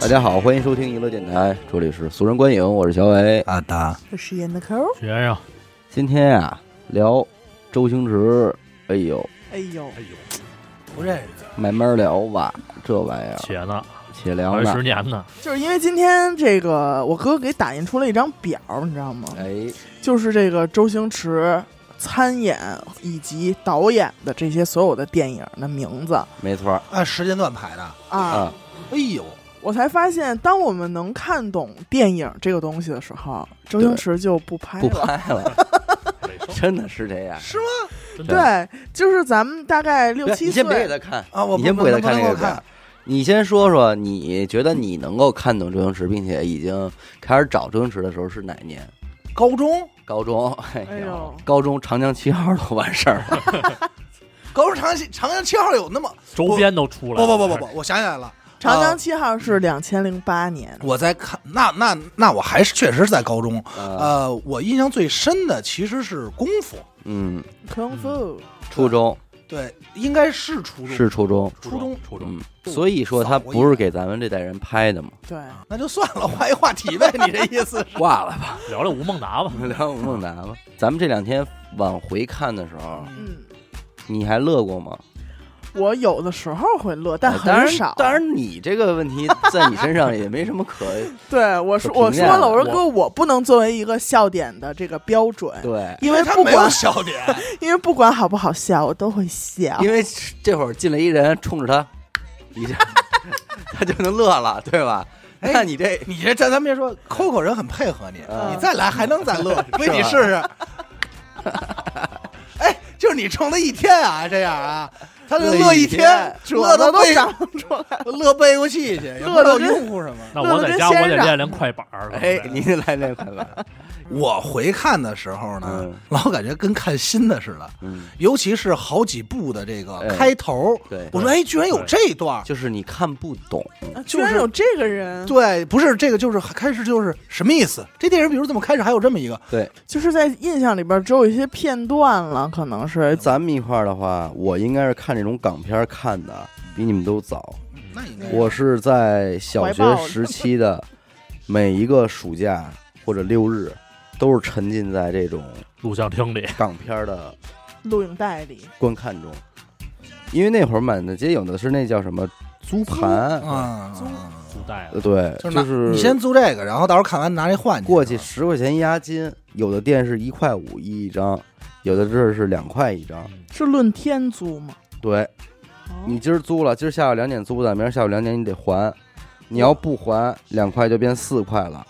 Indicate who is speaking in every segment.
Speaker 1: 大家好，欢迎收听娱乐电台，这里是俗人观影，我是小伟。
Speaker 2: 阿达，
Speaker 3: 这是演的抠儿，
Speaker 4: 学生，
Speaker 1: 今天呀、聊周星驰，哎呦，
Speaker 3: 哎呦，
Speaker 4: 哎呦，
Speaker 2: 不认识，
Speaker 1: 慢慢聊吧，这玩意儿
Speaker 4: 且呢，
Speaker 1: 且聊
Speaker 4: 还
Speaker 1: 呢
Speaker 4: 十。年呢，
Speaker 3: 就是因为今天这个我哥给打印出了一张表，你知道吗？
Speaker 1: 哎，
Speaker 3: 就是这个周星驰参演以及导演的这些所有的电影的名字
Speaker 1: 没错儿
Speaker 2: 按时间段排的。
Speaker 3: 啊
Speaker 1: 啊，，
Speaker 2: 哎呦，
Speaker 3: 我才发现，当我们能看懂电影这个东西的时候，周星驰就不拍
Speaker 1: 不
Speaker 3: 了。
Speaker 1: 拍了，真的是这样。
Speaker 2: 是吗？
Speaker 1: 对
Speaker 3: 对，就是咱们大概六
Speaker 1: 对
Speaker 3: 七
Speaker 1: 你先别给
Speaker 3: 岁，
Speaker 1: 他看，
Speaker 2: 啊，我
Speaker 1: 你先不给他看
Speaker 2: 能
Speaker 1: 这个
Speaker 2: 能看
Speaker 1: 表，你先说说，你觉得你能够看懂周星驰，并且已经开始找周星驰的时候是哪年？
Speaker 2: 高中，
Speaker 1: 高中，
Speaker 3: 哎呦
Speaker 1: 高中长江七号都完事儿了，
Speaker 2: 高中长长江七号有那么
Speaker 4: 周边都出来
Speaker 2: 不
Speaker 4: 了。哎
Speaker 2: 不不不不，我想起来了，
Speaker 3: 长江
Speaker 1: 啊
Speaker 2: 呃
Speaker 3: 七号
Speaker 1: 嗯
Speaker 3: 是两千零八年，
Speaker 2: 我在看，那那那我还是确实是在高中。
Speaker 1: 呃
Speaker 2: 呃，我印象最深的其实是功夫，
Speaker 1: 嗯，
Speaker 3: 功夫
Speaker 1: 初中
Speaker 2: 对，应该是初中，
Speaker 1: 是初中，
Speaker 2: 初中，
Speaker 4: 初中
Speaker 1: 嗯，所以说他不是给咱们这代人拍的嘛，
Speaker 3: 对，
Speaker 2: 那就算了， 换一话题呗。 你
Speaker 3: 哎
Speaker 2: 这意思是？
Speaker 1: 挂了吧，
Speaker 4: 聊聊吴孟达吧，
Speaker 1: 聊吴孟达吧。咱们这两天往回看的时候，
Speaker 3: 嗯。
Speaker 1: 你还乐过吗？
Speaker 3: 我有的时候会乐，但
Speaker 1: 哎当
Speaker 3: 很
Speaker 1: 然
Speaker 3: 少。
Speaker 1: 当然，你这个问题在你身上也没什么 可
Speaker 3: 对我说，
Speaker 1: 不
Speaker 3: 我
Speaker 1: 评
Speaker 3: 说
Speaker 1: 价
Speaker 3: 了，我说
Speaker 4: 我
Speaker 3: 哥，我不能作为一个笑点的这个标准，
Speaker 1: 对，
Speaker 3: 因
Speaker 2: 因
Speaker 3: 为
Speaker 2: 他
Speaker 3: 不
Speaker 2: 没有
Speaker 3: 管，
Speaker 2: 笑点，
Speaker 3: 因为不管好不好笑，我都会笑。
Speaker 1: 因为这会儿进来一人冲着他一下， 他就能乐了，对吧？
Speaker 2: 哎
Speaker 1: 那你这
Speaker 2: 你这这咱别说，Coco 人很配合你，
Speaker 1: 嗯
Speaker 2: 你再来还能再乐，
Speaker 1: 吧
Speaker 2: 非你试 试。哎，就是你冲他一天啊，这样啊，他就乐一天，乐
Speaker 3: 褶
Speaker 2: 到
Speaker 3: 子都
Speaker 2: 背
Speaker 3: 长出来，
Speaker 2: 乐背过气去，也不知道拥护什么。
Speaker 4: 那我在家我得练练快板儿。
Speaker 1: 哎，
Speaker 4: 可能得
Speaker 1: 你得来这快板，
Speaker 2: 我回看的时候呢，
Speaker 1: 嗯
Speaker 2: 老感觉跟看新的似的，
Speaker 1: 嗯，
Speaker 2: 尤其是好几部的这个
Speaker 1: 哎
Speaker 2: 开头，
Speaker 1: 对
Speaker 2: 我说哎，居然有这段儿，
Speaker 1: 就是你看不懂，
Speaker 3: 啊居
Speaker 2: 就
Speaker 3: 然
Speaker 2: 是
Speaker 3: 有这个人，
Speaker 2: 对，不是这个，就是开始就是什么意思？这电影比如怎么开始还有这么一个，
Speaker 1: 对。
Speaker 3: 就是在印象里边只有一些片段了，可能是
Speaker 1: 哎咱们一块儿的话，我应该是看这种港片儿看的比你们都早。
Speaker 2: 那应该
Speaker 1: 我是在小
Speaker 3: 嗯怀
Speaker 1: 学
Speaker 3: 抱
Speaker 1: 时期的每一个暑假或者六日，都是沉浸在这种
Speaker 4: 录像厅里，
Speaker 1: 港片儿的
Speaker 3: 录影带里，
Speaker 1: 观看中。因为那会儿满大街有的是那叫什么租盘，
Speaker 2: 啊。嗯
Speaker 4: 租带
Speaker 1: 呃
Speaker 4: 了，
Speaker 1: 对，
Speaker 2: 就是拿
Speaker 1: 就是
Speaker 2: 你先租这个，然后到时候看完拿这换去。
Speaker 1: 过去
Speaker 2: 是吧
Speaker 1: 十块钱押金，有的店是一块五一张，有的这儿是两块一张。
Speaker 4: 嗯
Speaker 3: 是论天租吗？
Speaker 1: 对，
Speaker 3: 哦
Speaker 1: 你今儿租了，今儿下午两点租的，明儿下午两点你得还。你要不还，两块就变四块了。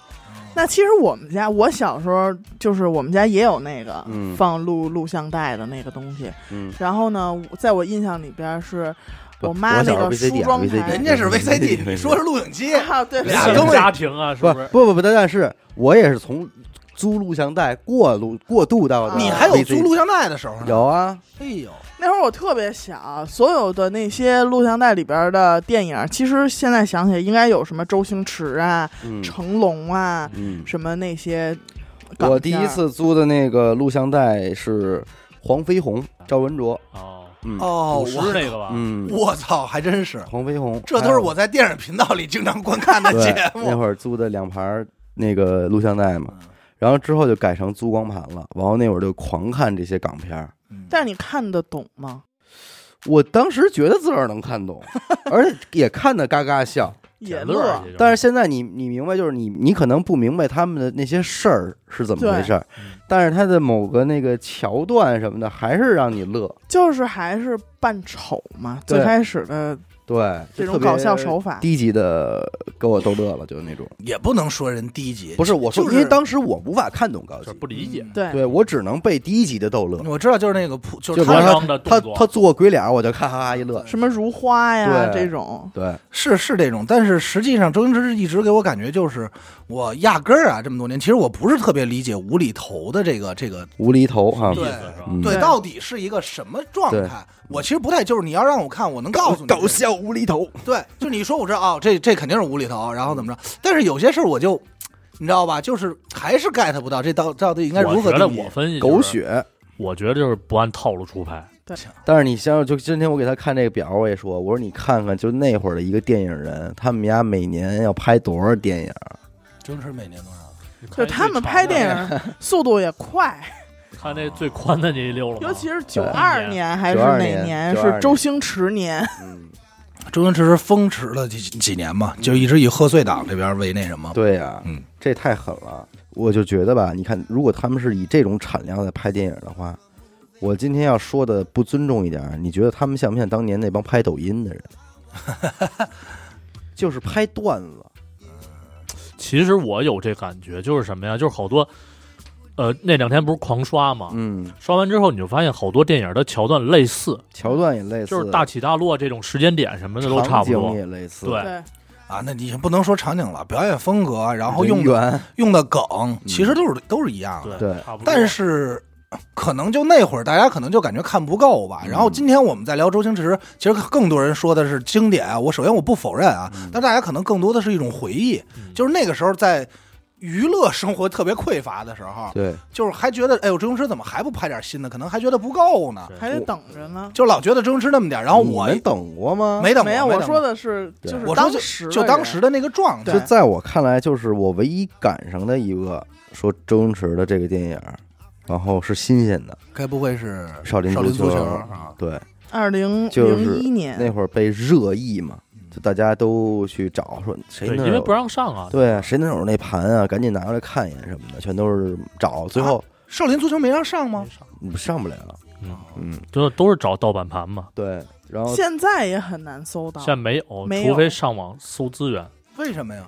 Speaker 3: 那其实我们家，我小时候就是我们家也有那个
Speaker 1: 嗯
Speaker 3: 放录录像带的那个东西，
Speaker 1: 嗯，
Speaker 3: 然后呢，我在我印象里边是
Speaker 1: 不
Speaker 3: 我妈
Speaker 1: 我小
Speaker 3: 那
Speaker 1: 时候
Speaker 3: 个
Speaker 1: VCD
Speaker 3: 梳
Speaker 1: 啊
Speaker 3: 妆
Speaker 1: VCD
Speaker 3: 台，
Speaker 2: 人家是
Speaker 1: VCD
Speaker 2: VCD，你说是录影
Speaker 1: 哎
Speaker 2: 机，
Speaker 3: 啊，对，
Speaker 2: 俩
Speaker 4: 新
Speaker 2: 都
Speaker 4: 家庭啊，是
Speaker 1: 不
Speaker 4: 不
Speaker 1: 不
Speaker 4: 是？
Speaker 1: 不不，但但是我也是从租录像带过路过渡到的 VCD。
Speaker 2: 你还有租录像带的时候呢？
Speaker 1: 有啊？
Speaker 2: 哎呦，
Speaker 3: 那会儿我特别小，所有的那些录像带里边的电影，其实现在想起来应该有什么周星驰啊、
Speaker 1: 嗯
Speaker 3: 成龙啊，
Speaker 1: 嗯，
Speaker 3: 什么那些港片儿。
Speaker 1: 我第一次租的那个录像带是黄飞鸿、赵文卓。
Speaker 4: 哦，
Speaker 1: 嗯
Speaker 2: 哦，
Speaker 4: 不是
Speaker 2: 我
Speaker 4: 那个吧？
Speaker 1: 嗯，
Speaker 2: 我操，还真是，
Speaker 1: 黄飞鸿，
Speaker 2: 这都是我在电影频道里经常观看的
Speaker 1: 对
Speaker 2: 节
Speaker 1: 那
Speaker 2: 目。
Speaker 1: 会儿租的两盘儿那个录像带
Speaker 2: 嗯
Speaker 1: 嘛，然后之后就改成租光盘了，然后那会儿就狂看这些港片儿。
Speaker 2: 嗯
Speaker 3: 但是你看得懂吗？
Speaker 1: 我当时觉得自个儿能看 懂，而且也看得嘎嘎笑。
Speaker 3: 也
Speaker 4: 乐
Speaker 3: 乐
Speaker 4: 儿，，啊
Speaker 1: 但是现在你你明白，就是你你可能不明白他们的那些事儿是怎么回事儿
Speaker 4: 对嗯，
Speaker 1: 但是他的某个那个桥段什么的，还是让你乐。
Speaker 3: 就是还是扮丑嘛，
Speaker 1: 对
Speaker 3: 最开始的
Speaker 1: 对，
Speaker 3: 这
Speaker 1: 就
Speaker 3: 种
Speaker 1: 特别
Speaker 3: 搞笑手法。
Speaker 1: 低级的给我逗乐了，就是那种。
Speaker 2: 也不能说人低级，
Speaker 1: 不是我说，
Speaker 2: 就是
Speaker 1: 因为当时我无法看懂高
Speaker 4: 就
Speaker 1: 级
Speaker 4: 是，不理
Speaker 2: 嗯
Speaker 4: 解。
Speaker 3: 对，
Speaker 1: 对我只能被低级的逗乐。
Speaker 2: 我知道，就是那个普，就
Speaker 1: 就
Speaker 2: 是
Speaker 1: 比
Speaker 2: 他
Speaker 1: 如
Speaker 4: 夸
Speaker 2: 们
Speaker 1: 说
Speaker 4: 张的
Speaker 1: 他
Speaker 4: 动
Speaker 1: 他
Speaker 4: 作，
Speaker 1: 做鬼脸儿，我就哈哈哈一乐。
Speaker 3: 什么如花呀
Speaker 1: 对
Speaker 3: 这种，
Speaker 1: 对，
Speaker 2: 是是这种，但是实际上周星驰一直给我感觉就是，我压根儿啊这么多年，其实我不是特别理解无厘头的这个这个
Speaker 1: 无厘头哈
Speaker 4: 什，么意思
Speaker 2: 对
Speaker 4: 是吧？
Speaker 1: 嗯
Speaker 2: 对，
Speaker 3: 对
Speaker 2: 到底是一个什么状
Speaker 1: 对
Speaker 2: 态？我其实不太就是你要让我看，我能告诉你这个。
Speaker 1: 笑无厘头。
Speaker 2: 对，就你说我这哦，这这肯定是无厘头，然后怎么着？但是有些事儿我就，你知道吧，就是还是 get 不到这到到底应该如何
Speaker 4: 我觉得
Speaker 2: 定义
Speaker 4: 我。分析就是
Speaker 1: 狗，血，
Speaker 4: 我觉得就是不按套路出牌，
Speaker 1: 但是你想，就今天我给他看这个表，我也说，我说你看看，就那会儿的一个电影人，他们家每年要拍多少电影？
Speaker 2: 周星驰每年多少？
Speaker 3: 就他们拍电影速度也快，
Speaker 4: 影，看那最宽的那一溜了吗，
Speaker 3: 尤其是九
Speaker 1: 对
Speaker 3: 二年还是
Speaker 1: 92
Speaker 3: 哪
Speaker 1: 年92
Speaker 3: 是
Speaker 1: 年
Speaker 3: 周星驰年，
Speaker 1: 嗯，
Speaker 2: 周星驰风驰了几几年嘛，就一直以贺岁档这边为那什么。
Speaker 1: 对呀、
Speaker 2: 嗯，
Speaker 1: 这太狠了。我就觉得吧，你看，如果他们是以这种产量在拍电影的话，我今天要说的不尊重一点儿，你觉得他们像不像当年那帮拍抖音的 人？就是拍段子，
Speaker 4: 其实我有这感觉，就是什么呀？就是好多，呃，那两天不是狂刷吗？
Speaker 1: 嗯，
Speaker 4: 刷完之后，你就发现好多电影的桥段类似，
Speaker 1: 桥段也类似，
Speaker 4: 就是大起大落这种时间点什么的都差不
Speaker 1: 场
Speaker 4: 多
Speaker 1: 景。也类似，
Speaker 4: 对
Speaker 3: 对，
Speaker 2: 啊，那你不能说场景了，表演风格，然后
Speaker 1: 人嗯
Speaker 2: 用的
Speaker 1: 员
Speaker 2: 用的梗，其实都是都是一样的。
Speaker 1: 对
Speaker 4: 差不多。
Speaker 2: 但是呃可能就那会儿，大家可能就感觉看不够吧。
Speaker 1: 嗯
Speaker 2: 然后今天我们在聊周星驰，其实更多人说的是经典。啊我首先我不否认啊，
Speaker 1: 嗯
Speaker 2: 但大家可能更多的是一种回忆，
Speaker 4: 嗯
Speaker 2: 就是那个时候在。娱乐生活特别匮乏的时候，
Speaker 1: 对，
Speaker 2: 就是还觉得，哎呦，周星驰怎么还不拍点新的？可能还觉得不够呢，
Speaker 4: 对
Speaker 3: 还得等着呢。
Speaker 2: 就老觉得周星驰那么点儿。然后
Speaker 1: 你
Speaker 2: 我
Speaker 1: 们等过吗？
Speaker 2: 没等过
Speaker 3: 没有，我
Speaker 2: 等
Speaker 3: 说
Speaker 2: 过
Speaker 3: 的是
Speaker 1: 对
Speaker 3: 就是
Speaker 2: 我说
Speaker 3: 当时
Speaker 2: 就
Speaker 3: 的
Speaker 2: 当
Speaker 3: 人
Speaker 2: 时的那个状态
Speaker 1: 就
Speaker 3: 对，
Speaker 1: 在我看来，就是我唯一赶上的一个说周星驰的这个电影，然后是新鲜的，
Speaker 2: 该不会是
Speaker 1: 少林
Speaker 2: 少
Speaker 1: 足
Speaker 2: 林
Speaker 1: 球
Speaker 2: 足球啊？
Speaker 1: 对，
Speaker 3: 二零
Speaker 1: 就是
Speaker 3: 零一年
Speaker 1: 那会儿被热议嘛，就大家都去找说谁
Speaker 4: 对，
Speaker 1: 能
Speaker 4: 因为不让上啊。
Speaker 1: 对谁能有那盘啊，赶紧拿过来看一眼什么的，全都是找，最后
Speaker 2: 少林足球没让上吗
Speaker 4: 没？上，
Speaker 1: 嗯上不了，
Speaker 4: 啊嗯，
Speaker 1: 嗯，
Speaker 4: 都都是找盗版盘嘛，
Speaker 1: 对，然后
Speaker 3: 现在也很难搜到
Speaker 4: 现。在没有，
Speaker 3: 没有
Speaker 4: 除非上网搜资源。
Speaker 2: 为什么呀？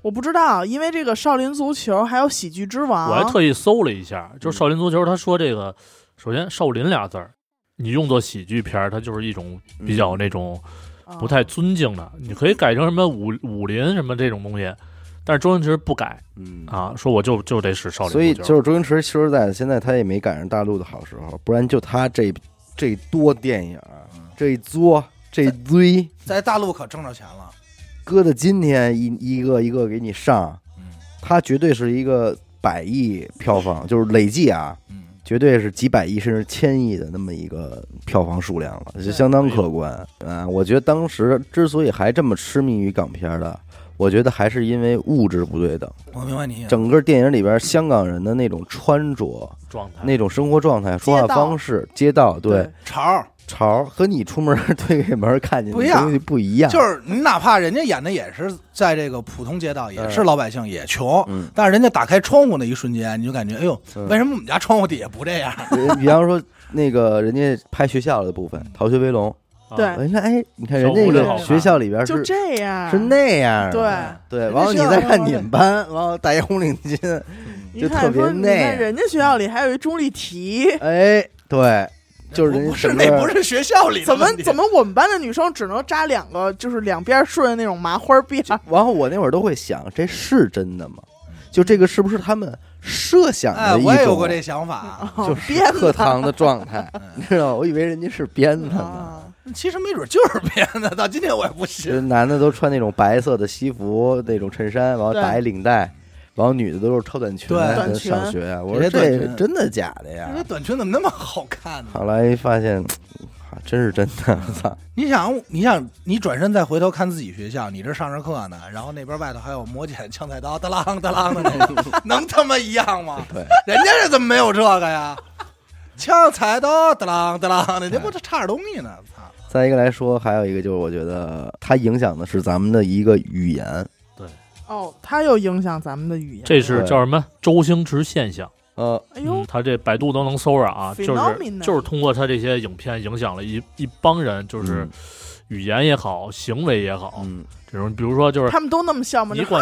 Speaker 3: 我不知道，因为这个《少林足球》还有《喜剧之王
Speaker 4: 我》，还特意搜了一下，就是
Speaker 1: 嗯
Speaker 4: 《少林足球》，他说这个，首先“少林”俩字儿，你用作喜剧片儿，它就是一种比较
Speaker 1: 嗯
Speaker 4: 那种
Speaker 3: 啊
Speaker 4: 不太尊敬的，你可以改成什么武武林什么这种东西，但是周星驰不改
Speaker 1: 嗯。
Speaker 4: 啊，说我就就得使少林足球。
Speaker 1: 所以就是周星驰，说实在的，现在他也没赶上大陆的好时候，不然就他这这多电影，
Speaker 4: 嗯
Speaker 1: 这作这堆，
Speaker 2: 在大陆可挣着钱了，
Speaker 1: 搁到今天一一个一个给你上
Speaker 2: 嗯，
Speaker 1: 它绝对是一个百亿票房，就是累计啊，
Speaker 2: 嗯，
Speaker 1: 绝对是几百亿甚至千亿的那么一个票房数量了，就相当可观。啊，我觉得当时之所以还这么痴迷于港片的。我觉得还是因为物质不对等，
Speaker 2: 我明白你意思。
Speaker 1: 整个电影里边香港人的那种穿着、
Speaker 4: 状
Speaker 2: 嗯
Speaker 4: 态，
Speaker 1: 那种生活状态、说话
Speaker 3: 街道
Speaker 1: 方式、街道，对
Speaker 3: 对
Speaker 2: 潮儿
Speaker 1: 潮和你出门 对开门看见的
Speaker 2: 不一样
Speaker 1: 东西不一样，
Speaker 2: 就是你，哪怕人家演的也是在这个普通街道，也是老百姓，也穷，
Speaker 1: 嗯，
Speaker 2: 但是人家打开窗户那一瞬间，你就感觉，哎呦，
Speaker 1: 嗯
Speaker 2: 为什么我们家窗户底下不这样？
Speaker 1: 比方说那个人家拍学校的部分，《逃学威龙》，
Speaker 4: 啊
Speaker 3: 对
Speaker 1: 人家哎，你看人家
Speaker 4: 小屋
Speaker 3: 里
Speaker 1: 这
Speaker 3: 好
Speaker 1: 个
Speaker 3: 看
Speaker 1: 学校里边
Speaker 3: 就是这样，
Speaker 1: 是那样
Speaker 3: 对
Speaker 1: 的，对，
Speaker 2: 人家
Speaker 1: 完了你
Speaker 2: 学校
Speaker 1: 再
Speaker 2: 里
Speaker 1: 看
Speaker 2: 边
Speaker 1: 你
Speaker 2: 儿
Speaker 1: 们班，完了戴红领巾，
Speaker 3: 你
Speaker 1: 就
Speaker 3: 看
Speaker 1: 特别
Speaker 3: 说你
Speaker 1: 那
Speaker 3: 看
Speaker 1: 样
Speaker 3: 人家学校里还有一钟丽缇，
Speaker 1: 哎，对，就是
Speaker 2: 不
Speaker 1: 人
Speaker 2: 不
Speaker 1: 家
Speaker 2: 是
Speaker 1: 整
Speaker 2: 那
Speaker 1: 个
Speaker 2: 不是学校里的
Speaker 3: 怎么
Speaker 2: 问题
Speaker 3: 怎么我们班的女生只能扎两个，就是两边顺着那种麻花辫儿，啊
Speaker 1: 然后我那会儿都会想，这是真的吗？就这个是不是他们设想
Speaker 2: 哎，
Speaker 1: 的一
Speaker 2: 我也有过
Speaker 1: 种，
Speaker 2: 这想法，
Speaker 1: 就
Speaker 3: 哦
Speaker 1: 是
Speaker 3: 编
Speaker 1: 课
Speaker 3: 的
Speaker 1: 堂的状 态，你知道吗？我以为人家是编的
Speaker 2: 哦
Speaker 1: 呢。
Speaker 3: 啊，
Speaker 2: 其实没准就是 编的，到今天我也 不
Speaker 1: 就
Speaker 2: 信
Speaker 1: 是。男的都穿那种白色的西服，那种衬衫，然后
Speaker 3: 对
Speaker 1: 打一领带，然后女的都是超短裙
Speaker 2: 对
Speaker 3: 短裙
Speaker 1: 上学啊。我
Speaker 2: 直
Speaker 1: 说
Speaker 2: 接短
Speaker 1: 这
Speaker 2: 裙
Speaker 1: 真的假的呀？
Speaker 2: 这短裙怎么那么好看呢？
Speaker 1: 后来发现，啊，真是真的，我操！
Speaker 2: 你想，你想，你转身再回头看自己学校，你这上着课呢，然后那边外头还有磨剪、枪菜刀，哒啷哒啷的 那个，能他妈一样吗？
Speaker 1: 对，
Speaker 2: 人家这怎么没有这个呀？枪菜刀，哒啷哒啷的，这
Speaker 1: 哎
Speaker 2: 不就差点东西呢？操！
Speaker 1: 再一个来说，还有一个就是，我觉得它影响的是咱们的一个语言，
Speaker 3: 哦，它又影响咱们的语言，
Speaker 4: 这是叫什么？周星驰现象。
Speaker 1: 呃，
Speaker 3: 哎呦
Speaker 4: 嗯，，他这百度都能搜着啊，就是
Speaker 3: Phenomenon
Speaker 4: 就是通过他这些影片影响了一一帮人，就是语言也好，行为也好，
Speaker 1: 嗯，
Speaker 4: 这种比如说就是
Speaker 3: 他们都那么笑吗？
Speaker 4: 你 管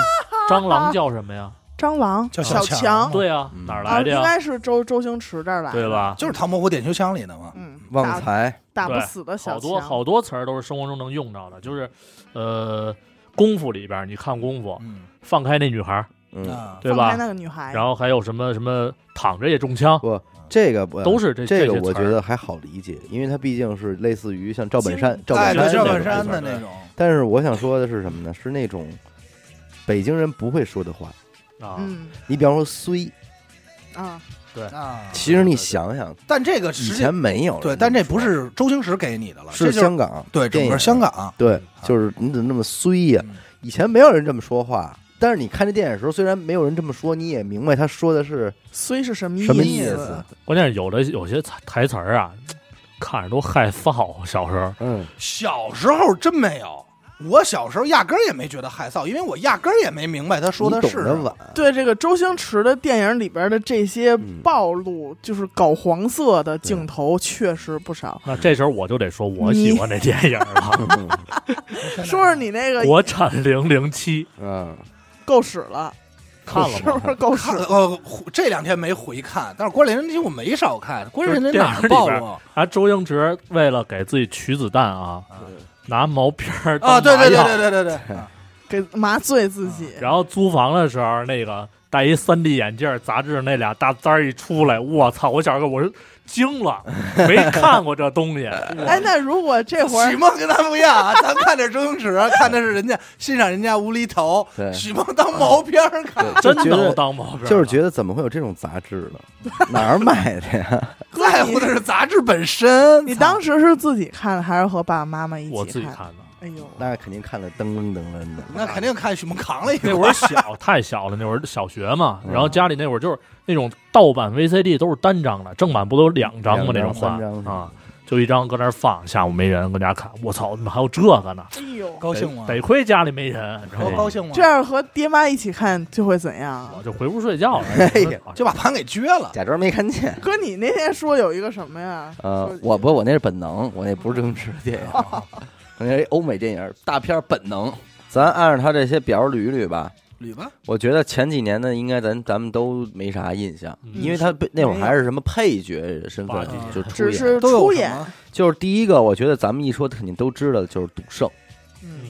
Speaker 4: 蟑螂叫什么呀？
Speaker 3: 蟑螂
Speaker 2: 叫
Speaker 3: 小
Speaker 2: 强，
Speaker 3: 强
Speaker 4: 对啊
Speaker 1: 嗯，
Speaker 4: 哪儿
Speaker 3: 啊，
Speaker 4: 来的
Speaker 3: 应
Speaker 4: 呀？
Speaker 3: 该是周周星驰这儿来的，
Speaker 4: 对？吧？
Speaker 2: 就是《唐伯虎点秋香》里的嘛。
Speaker 3: 嗯，
Speaker 1: 旺
Speaker 3: 打
Speaker 1: 财，
Speaker 3: 打不
Speaker 4: 对
Speaker 3: 死的小
Speaker 4: 好多
Speaker 3: 强
Speaker 4: 好多词儿都是生活中能用到的，就是呃，功夫里边儿你看功夫，
Speaker 2: 嗯
Speaker 4: 放开那女孩儿，
Speaker 1: 嗯，
Speaker 2: 啊，
Speaker 4: 对
Speaker 3: 放开
Speaker 4: 吧？
Speaker 3: 那个女孩，
Speaker 4: 然后还有什么什么躺着也中枪，
Speaker 1: 这个不
Speaker 4: 都是这
Speaker 1: 这
Speaker 4: 些
Speaker 1: 个，
Speaker 4: 词
Speaker 1: 我觉
Speaker 4: 儿
Speaker 1: 得还好理解，因为它毕竟是类似于像赵本山
Speaker 3: 京、
Speaker 1: 赵
Speaker 2: 哎
Speaker 1: 本
Speaker 2: 对
Speaker 4: 赵
Speaker 1: 山
Speaker 2: 赵
Speaker 1: 那
Speaker 2: 本
Speaker 1: 种
Speaker 2: 山
Speaker 1: 地
Speaker 2: 的
Speaker 1: 方
Speaker 2: 那种，
Speaker 1: 但是我想说的是什么呢？是那种北京人不会说的话。
Speaker 4: 啊，
Speaker 3: 嗯
Speaker 1: 你比方说“虽
Speaker 3: 啊，
Speaker 4: 对
Speaker 2: 啊，
Speaker 1: 其实你想想，
Speaker 2: 但这个
Speaker 1: 以
Speaker 2: 实际
Speaker 1: 前没有人
Speaker 2: 对，但这不
Speaker 1: 么
Speaker 2: 是周星驰给你的了，
Speaker 1: 说
Speaker 2: 这
Speaker 1: 是
Speaker 2: 就
Speaker 1: 香港电
Speaker 2: 对整
Speaker 1: 影
Speaker 2: 个香港
Speaker 1: 对，就是你怎么那么衰呀？
Speaker 2: 嗯
Speaker 1: 以前没有人这么说话，但是你看这电影的时候，虽然没有人这么说，你也明白他说的是
Speaker 3: 虽是什么
Speaker 1: 什么
Speaker 3: 意
Speaker 1: 思。
Speaker 4: 关键是有的有些台台词儿啊，看着都害臊。小时候
Speaker 1: 嗯，
Speaker 2: 小时候真没有，我小时候压根儿也没觉得害臊，因为我压根儿也没明白他说的
Speaker 1: 你懂
Speaker 2: 是
Speaker 1: 得
Speaker 2: 什么。
Speaker 1: 晚，
Speaker 3: 对这个周星驰的电影里边的这些
Speaker 1: 嗯
Speaker 3: 暴露，就是搞黄色的镜头确实不少。
Speaker 4: 那这时候我就得说我喜欢这电影了，
Speaker 3: 说说你那个
Speaker 4: 《国产零零七》
Speaker 1: 嗯，
Speaker 3: 够使了，
Speaker 4: 看了
Speaker 3: 是
Speaker 4: 吗？
Speaker 3: 不是够使
Speaker 2: 看
Speaker 3: 了？
Speaker 2: 呃，这两天没回看，但是《关林》那集我没少看，《关林》
Speaker 4: 就是
Speaker 2: 那哪
Speaker 4: 电影里
Speaker 2: 儿暴
Speaker 4: 边
Speaker 2: 露
Speaker 4: 啊，周星驰为了给自己取子弹啊， 拿毛片儿当
Speaker 2: 啊？对对对
Speaker 4: 麻药
Speaker 2: 对对对对，啊
Speaker 3: 给麻醉自己，
Speaker 4: 然后租房的时候，那个戴一三 D 眼镜儿，杂志那俩大簪儿一出来，我操！我小时候我是惊了，没看过这东西。
Speaker 3: 哎，那如果这会
Speaker 2: 许
Speaker 3: 儿
Speaker 2: 梦跟咱不一样啊，咱看的是周星驰，看的是人家欣赏人家无厘头，
Speaker 1: 对
Speaker 2: 许梦当毛片儿看，
Speaker 1: 对，
Speaker 4: 真
Speaker 1: 就觉
Speaker 4: 能
Speaker 1: 得
Speaker 4: 当毛片儿
Speaker 1: 就是
Speaker 4: 了
Speaker 1: 觉得怎么会有这种杂志呢？哪儿买的呀？
Speaker 2: 在乎的是杂志本身。
Speaker 3: 你当时是自己看的，还是和爸爸妈妈一
Speaker 4: 我
Speaker 3: 起
Speaker 4: 自己
Speaker 3: 看？
Speaker 4: 看的。
Speaker 3: 哎呦，
Speaker 1: 那肯定看的噔噔噔噔的。
Speaker 2: 那肯定看许梦扛了一 个
Speaker 4: 那会儿小，太小了，那会儿小学嘛，
Speaker 1: 嗯
Speaker 4: 然后家里那会儿就是那种盗版 VCD 都是单张的，正版不都有两张吗？那
Speaker 1: 两
Speaker 4: 种
Speaker 1: 张
Speaker 4: 画
Speaker 1: 三张是
Speaker 4: 啊，就一张搁那儿放，下午没人搁家看，我操，怎么还有这个呢？
Speaker 3: 哎呦，
Speaker 2: 高兴吗？
Speaker 4: 得亏家里没人，你知道
Speaker 2: 高
Speaker 4: 吗
Speaker 2: 高兴吗？
Speaker 3: 这样和爹妈一起看就会怎样啊
Speaker 4: 我？就回屋睡觉了，
Speaker 1: 哎呀
Speaker 2: 就把盘给撅了。
Speaker 1: 假装没看见。
Speaker 3: 哥，你那天说有一个什么呀？
Speaker 1: 呃
Speaker 3: 说，
Speaker 1: 我不，我那是本能，我那不是周星驰的电影，我那是欧美电影大片儿本能。咱按照他这些表捋一捋吧，
Speaker 2: 捋吧，
Speaker 1: 我觉得前几年的应该咱咱们都没啥印象，
Speaker 4: 嗯
Speaker 1: 因为他被那会儿还是什么配角身份
Speaker 4: 八
Speaker 2: 级
Speaker 1: 就出
Speaker 3: 只
Speaker 1: 演。
Speaker 3: 是
Speaker 2: 都有
Speaker 3: 出
Speaker 2: 什
Speaker 3: 演，
Speaker 2: 么？
Speaker 1: 就是第一个，我觉得咱们一说肯定都知道的就是赌圣，
Speaker 3: 嗯，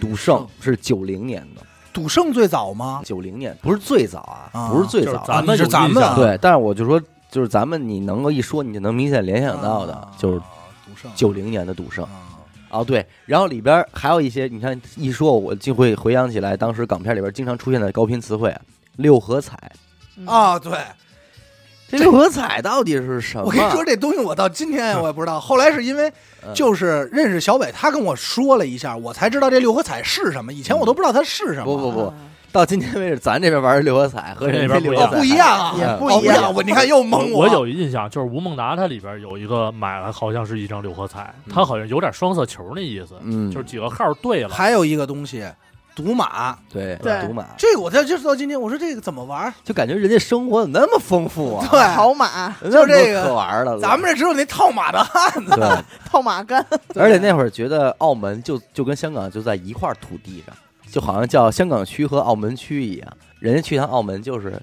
Speaker 1: 赌圣是九零年的，
Speaker 2: 赌圣最早吗？
Speaker 1: 九零年不是最早啊，
Speaker 2: 啊
Speaker 1: 不是最
Speaker 4: 就是
Speaker 1: 早，
Speaker 4: 咱们
Speaker 2: 啊你是咱们啊
Speaker 4: 有印象
Speaker 1: 对，但是我就说，就是咱们你能够一说，你就能明显联想到的，
Speaker 2: 啊
Speaker 1: 就是
Speaker 2: 赌圣
Speaker 1: 九零年的赌圣
Speaker 2: 啊
Speaker 1: 哦，对，然后里边儿还有一些，你看一说，我就会回想起来当时港片里边经常出现的高频词汇，啊六合彩。
Speaker 3: 嗯，
Speaker 2: 啊！对，
Speaker 1: 这六合彩到底是什么？
Speaker 2: 我跟你说，这东西我到今 天我也不知道。后来是因为
Speaker 1: 嗯
Speaker 2: 就是认识小北，他跟我说了一下，我才知道这六合彩是什么。以前我都不知道它是什么。
Speaker 1: 不不不
Speaker 3: 啊，
Speaker 1: 到今天为止，咱这边玩的六合彩和人家
Speaker 4: 那边不
Speaker 1: 六
Speaker 4: 一
Speaker 1: 合
Speaker 4: 样
Speaker 2: 哦
Speaker 1: 彩，嗯
Speaker 2: 不一样啊，
Speaker 3: 也不
Speaker 2: 哦
Speaker 3: 一样
Speaker 2: 我你看又蒙
Speaker 4: 我
Speaker 2: 我
Speaker 4: 有印象，就是吴孟达他里边有一个买了，好像是一张六合彩，他好像有点双色球那意思，
Speaker 1: 嗯，
Speaker 4: 就是几个号对了，
Speaker 2: 还有一个东西，赌马。
Speaker 1: 对
Speaker 3: 对
Speaker 1: 赌马，
Speaker 2: 这个我才就是到今天，我说这个怎么玩？
Speaker 1: 就感觉人家生活怎么那么丰富啊，
Speaker 2: 对，
Speaker 3: 跑马、
Speaker 1: 就
Speaker 2: 这个
Speaker 1: 可玩的了。
Speaker 2: 咱们这只有那套马的汉子。
Speaker 1: 对，
Speaker 3: 套马杆，
Speaker 1: 而且那会儿觉得澳门就就跟香港就在一块土地上，就好像叫香港区和澳门区一样。人家去趟澳门就是，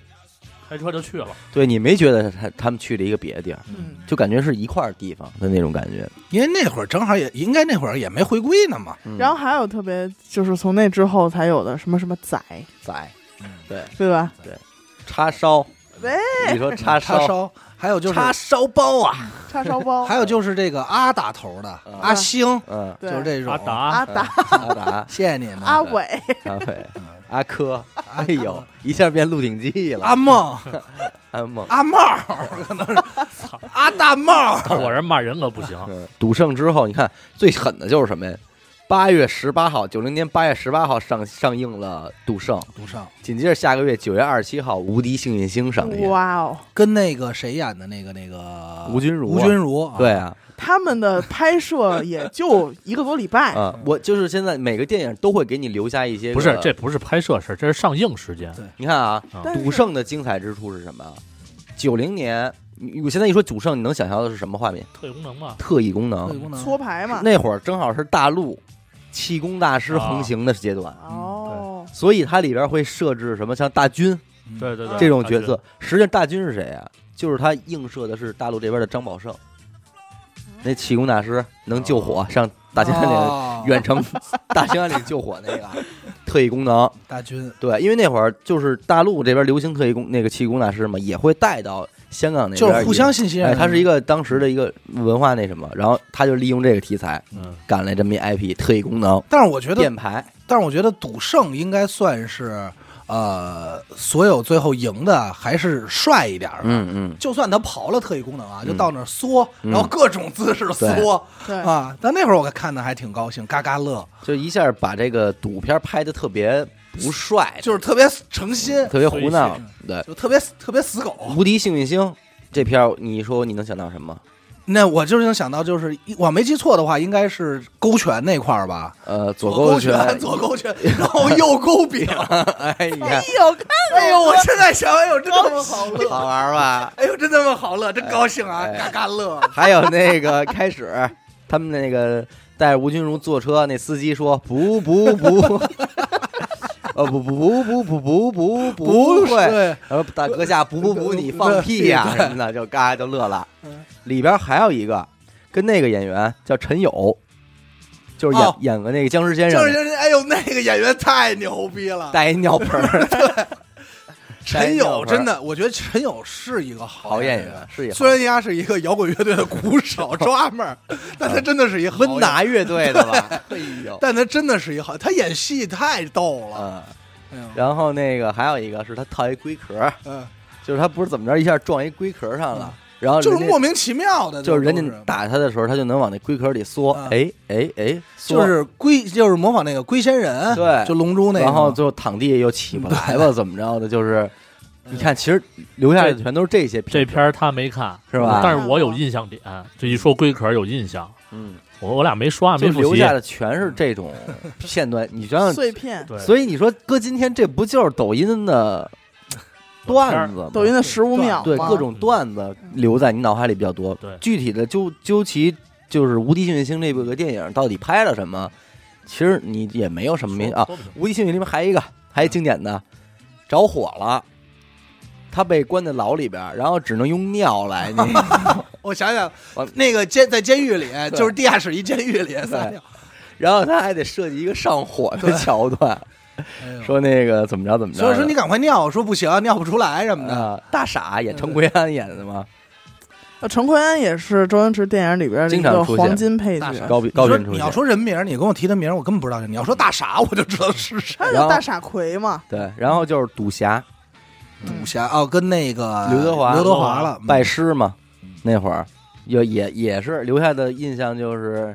Speaker 4: 开车就去了。
Speaker 1: 对你没觉得他他们去了一个别的地儿，
Speaker 3: 嗯，
Speaker 1: 就感觉是一块儿地方的那种感觉。
Speaker 2: 因为那会儿正好也应该那会儿也没回归呢嘛。
Speaker 1: 嗯
Speaker 3: 然后还有特别，就是从那之后才有的什么什么仔，
Speaker 1: 宰
Speaker 3: 对吧？嗯
Speaker 1: 叉 烧，
Speaker 3: 喂，
Speaker 1: 你说叉
Speaker 2: 叉
Speaker 1: 烧，
Speaker 2: 烧，还有就是
Speaker 1: 叉烧包啊，
Speaker 3: 叉烧包，
Speaker 2: 还有就是这个阿打头的
Speaker 1: 嗯
Speaker 2: 阿星，
Speaker 1: 嗯，
Speaker 3: 对
Speaker 2: 就是这种
Speaker 4: 阿。达
Speaker 3: 阿
Speaker 1: 哎
Speaker 3: 达、
Speaker 1: 阿达
Speaker 2: 谢谢你们。
Speaker 1: 啊
Speaker 3: 阿伟、
Speaker 1: 阿伟、阿珂，哎呦，一下变《鹿鼎记》了
Speaker 2: 阿，梦、
Speaker 1: 阿梦。
Speaker 2: 阿帽儿，可能是阿大帽儿。
Speaker 4: 我这骂人可 不行，
Speaker 1: 嗯赌圣之后，你看最狠的就是什么呀？八月十八号，九零年八月十八号上上映了《赌圣》，
Speaker 2: 赌圣
Speaker 1: 紧接着下个月九月二十七号，《无敌幸运星》上映，
Speaker 3: 哇哦，
Speaker 2: 跟那个谁演的那个那个
Speaker 1: 吴君如啊
Speaker 2: 吴君如啊
Speaker 1: 对啊，
Speaker 3: 他们的拍摄也就一个多礼拜，
Speaker 1: 啊，我就是现在每个电影都会给你留下一些个
Speaker 4: 不是这不是拍摄事，这是上映时间。
Speaker 2: 对
Speaker 1: 你看啊，
Speaker 4: 啊
Speaker 3: 但是
Speaker 1: 赌圣的精彩之处是什么啊？九零年，你我现在一说赌圣，你能想象的是什么画面？
Speaker 4: 特异功能嘛，
Speaker 1: 特异功
Speaker 2: 特异
Speaker 1: 能，
Speaker 2: 功能
Speaker 3: 搓牌嘛，
Speaker 1: 那会儿正好是大陆气功大师横行的阶段，
Speaker 3: 哦，
Speaker 1: 所以它里边会设置什么像大军
Speaker 2: 嗯
Speaker 4: 对对对，啊
Speaker 1: 这种角色。实际上，大军是谁啊？就是他映射的是大陆这边的张宝
Speaker 3: 啊
Speaker 1: 胜，那气功大师能救火，上大兴安岭
Speaker 2: 哦
Speaker 1: 远程 大兴安岭救火那个特异功能。
Speaker 2: 大军
Speaker 1: 对，因为那会儿就是大陆这边流行特异功那个气功大师嘛，也会带到香港那边，
Speaker 2: 就是互相。信息。
Speaker 1: 哎，他是一
Speaker 2: 个
Speaker 1: 个当时的一个文化那什么，然后他就利用这个题材
Speaker 4: 嗯，
Speaker 1: 赶来这么一 IP 特异功能
Speaker 2: 但是我觉得，
Speaker 1: 电牌，
Speaker 2: 但是我觉得赌圣应该算是呃，所有最后赢的还是帅一点儿的。
Speaker 1: 嗯嗯，
Speaker 2: 就算他刨了特异功能啊，就
Speaker 1: 嗯
Speaker 2: 到那儿缩，
Speaker 1: 嗯
Speaker 2: 然后各种姿势缩
Speaker 3: 对，
Speaker 2: 啊。但那会儿我看的还挺高兴，嘎嘎乐，
Speaker 1: 就一下把这个赌片拍的特别不帅，
Speaker 2: 就是特别诚心，
Speaker 1: 特别胡闹，对，
Speaker 2: 就特别特别死狗。
Speaker 1: 无敌幸运星这片儿，你说你能想到什么？
Speaker 2: 那我就是能想到，就是我没记错的话，应该是勾拳那块儿吧，
Speaker 1: 呃，左
Speaker 2: 勾
Speaker 1: 勾拳，
Speaker 2: 左勾拳，然后右勾 柄。
Speaker 1: 哎你
Speaker 3: 哎
Speaker 1: 看
Speaker 3: 呦，看
Speaker 2: 哎呦，我现在想，哎呦，真他妈好乐，
Speaker 1: 好玩吧？
Speaker 2: 哎呦，真他妈好乐，真高兴啊，
Speaker 1: 哎
Speaker 2: 嘎嘎乐。
Speaker 1: 还有那个开始， 他们那个带吴君如坐车，那司机说不不不， 呃不不不不不不不不
Speaker 2: 是
Speaker 1: 会，然后大哥下不不不你放屁呀、什么的，就嘎就乐了
Speaker 2: 嗯。
Speaker 1: 里边还有一个跟那个演员叫陈友，就是演、
Speaker 2: 哦
Speaker 1: 演个那个僵尸先生
Speaker 2: 就
Speaker 1: 的，
Speaker 2: 是就是，哎呦，那个演员太牛逼了，
Speaker 1: 带一尿盆儿，
Speaker 2: 陈友
Speaker 1: 带一尿盆儿
Speaker 2: 真的，我觉得陈友是一个好
Speaker 1: 好演员
Speaker 2: 员。
Speaker 1: 是也好
Speaker 2: 虽然人家是一个摇滚乐队的鼓手 drummer，但他真的是一好演
Speaker 1: 温拿乐队的吧？ 哎呦，
Speaker 2: 但他真的是一好，他演戏太逗了。
Speaker 1: 嗯。
Speaker 2: 哎呦
Speaker 1: 然后那个还有一个是他套一龟壳，
Speaker 2: 嗯，
Speaker 1: 就是他不是怎么着一下撞一龟壳上了，然后
Speaker 2: 就是
Speaker 1: 啊人家
Speaker 2: 莫名其妙的，
Speaker 1: 就是人
Speaker 2: 都
Speaker 1: 家打他的时候，他就能往那龟壳里缩
Speaker 2: 啊，
Speaker 1: 哎哎哎，缩
Speaker 2: 就是龟，就是模仿那个龟仙人，
Speaker 1: 对
Speaker 2: 就龙珠那个，
Speaker 1: 然后最后躺地又起不来吧，怎么着的？ 就是你看，其实留下来的全都是这些
Speaker 4: 这
Speaker 1: 片，
Speaker 4: 片儿他没看嗯
Speaker 1: 是吧
Speaker 4: 但是我有印象点，这一说龟壳有印象，
Speaker 1: 嗯，
Speaker 4: 我我俩没刷，
Speaker 1: 就
Speaker 4: 没复
Speaker 1: 留
Speaker 4: 习
Speaker 1: 下。的全是这种片段。 你想想，
Speaker 3: 碎片，
Speaker 4: 对，
Speaker 1: 所以你说哥今天这不就是抖音的段子吗？
Speaker 3: 抖音的十五秒
Speaker 1: 对
Speaker 3: 嘛
Speaker 1: 各种段子
Speaker 2: 嗯
Speaker 1: 留在你脑海里比较多。
Speaker 4: 对
Speaker 1: 具体的究究其就是《无敌幸运星》这部个电影到底拍了什么，其实你也没有什么明啊，
Speaker 4: 说不清
Speaker 1: 《无敌幸运》里面还有一个，还有一经典的，着火了，他被关在牢里边儿，然后只能用尿来， 你
Speaker 2: 我想想
Speaker 1: 完，
Speaker 2: 那个监在监狱里，就是地下室一监狱里撒尿，
Speaker 1: 然后他还得设计一个上火的桥 段，
Speaker 2: 哎呦
Speaker 1: 说那个怎么着怎么着的，
Speaker 2: 所以说你赶快尿，我说不行，尿不出来什么的。
Speaker 1: 啊、大傻演陈奎安演的吗？
Speaker 3: 呃陈奎安也是周星驰电影里边的一
Speaker 1: 经常
Speaker 3: 个
Speaker 1: 出现
Speaker 3: 黄金配
Speaker 2: 大傻
Speaker 3: 角，
Speaker 1: 高比高
Speaker 2: 你说
Speaker 1: 频出
Speaker 2: 你
Speaker 1: 现
Speaker 2: 要，说人名，你跟我提的名，我根本不知道。你要说大傻，我就知道是谁。
Speaker 3: 他
Speaker 1: 然
Speaker 3: 就
Speaker 1: 后
Speaker 3: 大傻奎嘛，
Speaker 1: 对，然后就是赌侠
Speaker 2: 武侠哦，跟那个
Speaker 1: 刘德华哦
Speaker 2: 刘德华了，
Speaker 1: 拜
Speaker 2: 嗯
Speaker 1: 师嘛
Speaker 2: 嗯，
Speaker 1: 那会儿也也也是留下的印象就是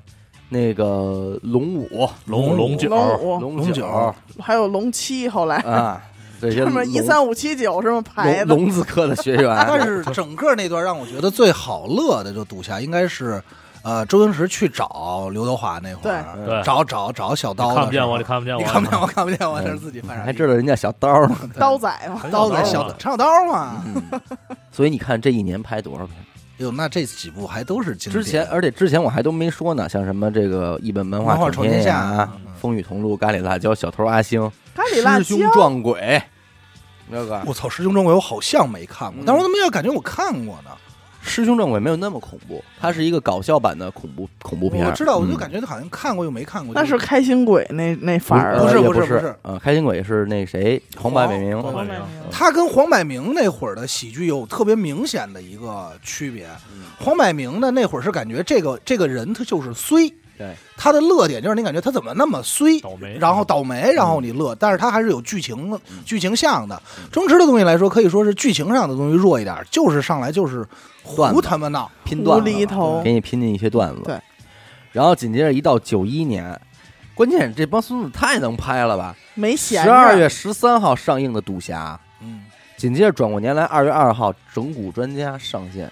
Speaker 1: 那个龙五
Speaker 4: 龙龙九
Speaker 3: 龙五，
Speaker 1: 龙
Speaker 2: 龙
Speaker 1: 九
Speaker 2: 九
Speaker 3: 还有龙七，后来
Speaker 1: 啊，这些
Speaker 3: 上面一
Speaker 1: 龙
Speaker 3: 三五七九什么排
Speaker 1: 龙
Speaker 3: 的，
Speaker 1: 龙子科的学员，
Speaker 2: 但是整个那段让我觉得最好乐的，就赌侠应该是，呃，周星驰去找刘德华那会儿，
Speaker 1: 对
Speaker 4: 对
Speaker 2: 找找找小刀的时候，
Speaker 4: 看不见我，你看不见我，
Speaker 2: 你看不见我，看不见我，这是自己犯傻逼，
Speaker 1: 嗯还知道人家小刀呢。
Speaker 3: 刀仔嘛，
Speaker 2: 刀
Speaker 4: 在
Speaker 2: 在小长小刀啊嘛。
Speaker 1: 所以你看这一年拍多少片？
Speaker 2: 哟，哎那这几部还都是经典
Speaker 1: 之前，而且之前我还都没说呢，像什么这个一本漫
Speaker 2: 漫画
Speaker 1: 画
Speaker 2: 闯
Speaker 1: 天
Speaker 2: 天下嗯
Speaker 1: 涯、风雨同路、咖喱辣椒、小偷阿星、
Speaker 3: 咖喱辣
Speaker 1: 师
Speaker 3: 椒
Speaker 1: 兄，撞鬼，那个
Speaker 2: 我操，《师兄撞鬼》我好像没看过
Speaker 1: 嗯，
Speaker 2: 但是我怎么也感觉我看过呢？
Speaker 1: 师兄撞鬼没有那么恐怖，它是一个搞笑版的恐怖恐怖片。
Speaker 2: 我知道，我就
Speaker 1: 嗯
Speaker 2: 感觉好像看过又没看过。
Speaker 3: 那
Speaker 2: 就是
Speaker 3: 开心鬼那那范儿
Speaker 2: 不
Speaker 3: 了，
Speaker 2: 是
Speaker 1: 呃也
Speaker 2: 不是
Speaker 1: 不
Speaker 2: 不是哦
Speaker 1: 啊，开心鬼是那谁黄百美呃明，
Speaker 4: 黄百鸣
Speaker 2: 他跟黄百鸣那会儿的喜剧有特别明显的一个区别。
Speaker 1: 嗯
Speaker 2: 黄百鸣呢，那会儿是感觉这个这个人他就是衰，
Speaker 1: 对，
Speaker 2: 他的乐点就是你感觉他怎么那么衰，
Speaker 4: 倒霉，
Speaker 2: 然后倒霉，然后你乐，但是他还是有剧情的
Speaker 1: 嗯
Speaker 2: 剧情向的。周星驰的东西来说，可以说是剧情上的东西弱一点，就是上来就是
Speaker 1: 段
Speaker 2: 胡
Speaker 1: 子
Speaker 2: 他妈闹，
Speaker 1: 拼
Speaker 3: 无
Speaker 1: 段子
Speaker 3: 厘
Speaker 1: 了，
Speaker 3: 头
Speaker 1: 给，你拼进一些段子。
Speaker 3: 对，
Speaker 1: 然后紧接着一到九一年，关键这帮孙子太能拍了吧！
Speaker 3: 没闲
Speaker 1: 十
Speaker 3: 着
Speaker 1: 二月十三号上映的《赌侠
Speaker 2: 嗯，》，
Speaker 1: 紧接着转过年来二月二号《整蛊专家》上线，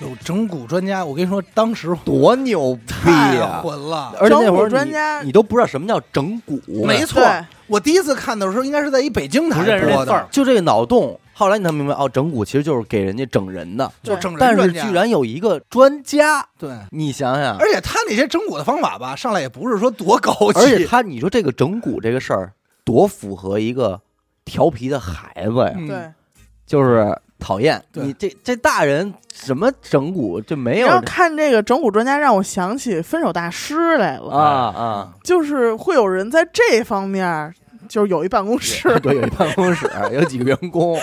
Speaker 2: 有整蛊专家。我跟你说，当时
Speaker 1: 多牛逼
Speaker 2: 太
Speaker 1: 呀！
Speaker 2: 混了。
Speaker 1: 而且那会
Speaker 3: 整
Speaker 1: 儿
Speaker 3: 蛊专
Speaker 1: 你
Speaker 3: 家
Speaker 1: 你都不知道什么叫整蛊，啊
Speaker 2: 没错
Speaker 3: 对，
Speaker 2: 我第一次看的时候，应该是在一北京台
Speaker 4: 不认识这
Speaker 2: 播
Speaker 4: 字儿
Speaker 2: 的，
Speaker 1: 就这个脑洞。后来你才明白，哦，整蛊其实就是给人家整人的，
Speaker 2: 就
Speaker 3: 对
Speaker 2: 整人
Speaker 1: 但是
Speaker 2: 专家
Speaker 1: 居然嗯有一个专家，
Speaker 2: 对，
Speaker 1: 你想想，
Speaker 2: 而且他那些整蛊的方法吧，上来也不是说多高级，
Speaker 1: 而且他你说这个整蛊这个事儿，多符合一个调皮的孩子呀，
Speaker 2: 嗯
Speaker 3: 对，
Speaker 1: 就是讨厌
Speaker 2: 对
Speaker 1: 你这这大人什么整蛊，这没有
Speaker 3: 然后看这个整蛊专家，让我想起分手大师来了
Speaker 1: 啊啊，
Speaker 3: 就是会有人在这方面就是有一办公室，
Speaker 1: 对，有一办公室，有几个员 工，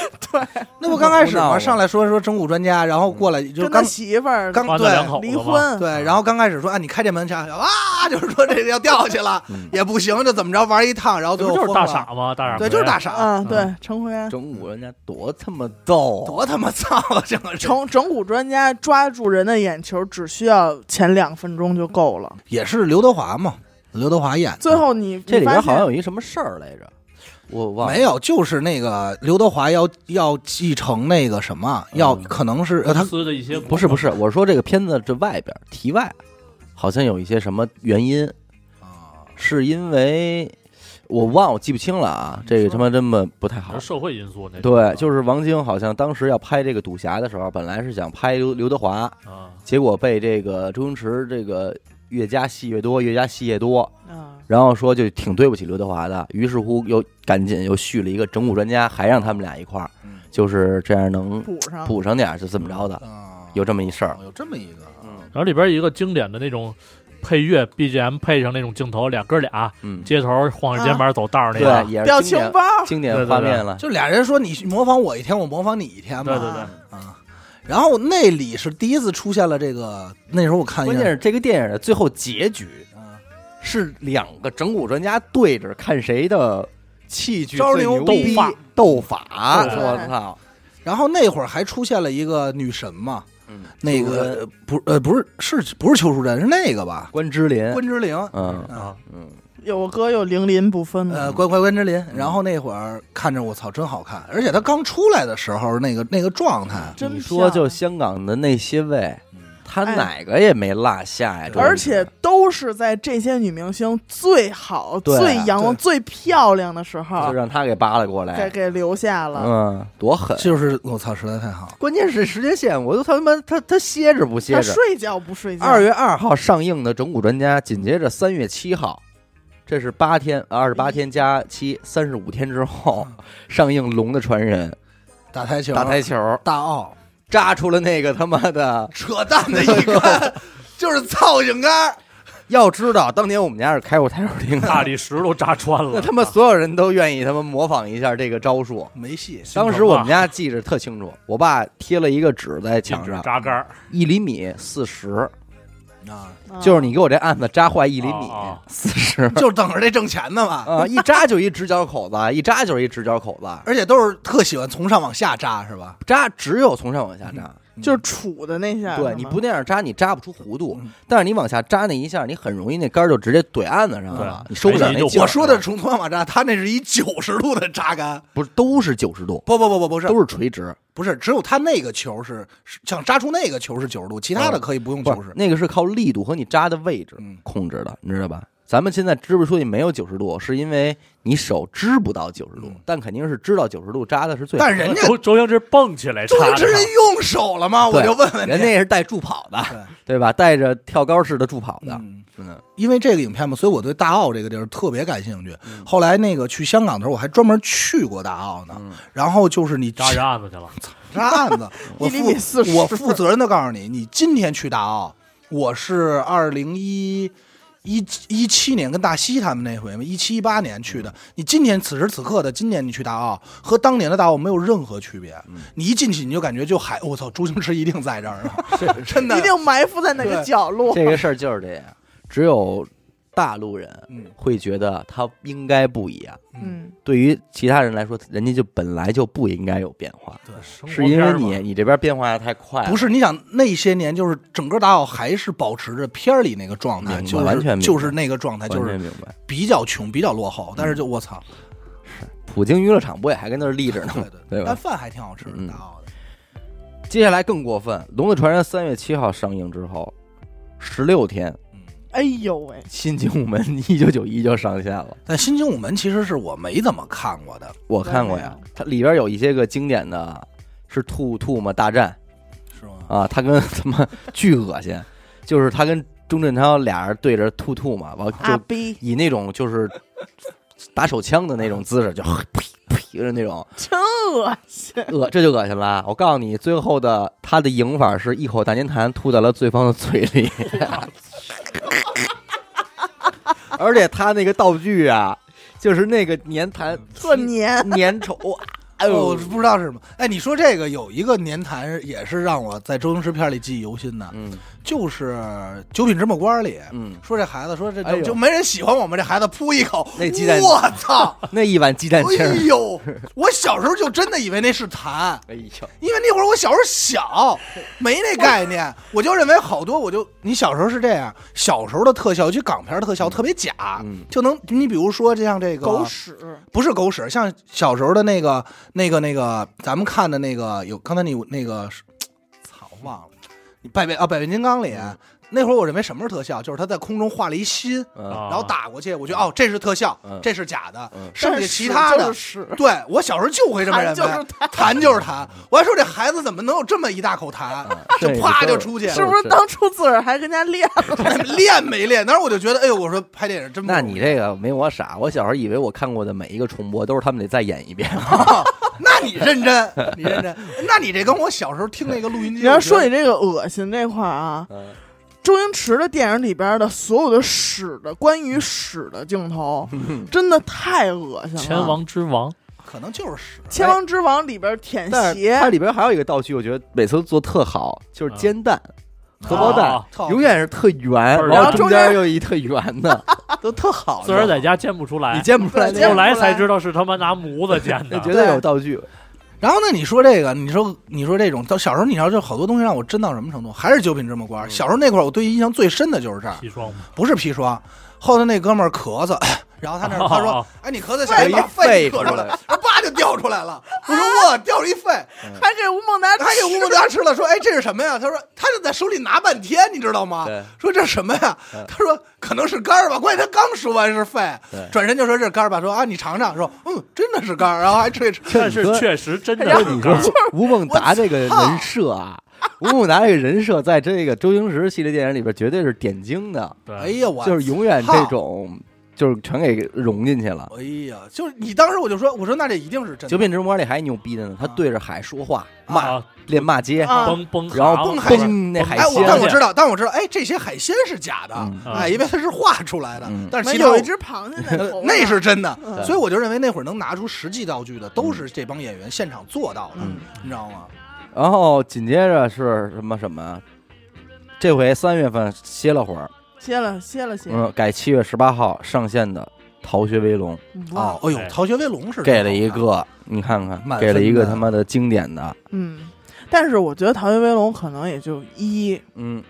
Speaker 2: 那不刚开始
Speaker 1: 胡闹
Speaker 2: 嘛，
Speaker 1: 了
Speaker 2: 上来说说征股专家，然后过来
Speaker 3: 嗯
Speaker 2: 就
Speaker 3: 跟
Speaker 2: 刚
Speaker 3: 他媳妇儿
Speaker 2: 刚
Speaker 4: 换
Speaker 2: 对
Speaker 4: 了两口子
Speaker 3: 离
Speaker 4: 嘛，
Speaker 3: 婚，
Speaker 2: 对，然后刚开始说啊，你开这门啥啊，就是说这个要掉下去了
Speaker 1: 嗯
Speaker 2: 也不行，就怎么着玩一趟，然后
Speaker 4: 嗯这
Speaker 2: 最
Speaker 4: 不
Speaker 2: 后
Speaker 4: 就是
Speaker 2: 疯
Speaker 4: 大
Speaker 2: 了
Speaker 4: 傻吗？大傻
Speaker 2: 对，就是
Speaker 4: 鬼
Speaker 2: 大傻，
Speaker 3: 嗯，对，陈奎安。
Speaker 1: 整蛊人家多他妈逗，
Speaker 2: 多他妈操啊，这个人
Speaker 3: 整整蛊专家抓住人的眼球，只需要前两分钟就够了。
Speaker 2: 也是刘德华嘛，刘德华演的
Speaker 3: 最后你
Speaker 1: 这里边好像
Speaker 3: 有
Speaker 1: 有一什么事儿来着，我忘了
Speaker 2: 没，有，就是那个刘德华要要继承那个什么，要
Speaker 1: 嗯
Speaker 2: 可能是呃他
Speaker 4: 撕的一些
Speaker 1: 不是不是，我说这个片子这外边题外，好像有一些什么原因，是因为我忘我记不清了啊，这个他妈真的不太好
Speaker 4: 是。社会因素那种
Speaker 1: 对，就是王晶好像当时要拍这个赌侠的时候，本来是想拍刘刘德华，
Speaker 4: 啊，
Speaker 1: 结果被这个周星驰这个越加戏越多，越加戏越多，
Speaker 3: 啊，
Speaker 1: 然后说就挺对不起刘德华的，于是乎又赶紧又续了一个整蛊专家，还让他们俩一块儿，
Speaker 2: 嗯
Speaker 1: 就是这样能
Speaker 3: 补上
Speaker 1: 补上点儿，就这么着的，
Speaker 2: 啊
Speaker 1: 有这么一事儿
Speaker 2: 哦。有这么一个，
Speaker 1: 嗯
Speaker 4: 然后里边一个经典的那种配乐 BGM 配上那种镜头，俩哥俩
Speaker 1: 嗯，
Speaker 4: 街头晃着肩膀走道儿那
Speaker 1: 啊
Speaker 4: 个，
Speaker 1: 对，也是
Speaker 3: 表
Speaker 1: 经
Speaker 3: 情
Speaker 1: 典
Speaker 3: 包，
Speaker 1: 经典
Speaker 4: 对对
Speaker 1: 画
Speaker 4: 对
Speaker 1: 面了。
Speaker 2: 就俩人说你模仿我一天，我模仿你一天嘛，
Speaker 4: 哎对对对
Speaker 2: 啊。然后那里是第一次出现了这个，那时候我看一
Speaker 1: 关
Speaker 2: 下
Speaker 1: 键是这个电影的最后结局
Speaker 2: 啊
Speaker 1: 是两个整蛊专家对着看谁的器具
Speaker 2: 招
Speaker 1: 最
Speaker 2: 牛
Speaker 1: 牛逼
Speaker 2: 斗法
Speaker 1: 斗法，
Speaker 4: 对
Speaker 1: 我操！
Speaker 2: 然后那会儿还出现了一个女神嘛，
Speaker 1: 嗯
Speaker 2: 那个不呃不是是不是邱淑贞是那个吧？
Speaker 1: 关之琳，
Speaker 2: 关之琳，
Speaker 1: 嗯
Speaker 2: 啊
Speaker 4: 啊，
Speaker 1: 嗯，
Speaker 3: 有哥有零林不分嘛。
Speaker 2: 呃，关关关之琳。然后那会儿看着我操，真好看，而且她刚出来的时候那个那个状态，
Speaker 3: 真
Speaker 1: 你
Speaker 3: 漂
Speaker 1: 说
Speaker 3: 亮
Speaker 1: 就香港的那些位
Speaker 2: 嗯，
Speaker 1: 他哪个也没落下呀，
Speaker 2: 对
Speaker 1: 这
Speaker 3: 而且都是在这些女明星最好、
Speaker 1: 对
Speaker 3: 最阳光、
Speaker 2: 对
Speaker 3: 最漂亮的时
Speaker 1: 就
Speaker 3: 候
Speaker 1: 让啊他给扒拉过
Speaker 3: 给
Speaker 1: 来，
Speaker 3: 给留下了。
Speaker 1: 嗯，多狠！
Speaker 2: 就是我操，实在太好了。
Speaker 1: 关键是时间线，我都他妈他他歇着不歇
Speaker 3: 他
Speaker 1: 着？
Speaker 3: 睡觉不睡觉？
Speaker 1: 二月二号上映的《整蛊专家》，紧接着三月七号，这是八天，二十八天加七，三十五天之后
Speaker 4: 嗯
Speaker 1: 上映《龙的传人
Speaker 2: 打台球，》
Speaker 1: 打台球，
Speaker 2: 大奥，
Speaker 1: 扎出了那个他妈的。
Speaker 2: 扯淡的一个， 就是造型杆儿。
Speaker 1: 要知道，当年我们家是开过台球厅
Speaker 4: 大
Speaker 1: 的，
Speaker 4: 理石都扎穿了。啊
Speaker 1: 那他妈所有人都愿意他妈模仿一下这个招数。
Speaker 2: 没戏，
Speaker 1: 当时我们家记着特清楚，我爸贴了一个纸在
Speaker 4: 禁
Speaker 1: 墙
Speaker 4: 止
Speaker 1: 上，
Speaker 4: 扎哦杆儿，
Speaker 1: 一厘米四十，
Speaker 2: 啊，
Speaker 3: 啊
Speaker 1: 就是你给我这案子扎坏一厘米
Speaker 4: 哦哦
Speaker 1: 四十
Speaker 2: 就等着这挣钱呢嘛。
Speaker 1: 啊，一扎就一直角口子，啊一扎就是一直角口子。啊
Speaker 2: 而且都是特喜欢从上往下扎，是吧？
Speaker 1: 扎只有从上往下
Speaker 2: 嗯
Speaker 1: 扎，
Speaker 3: 就是杵的那下，
Speaker 1: 对，
Speaker 3: 是
Speaker 1: 你
Speaker 3: 吗
Speaker 1: 不那样扎，你扎不出弧度
Speaker 2: 嗯。
Speaker 1: 但是你往下扎那一下，你很容易那杆儿就直接怼案子上了
Speaker 4: 对，
Speaker 1: 你收不了
Speaker 4: 哎你
Speaker 1: 那
Speaker 4: 就
Speaker 1: 劲儿。
Speaker 2: 我说的是从从上往扎，他那是一九十度的扎杆，
Speaker 1: 不是都是九十度，
Speaker 2: 不不不不不是
Speaker 1: 都是垂直，
Speaker 2: 不是，只有他那个球是是想扎出那个球是九十度，其
Speaker 4: 嗯
Speaker 2: 他的可以不用
Speaker 1: 不
Speaker 2: 九十
Speaker 1: 是。那个是靠力度和你扎的位置
Speaker 2: 嗯
Speaker 1: 控制的，你知道吧？咱们现在之所以没有九十度，是因为你手知不到九十度
Speaker 2: 嗯，
Speaker 1: 但肯定是知道九十度扎的是最好的。
Speaker 2: 但人 家
Speaker 4: 周周星驰蹦起来
Speaker 2: 周
Speaker 4: 插
Speaker 2: 星
Speaker 4: 着
Speaker 2: 驰人
Speaker 4: 呢，
Speaker 2: 用手了吗？我
Speaker 1: 对
Speaker 2: 就问问
Speaker 1: 人家
Speaker 2: 你。
Speaker 1: 也是带助跑的，对吧？带着跳高式的助跑的，
Speaker 2: 嗯，
Speaker 1: 嗯，
Speaker 2: 因为这个影片嘛，所以我对大澳这个地儿特别感兴趣。
Speaker 4: 嗯
Speaker 2: 后来那个去香港的时候，我还专门去过大澳呢。然后就是你
Speaker 4: 嗯扎人案子去了。
Speaker 2: 扎案 子，我
Speaker 3: 一厘米四
Speaker 2: 负
Speaker 3: 十
Speaker 2: 我负责任的告诉你，你今天去大澳，我是二零一一一七年跟大西他们那回嘛，一七一八年去
Speaker 1: 嗯
Speaker 2: 的。你今天此时此刻的今年你去大澳，和当年的大澳没有任何区别。
Speaker 1: 嗯
Speaker 2: 你一进去你就感觉就海，我操，周星驰一定在这儿呢，啊 真的
Speaker 3: 一。定埋伏在哪个
Speaker 2: 对
Speaker 3: 角落？
Speaker 1: 这个事儿就是这样，只有大陆人
Speaker 2: 嗯
Speaker 1: 会觉得他应该不一样。
Speaker 3: 嗯，
Speaker 1: 对于其他人来说，人家就本来就不应该有变化，
Speaker 4: 生活
Speaker 1: 是因
Speaker 4: 片
Speaker 1: 为
Speaker 4: 儿嘛
Speaker 1: 你你这边变化的太快了，
Speaker 2: 不是，你想那些年，就是整个大澳还是保持着片儿里那个状态，
Speaker 1: 明白
Speaker 2: 就是
Speaker 1: 完全明白
Speaker 2: 就是那个状态，
Speaker 1: 完
Speaker 2: 就
Speaker 1: 全
Speaker 2: 是
Speaker 1: 明白。
Speaker 2: 比较穷，比较落后，但是就我操，
Speaker 1: 普京娱乐场不也还跟那儿立着呢
Speaker 2: 对
Speaker 1: 吗
Speaker 2: 对？
Speaker 1: 对
Speaker 2: 但
Speaker 1: 吧？
Speaker 2: 饭还挺好吃
Speaker 1: 嗯
Speaker 2: 的，大澳的。
Speaker 1: 接下来更过分，《龙的传人》三月七号上映之后，十六天，
Speaker 2: 嗯
Speaker 3: 哎呦喂
Speaker 1: 《新精武门》一九九一就上线 了。
Speaker 2: 但《新精武门》其实是我没怎么看过的，
Speaker 1: 我看过呀，它里边有一些个经典的，是吐吐沫大战
Speaker 2: 是吗？
Speaker 1: 啊，他跟他妈巨恶心，就是他跟钟镇涛俩人对着吐吐嘛，完
Speaker 3: 阿
Speaker 1: 就
Speaker 3: 逼，
Speaker 1: 以那种就是打手枪的那种姿势，就
Speaker 2: 嗯
Speaker 1: 呸呸的那种，
Speaker 3: 真恶心！
Speaker 1: 恶这就恶心了。我告诉你，最后的他的赢法是一口大粘痰吐在了对方的嘴里， 而且他那个道具啊。就是那个年谈
Speaker 2: 嗯
Speaker 3: 特黏。
Speaker 1: 粘稠， 哎
Speaker 2: 哦，我
Speaker 1: 呦，
Speaker 2: 不知道是什么。哎，你说这个有一个年谈也是让我在周星驰片里记忆犹新的，
Speaker 1: 嗯
Speaker 2: 就是《九品芝麻官》里，
Speaker 1: 嗯，
Speaker 2: 说这孩子说这
Speaker 1: 哎
Speaker 2: 就
Speaker 1: 呦
Speaker 2: 就没人喜欢我们，这孩子噗一口，
Speaker 1: 那鸡蛋
Speaker 2: 我操！
Speaker 1: 那一碗鸡蛋清儿
Speaker 2: 哎，呦，我小时候就真的以为那是痰，
Speaker 1: 哎呦，
Speaker 2: 因为那会儿我小时候小，没那概念，我就认为好多我就你小时候是这样，小时候的特效，就港片儿特效特别假，
Speaker 1: 嗯
Speaker 2: 就能你比如说就像这个
Speaker 3: 狗屎，
Speaker 2: 不是狗屎，像小时候的那个、那个、那个，咱们看的那个有，刚才你那个是，操，忘了，百变啊，百变金刚里、那会儿，我认为什么是特效，就是他在空中画了一心，
Speaker 1: 嗯
Speaker 2: 然后打过去，我觉得哦，这是特效，
Speaker 1: 嗯
Speaker 2: 这是假的，
Speaker 1: 嗯
Speaker 2: 剩下其他
Speaker 3: 但
Speaker 2: 的。
Speaker 3: 是屎
Speaker 2: 对我小时候就会这么认为，
Speaker 3: 就是痰
Speaker 2: 痰就是痰。我还说这孩子怎么能有这么一大口痰，
Speaker 1: 嗯
Speaker 2: 就啪就出去，
Speaker 3: 是不是当初自个儿还跟家练了？
Speaker 2: 练没练？当时我就觉得，哎呦，我说拍电影真不
Speaker 1: 那
Speaker 2: 容易
Speaker 1: 你这个没我傻，我小时候以为我看过的每一个重播都是他们得再演一遍。
Speaker 2: 那你认真，你认真，那你这跟我小时候听那个录音
Speaker 3: 你
Speaker 2: 机，
Speaker 3: 要
Speaker 2: 我觉
Speaker 3: 说
Speaker 2: 得
Speaker 3: 起这个恶心这块儿啊，
Speaker 1: 嗯
Speaker 3: 周星驰的电影里边的所有的屎的关
Speaker 2: 嗯
Speaker 3: 于屎的镜头，真的太恶 心了。
Speaker 4: 前王之王，
Speaker 2: 可能就是屎，
Speaker 3: 千王之王里边舔
Speaker 1: 但是
Speaker 3: 鞋
Speaker 1: 它，里边还有一个道具，我觉得每次都做特好，就是
Speaker 4: 嗯
Speaker 1: 煎蛋、荷包蛋
Speaker 4: 啊，
Speaker 2: 操
Speaker 1: 永远是特圆，
Speaker 4: 然后
Speaker 1: 然后中
Speaker 3: 中间
Speaker 1: 间又一特圆的，都特好。
Speaker 4: 哦自个儿在家煎不出
Speaker 1: 你
Speaker 4: 来，
Speaker 1: 煎不出来，
Speaker 4: 后
Speaker 3: 对煎不出
Speaker 4: 来才知道是他妈拿模子煎
Speaker 1: 那
Speaker 4: 的
Speaker 1: 绝。对有道具。
Speaker 2: 然后呢，你说这个，你说你说这种，到小时候你知道，就好多东西让我真到什么程度，还是九品芝麻
Speaker 1: 嗯
Speaker 2: 官。小时候那块儿，我对印象最深的就是这儿，
Speaker 4: 砒霜嘛，
Speaker 2: 不是砒霜。后头那哥们儿咳嗽， 然后 他那儿他
Speaker 4: 哦
Speaker 2: 说
Speaker 4: 哦：“
Speaker 2: 哎，你咳嗽，小心把
Speaker 1: 肺
Speaker 2: 肺
Speaker 1: 出
Speaker 2: 咳
Speaker 1: 来
Speaker 2: 出来。” 然后叭就掉出来了。我说：“哇，掉了一肺。”
Speaker 3: 还给吴孟达吃，
Speaker 2: 他给吴孟达吃了，说：“哎，这是什么呀？”他说：“他就在手里拿半天，你知道吗
Speaker 1: 对？”
Speaker 2: 说这是什么呀
Speaker 1: 嗯？
Speaker 2: 他说：“可能是肝儿吧。”关键他刚说完是肺
Speaker 1: 对，
Speaker 2: 转身就说：“这是肝儿吧？”说：“啊，你尝尝。”说：“嗯，真的是肝儿。”然后 还吹吹。
Speaker 4: 但是 确实真的
Speaker 1: 就是你
Speaker 4: 肝
Speaker 1: 说
Speaker 4: 儿
Speaker 1: 吴孟达这个人设啊，吴孟达这个人设在这个周星驰系列电影里边绝对是点睛的，
Speaker 2: 哎
Speaker 4: 对，
Speaker 2: 呀，我
Speaker 1: 就是永远这种就是全给融进去了。
Speaker 2: 哎呀，就是你当时我就说，我说那这一定是真
Speaker 1: 九
Speaker 2: 的。
Speaker 1: 品芝麻官里还牛逼的呢，他对着海说话骂，
Speaker 4: 啊，
Speaker 1: 练骂街，
Speaker 3: 啊
Speaker 4: 崩崩行，
Speaker 1: 然后
Speaker 2: 崩海
Speaker 1: 嘣那海
Speaker 2: 哎，我
Speaker 1: 鲜，
Speaker 2: 但我知道，但我知道，哎，这些海鲜是假的，
Speaker 1: 嗯
Speaker 2: 哎，因为它是画出来的，
Speaker 1: 嗯
Speaker 2: 但是
Speaker 3: 没
Speaker 2: 其
Speaker 3: 有
Speaker 2: 他
Speaker 3: 一只螃蟹在头
Speaker 2: 呃
Speaker 3: 上
Speaker 2: 那是真的。
Speaker 3: 嗯
Speaker 2: 所以我就认为那会儿能拿出实际道具的，都是这帮演员现场做到的，
Speaker 1: 嗯
Speaker 2: 你知道吗？
Speaker 1: 然后紧接着是什么什么？这回三月份歇了会儿，
Speaker 3: 歇了歇了歇，
Speaker 1: 嗯，改七月十八号上线的《逃学威龙
Speaker 2: 哦
Speaker 3: 哇，，
Speaker 2: 哎呦，
Speaker 4: 哎
Speaker 2: 逃学威龙是》，
Speaker 1: 嗯给了一，个，你看看，
Speaker 2: 满
Speaker 1: 给了一个
Speaker 2: 分
Speaker 1: 他
Speaker 2: 的
Speaker 1: 妈的经典的，
Speaker 3: 嗯，但是我觉得《逃学威龙》可能也就一
Speaker 1: 嗯，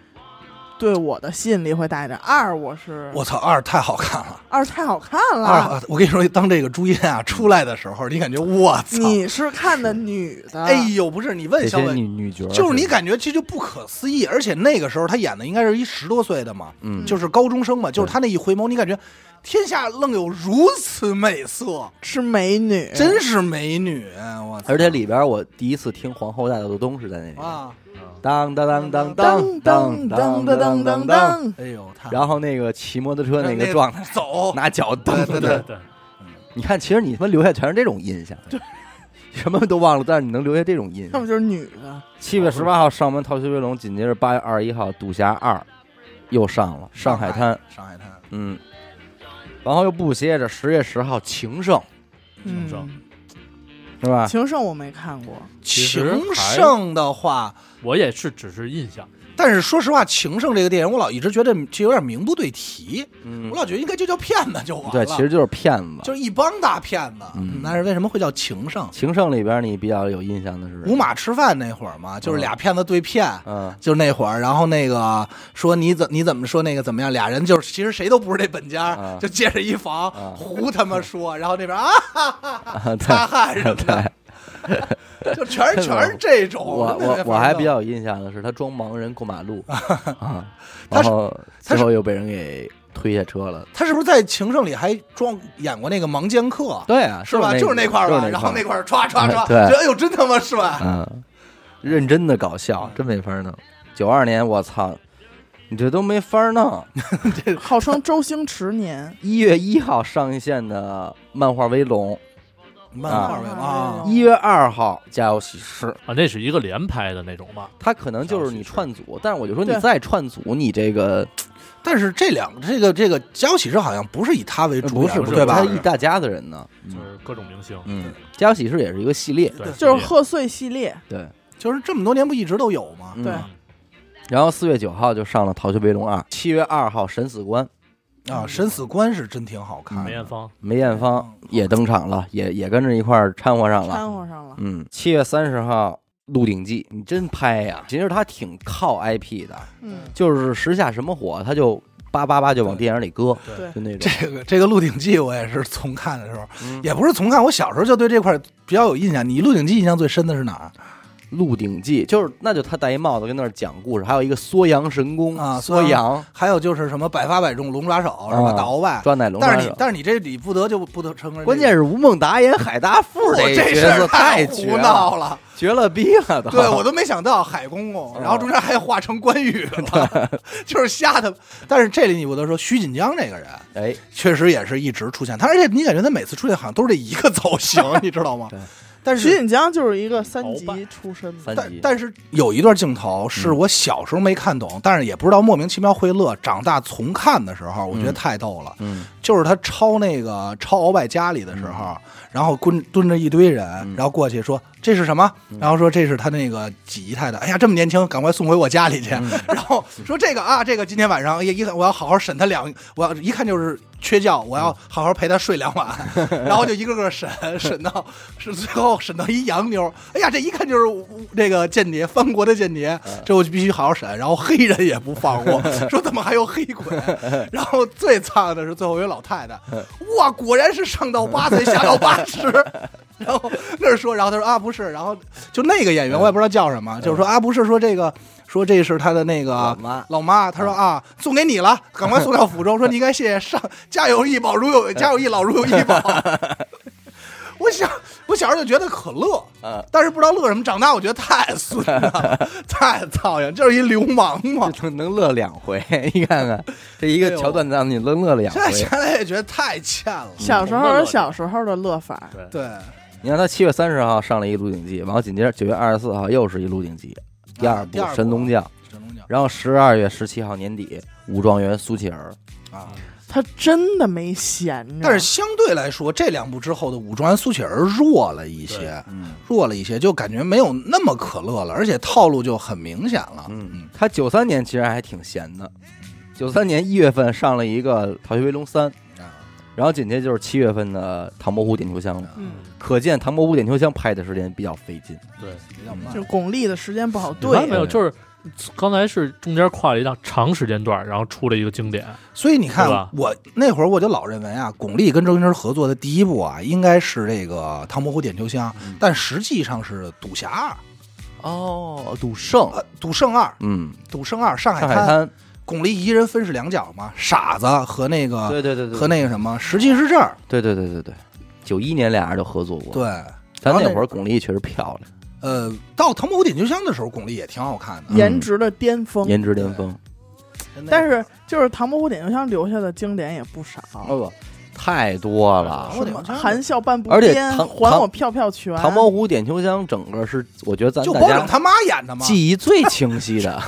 Speaker 3: 对我的吸引力会大一点，二我是
Speaker 2: 我操，二太好看了。
Speaker 3: 二太好看了，
Speaker 2: 二，我跟你说，当这个朱茵啊出来的时候，你感觉我操，
Speaker 3: 你是看的女的，
Speaker 2: 哎呦，不是你问
Speaker 1: 这
Speaker 2: 小
Speaker 1: 些
Speaker 2: 伟，
Speaker 1: 女女角
Speaker 2: 就是你，感觉这就不可思议，而且那个时候他演的应该是一十多岁的嘛，
Speaker 1: 嗯，
Speaker 2: 就是高中生嘛，就是他那一回眸，你感觉天下愣有如此美色，
Speaker 3: 是美女，
Speaker 2: 真是美女，我操！
Speaker 1: 哎而且里边我第一次听皇后大道的东是在那里，
Speaker 2: 啊，
Speaker 1: 当当当当当
Speaker 3: 当当
Speaker 1: 当当当
Speaker 3: 当当当
Speaker 1: 当
Speaker 3: 当
Speaker 1: 当，
Speaker 3: 当，
Speaker 2: 哎呦，他
Speaker 1: 然后那个骑摩托车那个状态，
Speaker 2: 走，
Speaker 1: 拿脚蹬，
Speaker 2: 对
Speaker 4: 对对，
Speaker 1: 你看，其实你他妈留下全是这种印象，对，什么都忘了，但是你能留下这种印
Speaker 3: 要
Speaker 1: 象
Speaker 3: 么。就是女的，
Speaker 1: 七月十八号上完《逃学威龙》，紧接着八月二十一号《赌侠二》又上了《上海滩》，
Speaker 2: 上海滩，
Speaker 1: 嗯，然后又不歇着，十月十号《情圣》
Speaker 3: 嗯
Speaker 4: 情，圣
Speaker 1: 是吧？
Speaker 3: 情圣我没看过，
Speaker 4: 实
Speaker 2: 情
Speaker 4: 还
Speaker 2: 圣的话，
Speaker 4: 我也是只是印象，
Speaker 2: 但是说实话，情圣这个电影，我老一直觉得这有点名不对题，
Speaker 1: 嗯
Speaker 2: 我，老觉得应该就叫骗子就完了。
Speaker 1: 对，其实就是骗子。
Speaker 2: 就是一帮大骗子。
Speaker 1: 嗯
Speaker 2: 但是为什么会叫情圣？
Speaker 1: 情圣里边你比较有印象的是
Speaker 2: 五，马吃饭那会儿嘛，就是俩骗子对骗。
Speaker 1: 嗯，
Speaker 2: 就是那会儿，然后那个说你怎你怎么说那个怎么样？俩人就是其实谁都不是这本家，
Speaker 1: 啊
Speaker 2: 就借着一房、
Speaker 1: 啊
Speaker 2: 胡他妈说，然后那边啊哈哈哈
Speaker 1: 啊 对
Speaker 2: 擦汗什么的，哦
Speaker 1: 对，
Speaker 2: 就全是全是这种。
Speaker 1: 我
Speaker 2: 真的
Speaker 1: 我
Speaker 2: 没法
Speaker 1: 我还
Speaker 2: 弄
Speaker 1: 比较有印象的是他装盲人过马路 啊，
Speaker 2: 他
Speaker 1: 然
Speaker 2: 是
Speaker 1: 后
Speaker 2: 他
Speaker 1: 最
Speaker 2: 是
Speaker 1: 后又被人给推下车了。
Speaker 2: 他是不是在《情圣》里还装演过那个盲剑客？
Speaker 1: 对啊，
Speaker 2: 是吧？就是那块儿
Speaker 1: 吧
Speaker 2: 吧，，然后那块儿唰唰
Speaker 1: 哎
Speaker 2: 唰，
Speaker 1: 对
Speaker 2: 觉得哎呦真他 妈帅！
Speaker 1: 嗯，认真的搞笑，真没法弄。九二年，我操，你这都没法弄。
Speaker 3: 号称周星驰年，
Speaker 1: 一月一号上线的漫画《威龙
Speaker 2: 漫
Speaker 1: 画
Speaker 2: 为
Speaker 3: 为
Speaker 2: 王
Speaker 3: 王
Speaker 2: 啊
Speaker 3: 哦，》，
Speaker 1: 一月二号《家有喜事》，
Speaker 4: 啊，那是一个连拍的那种吧？
Speaker 1: 它可能就是你串组，但是我就说你再串组，你这个
Speaker 2: 但是这两这个这个家有喜事好像不是以他为主
Speaker 1: 呃不
Speaker 2: 演
Speaker 1: 是
Speaker 4: 不是
Speaker 2: 对吧
Speaker 1: 他？一大家子人呢。
Speaker 4: 就
Speaker 1: 嗯
Speaker 4: 是各种明星，
Speaker 1: 嗯，家有喜事也是一个 系列，
Speaker 4: 对，
Speaker 3: 就是贺岁系列，
Speaker 1: 对
Speaker 2: 就是这么多年不一直都有吗？
Speaker 3: 对
Speaker 1: 嗯然后四月九号就上了《逃学威龙二》，七月二号《审死官》，
Speaker 2: 啊，审死官是真挺好看
Speaker 4: 梅
Speaker 2: 的，啊
Speaker 4: 艳芳，
Speaker 1: 梅艳
Speaker 2: 哦
Speaker 1: 芳嗯也登场了，也也跟着一块儿掺和上了。
Speaker 3: 掺和上了。
Speaker 1: 嗯，七月三十号《鹿鼎记》，你真拍呀！其实他挺靠 IP 的，
Speaker 3: 嗯，
Speaker 1: 就是时下什么火，他就叭叭叭就往
Speaker 2: 对
Speaker 1: 电影里搁，
Speaker 3: 对
Speaker 1: 就那种。
Speaker 2: 这个这个《鹿鼎记》我也是重看的时候，
Speaker 1: 嗯
Speaker 2: 也不是重看，我小时候就对这块比较有印象。你《鹿鼎记》印象最深的是哪儿
Speaker 1: 《鹿鼎记》就是，那就他戴一帽子跟那儿讲故事，还有一个缩阳神功
Speaker 2: 啊
Speaker 1: 嗯缩
Speaker 2: 缩
Speaker 1: 阳
Speaker 2: 还有就是什么百发百中龙抓手是吧？
Speaker 1: 啊
Speaker 2: 打鳌拜，
Speaker 1: 抓奶龙
Speaker 2: 但
Speaker 1: 杀
Speaker 2: 是你
Speaker 1: 手。
Speaker 2: 但是你这里不得就不得承认这个，
Speaker 1: 关键是吴孟达演海大富
Speaker 2: 我
Speaker 1: 这
Speaker 2: 哦这
Speaker 1: 角
Speaker 2: 事儿
Speaker 1: 色太
Speaker 2: 胡
Speaker 1: 绝
Speaker 2: 闹
Speaker 1: 了，
Speaker 2: 了，
Speaker 1: 绝了逼了都。
Speaker 2: 对我都没想到海公公，
Speaker 1: 嗯
Speaker 2: 然后中间还画成关羽 了，就是瞎的。但是这里你不得说徐锦江这个人
Speaker 1: 哎，
Speaker 2: 确实也是一直出现，他而且你感觉他每次出现好像都是这一个 造型，你知道吗
Speaker 1: 对？
Speaker 2: 但
Speaker 3: 徐
Speaker 2: 是
Speaker 3: 锦江就是一个三
Speaker 4: 鳌拜
Speaker 3: 级出身的，
Speaker 1: 三
Speaker 2: 但
Speaker 1: 级嗯
Speaker 2: 但是有一段镜头是我小时候没看懂，但是也不知道莫名其妙会乐，长大重看的时候我觉得太逗了。
Speaker 1: 嗯
Speaker 2: 就是他抄那个抄鳌拜家里的时候，然后蹲蹲着一堆人，
Speaker 1: 嗯
Speaker 2: 然后过去说这是什么，然后说这是他那个几姨太太，哎呀这么年轻，赶快送回我家里去，
Speaker 1: 嗯
Speaker 2: 然后说这个啊这个今天晚上一一我要好好审他两，我要一看就是缺觉，
Speaker 1: 嗯
Speaker 2: 我要好好陪他睡两晚，然后就一个个审审到是最后审到一洋妞，哎呀这一看就是这个间谍翻国的间谍，
Speaker 1: 嗯
Speaker 2: 这我就必须好好审，然后黑人也不放过，说怎么还有黑鬼，
Speaker 1: 嗯
Speaker 2: 然后最惨的是最后一位老太太，哇，果然是上到八岁，下到八十。然后那儿说，然后他说啊不是，然后就那个
Speaker 1: 嗯
Speaker 2: 演员我也不知道叫什么，就是说啊不是说这个说这是他的那个
Speaker 1: 老妈嗯
Speaker 2: 老妈，他说啊送给你了，赶快送到府中，说你应该谢谢上家有一宝如有家有一老如有一宝。我小我小时候就觉得可乐，
Speaker 1: 呃，
Speaker 2: 但是不知道乐什么，长大我觉得太损了，太操心，就是一流氓嘛。
Speaker 1: 就能乐两回， 你看看这一个桥段让你能乐两
Speaker 2: 现在
Speaker 1: 回
Speaker 2: 现。在也觉得太欠了，
Speaker 3: 小时候有小时候的乐法，
Speaker 4: 对，
Speaker 2: 对。
Speaker 1: 你看他七月三十号上了一《鹿鼎记》，然后紧接着九月二十四号又是一《鹿鼎记》第二部
Speaker 2: 啊第二部
Speaker 1: 《神龙教》，
Speaker 2: 神龙教
Speaker 1: 然后十二月十七号年底《武状元苏乞儿》。
Speaker 2: 啊，
Speaker 3: 他真的没闲着。
Speaker 2: 但是相对来说，这两部之后的《武状元苏乞儿》弱了一些，
Speaker 1: 嗯
Speaker 2: 弱了一些，就感觉没有那么可乐了，而且套路就很明显了。
Speaker 1: 嗯，他九三年其实还挺闲的，九三年一月份上了一个《逃学威龙三》，
Speaker 2: 啊
Speaker 1: 然后紧接着就是七月份的《唐伯虎点秋香》了。
Speaker 3: 嗯，
Speaker 1: 可见《唐伯虎点秋香》拍的时间比较费劲。
Speaker 4: 对，
Speaker 2: 比较慢
Speaker 3: 就。巩俐的时间不好
Speaker 4: 你发现
Speaker 3: 对
Speaker 4: 没，有？就是刚才是中间跨了一段长时间段，然后出了一个经典，
Speaker 2: 所以你看
Speaker 4: 是吧，
Speaker 2: 我那会儿我就老认为啊，巩俐跟周星驰合作的第一部啊，应该是这个《唐伯虎点秋香》但实际上是《赌侠二》
Speaker 1: 哦，赌圣，
Speaker 2: 呃，《赌圣二》《
Speaker 1: 嗯，
Speaker 2: 赌圣二》上海
Speaker 1: 上海
Speaker 2: 滩，
Speaker 1: 滩，
Speaker 2: 巩俐一人分饰两角嘛，傻子和那个
Speaker 1: 对对对对，
Speaker 2: 和那个什么，实际是这儿
Speaker 1: 对对对对对，九一年俩人就合作过。，
Speaker 2: 对。
Speaker 1: 咱
Speaker 2: 然后
Speaker 1: 那
Speaker 2: 那
Speaker 1: 会儿巩俐确实漂亮，
Speaker 2: 呃，到《唐伯虎点秋香》的时候，巩俐也挺好看的，
Speaker 3: 颜值的巅
Speaker 2: 嗯
Speaker 3: 峰。
Speaker 1: 嗯颜值巅峰。嗯
Speaker 2: 真的
Speaker 3: 但是就是《唐伯虎点秋香》留下的经典也不少，
Speaker 1: 哦不，太多
Speaker 2: 《
Speaker 1: 了。
Speaker 2: 唐伯虎
Speaker 3: 什
Speaker 2: 点
Speaker 3: 么
Speaker 2: 秋香》
Speaker 3: 含笑半步
Speaker 1: 而且
Speaker 3: 癫，
Speaker 1: 唐
Speaker 3: 还
Speaker 1: 唐
Speaker 3: 我票票拳，
Speaker 1: 唐伯虎点秋香整个是，我觉得咱
Speaker 2: 就
Speaker 1: 大
Speaker 2: 包拯
Speaker 1: 家
Speaker 2: 他妈演的嘛，
Speaker 1: 记忆最清晰 的，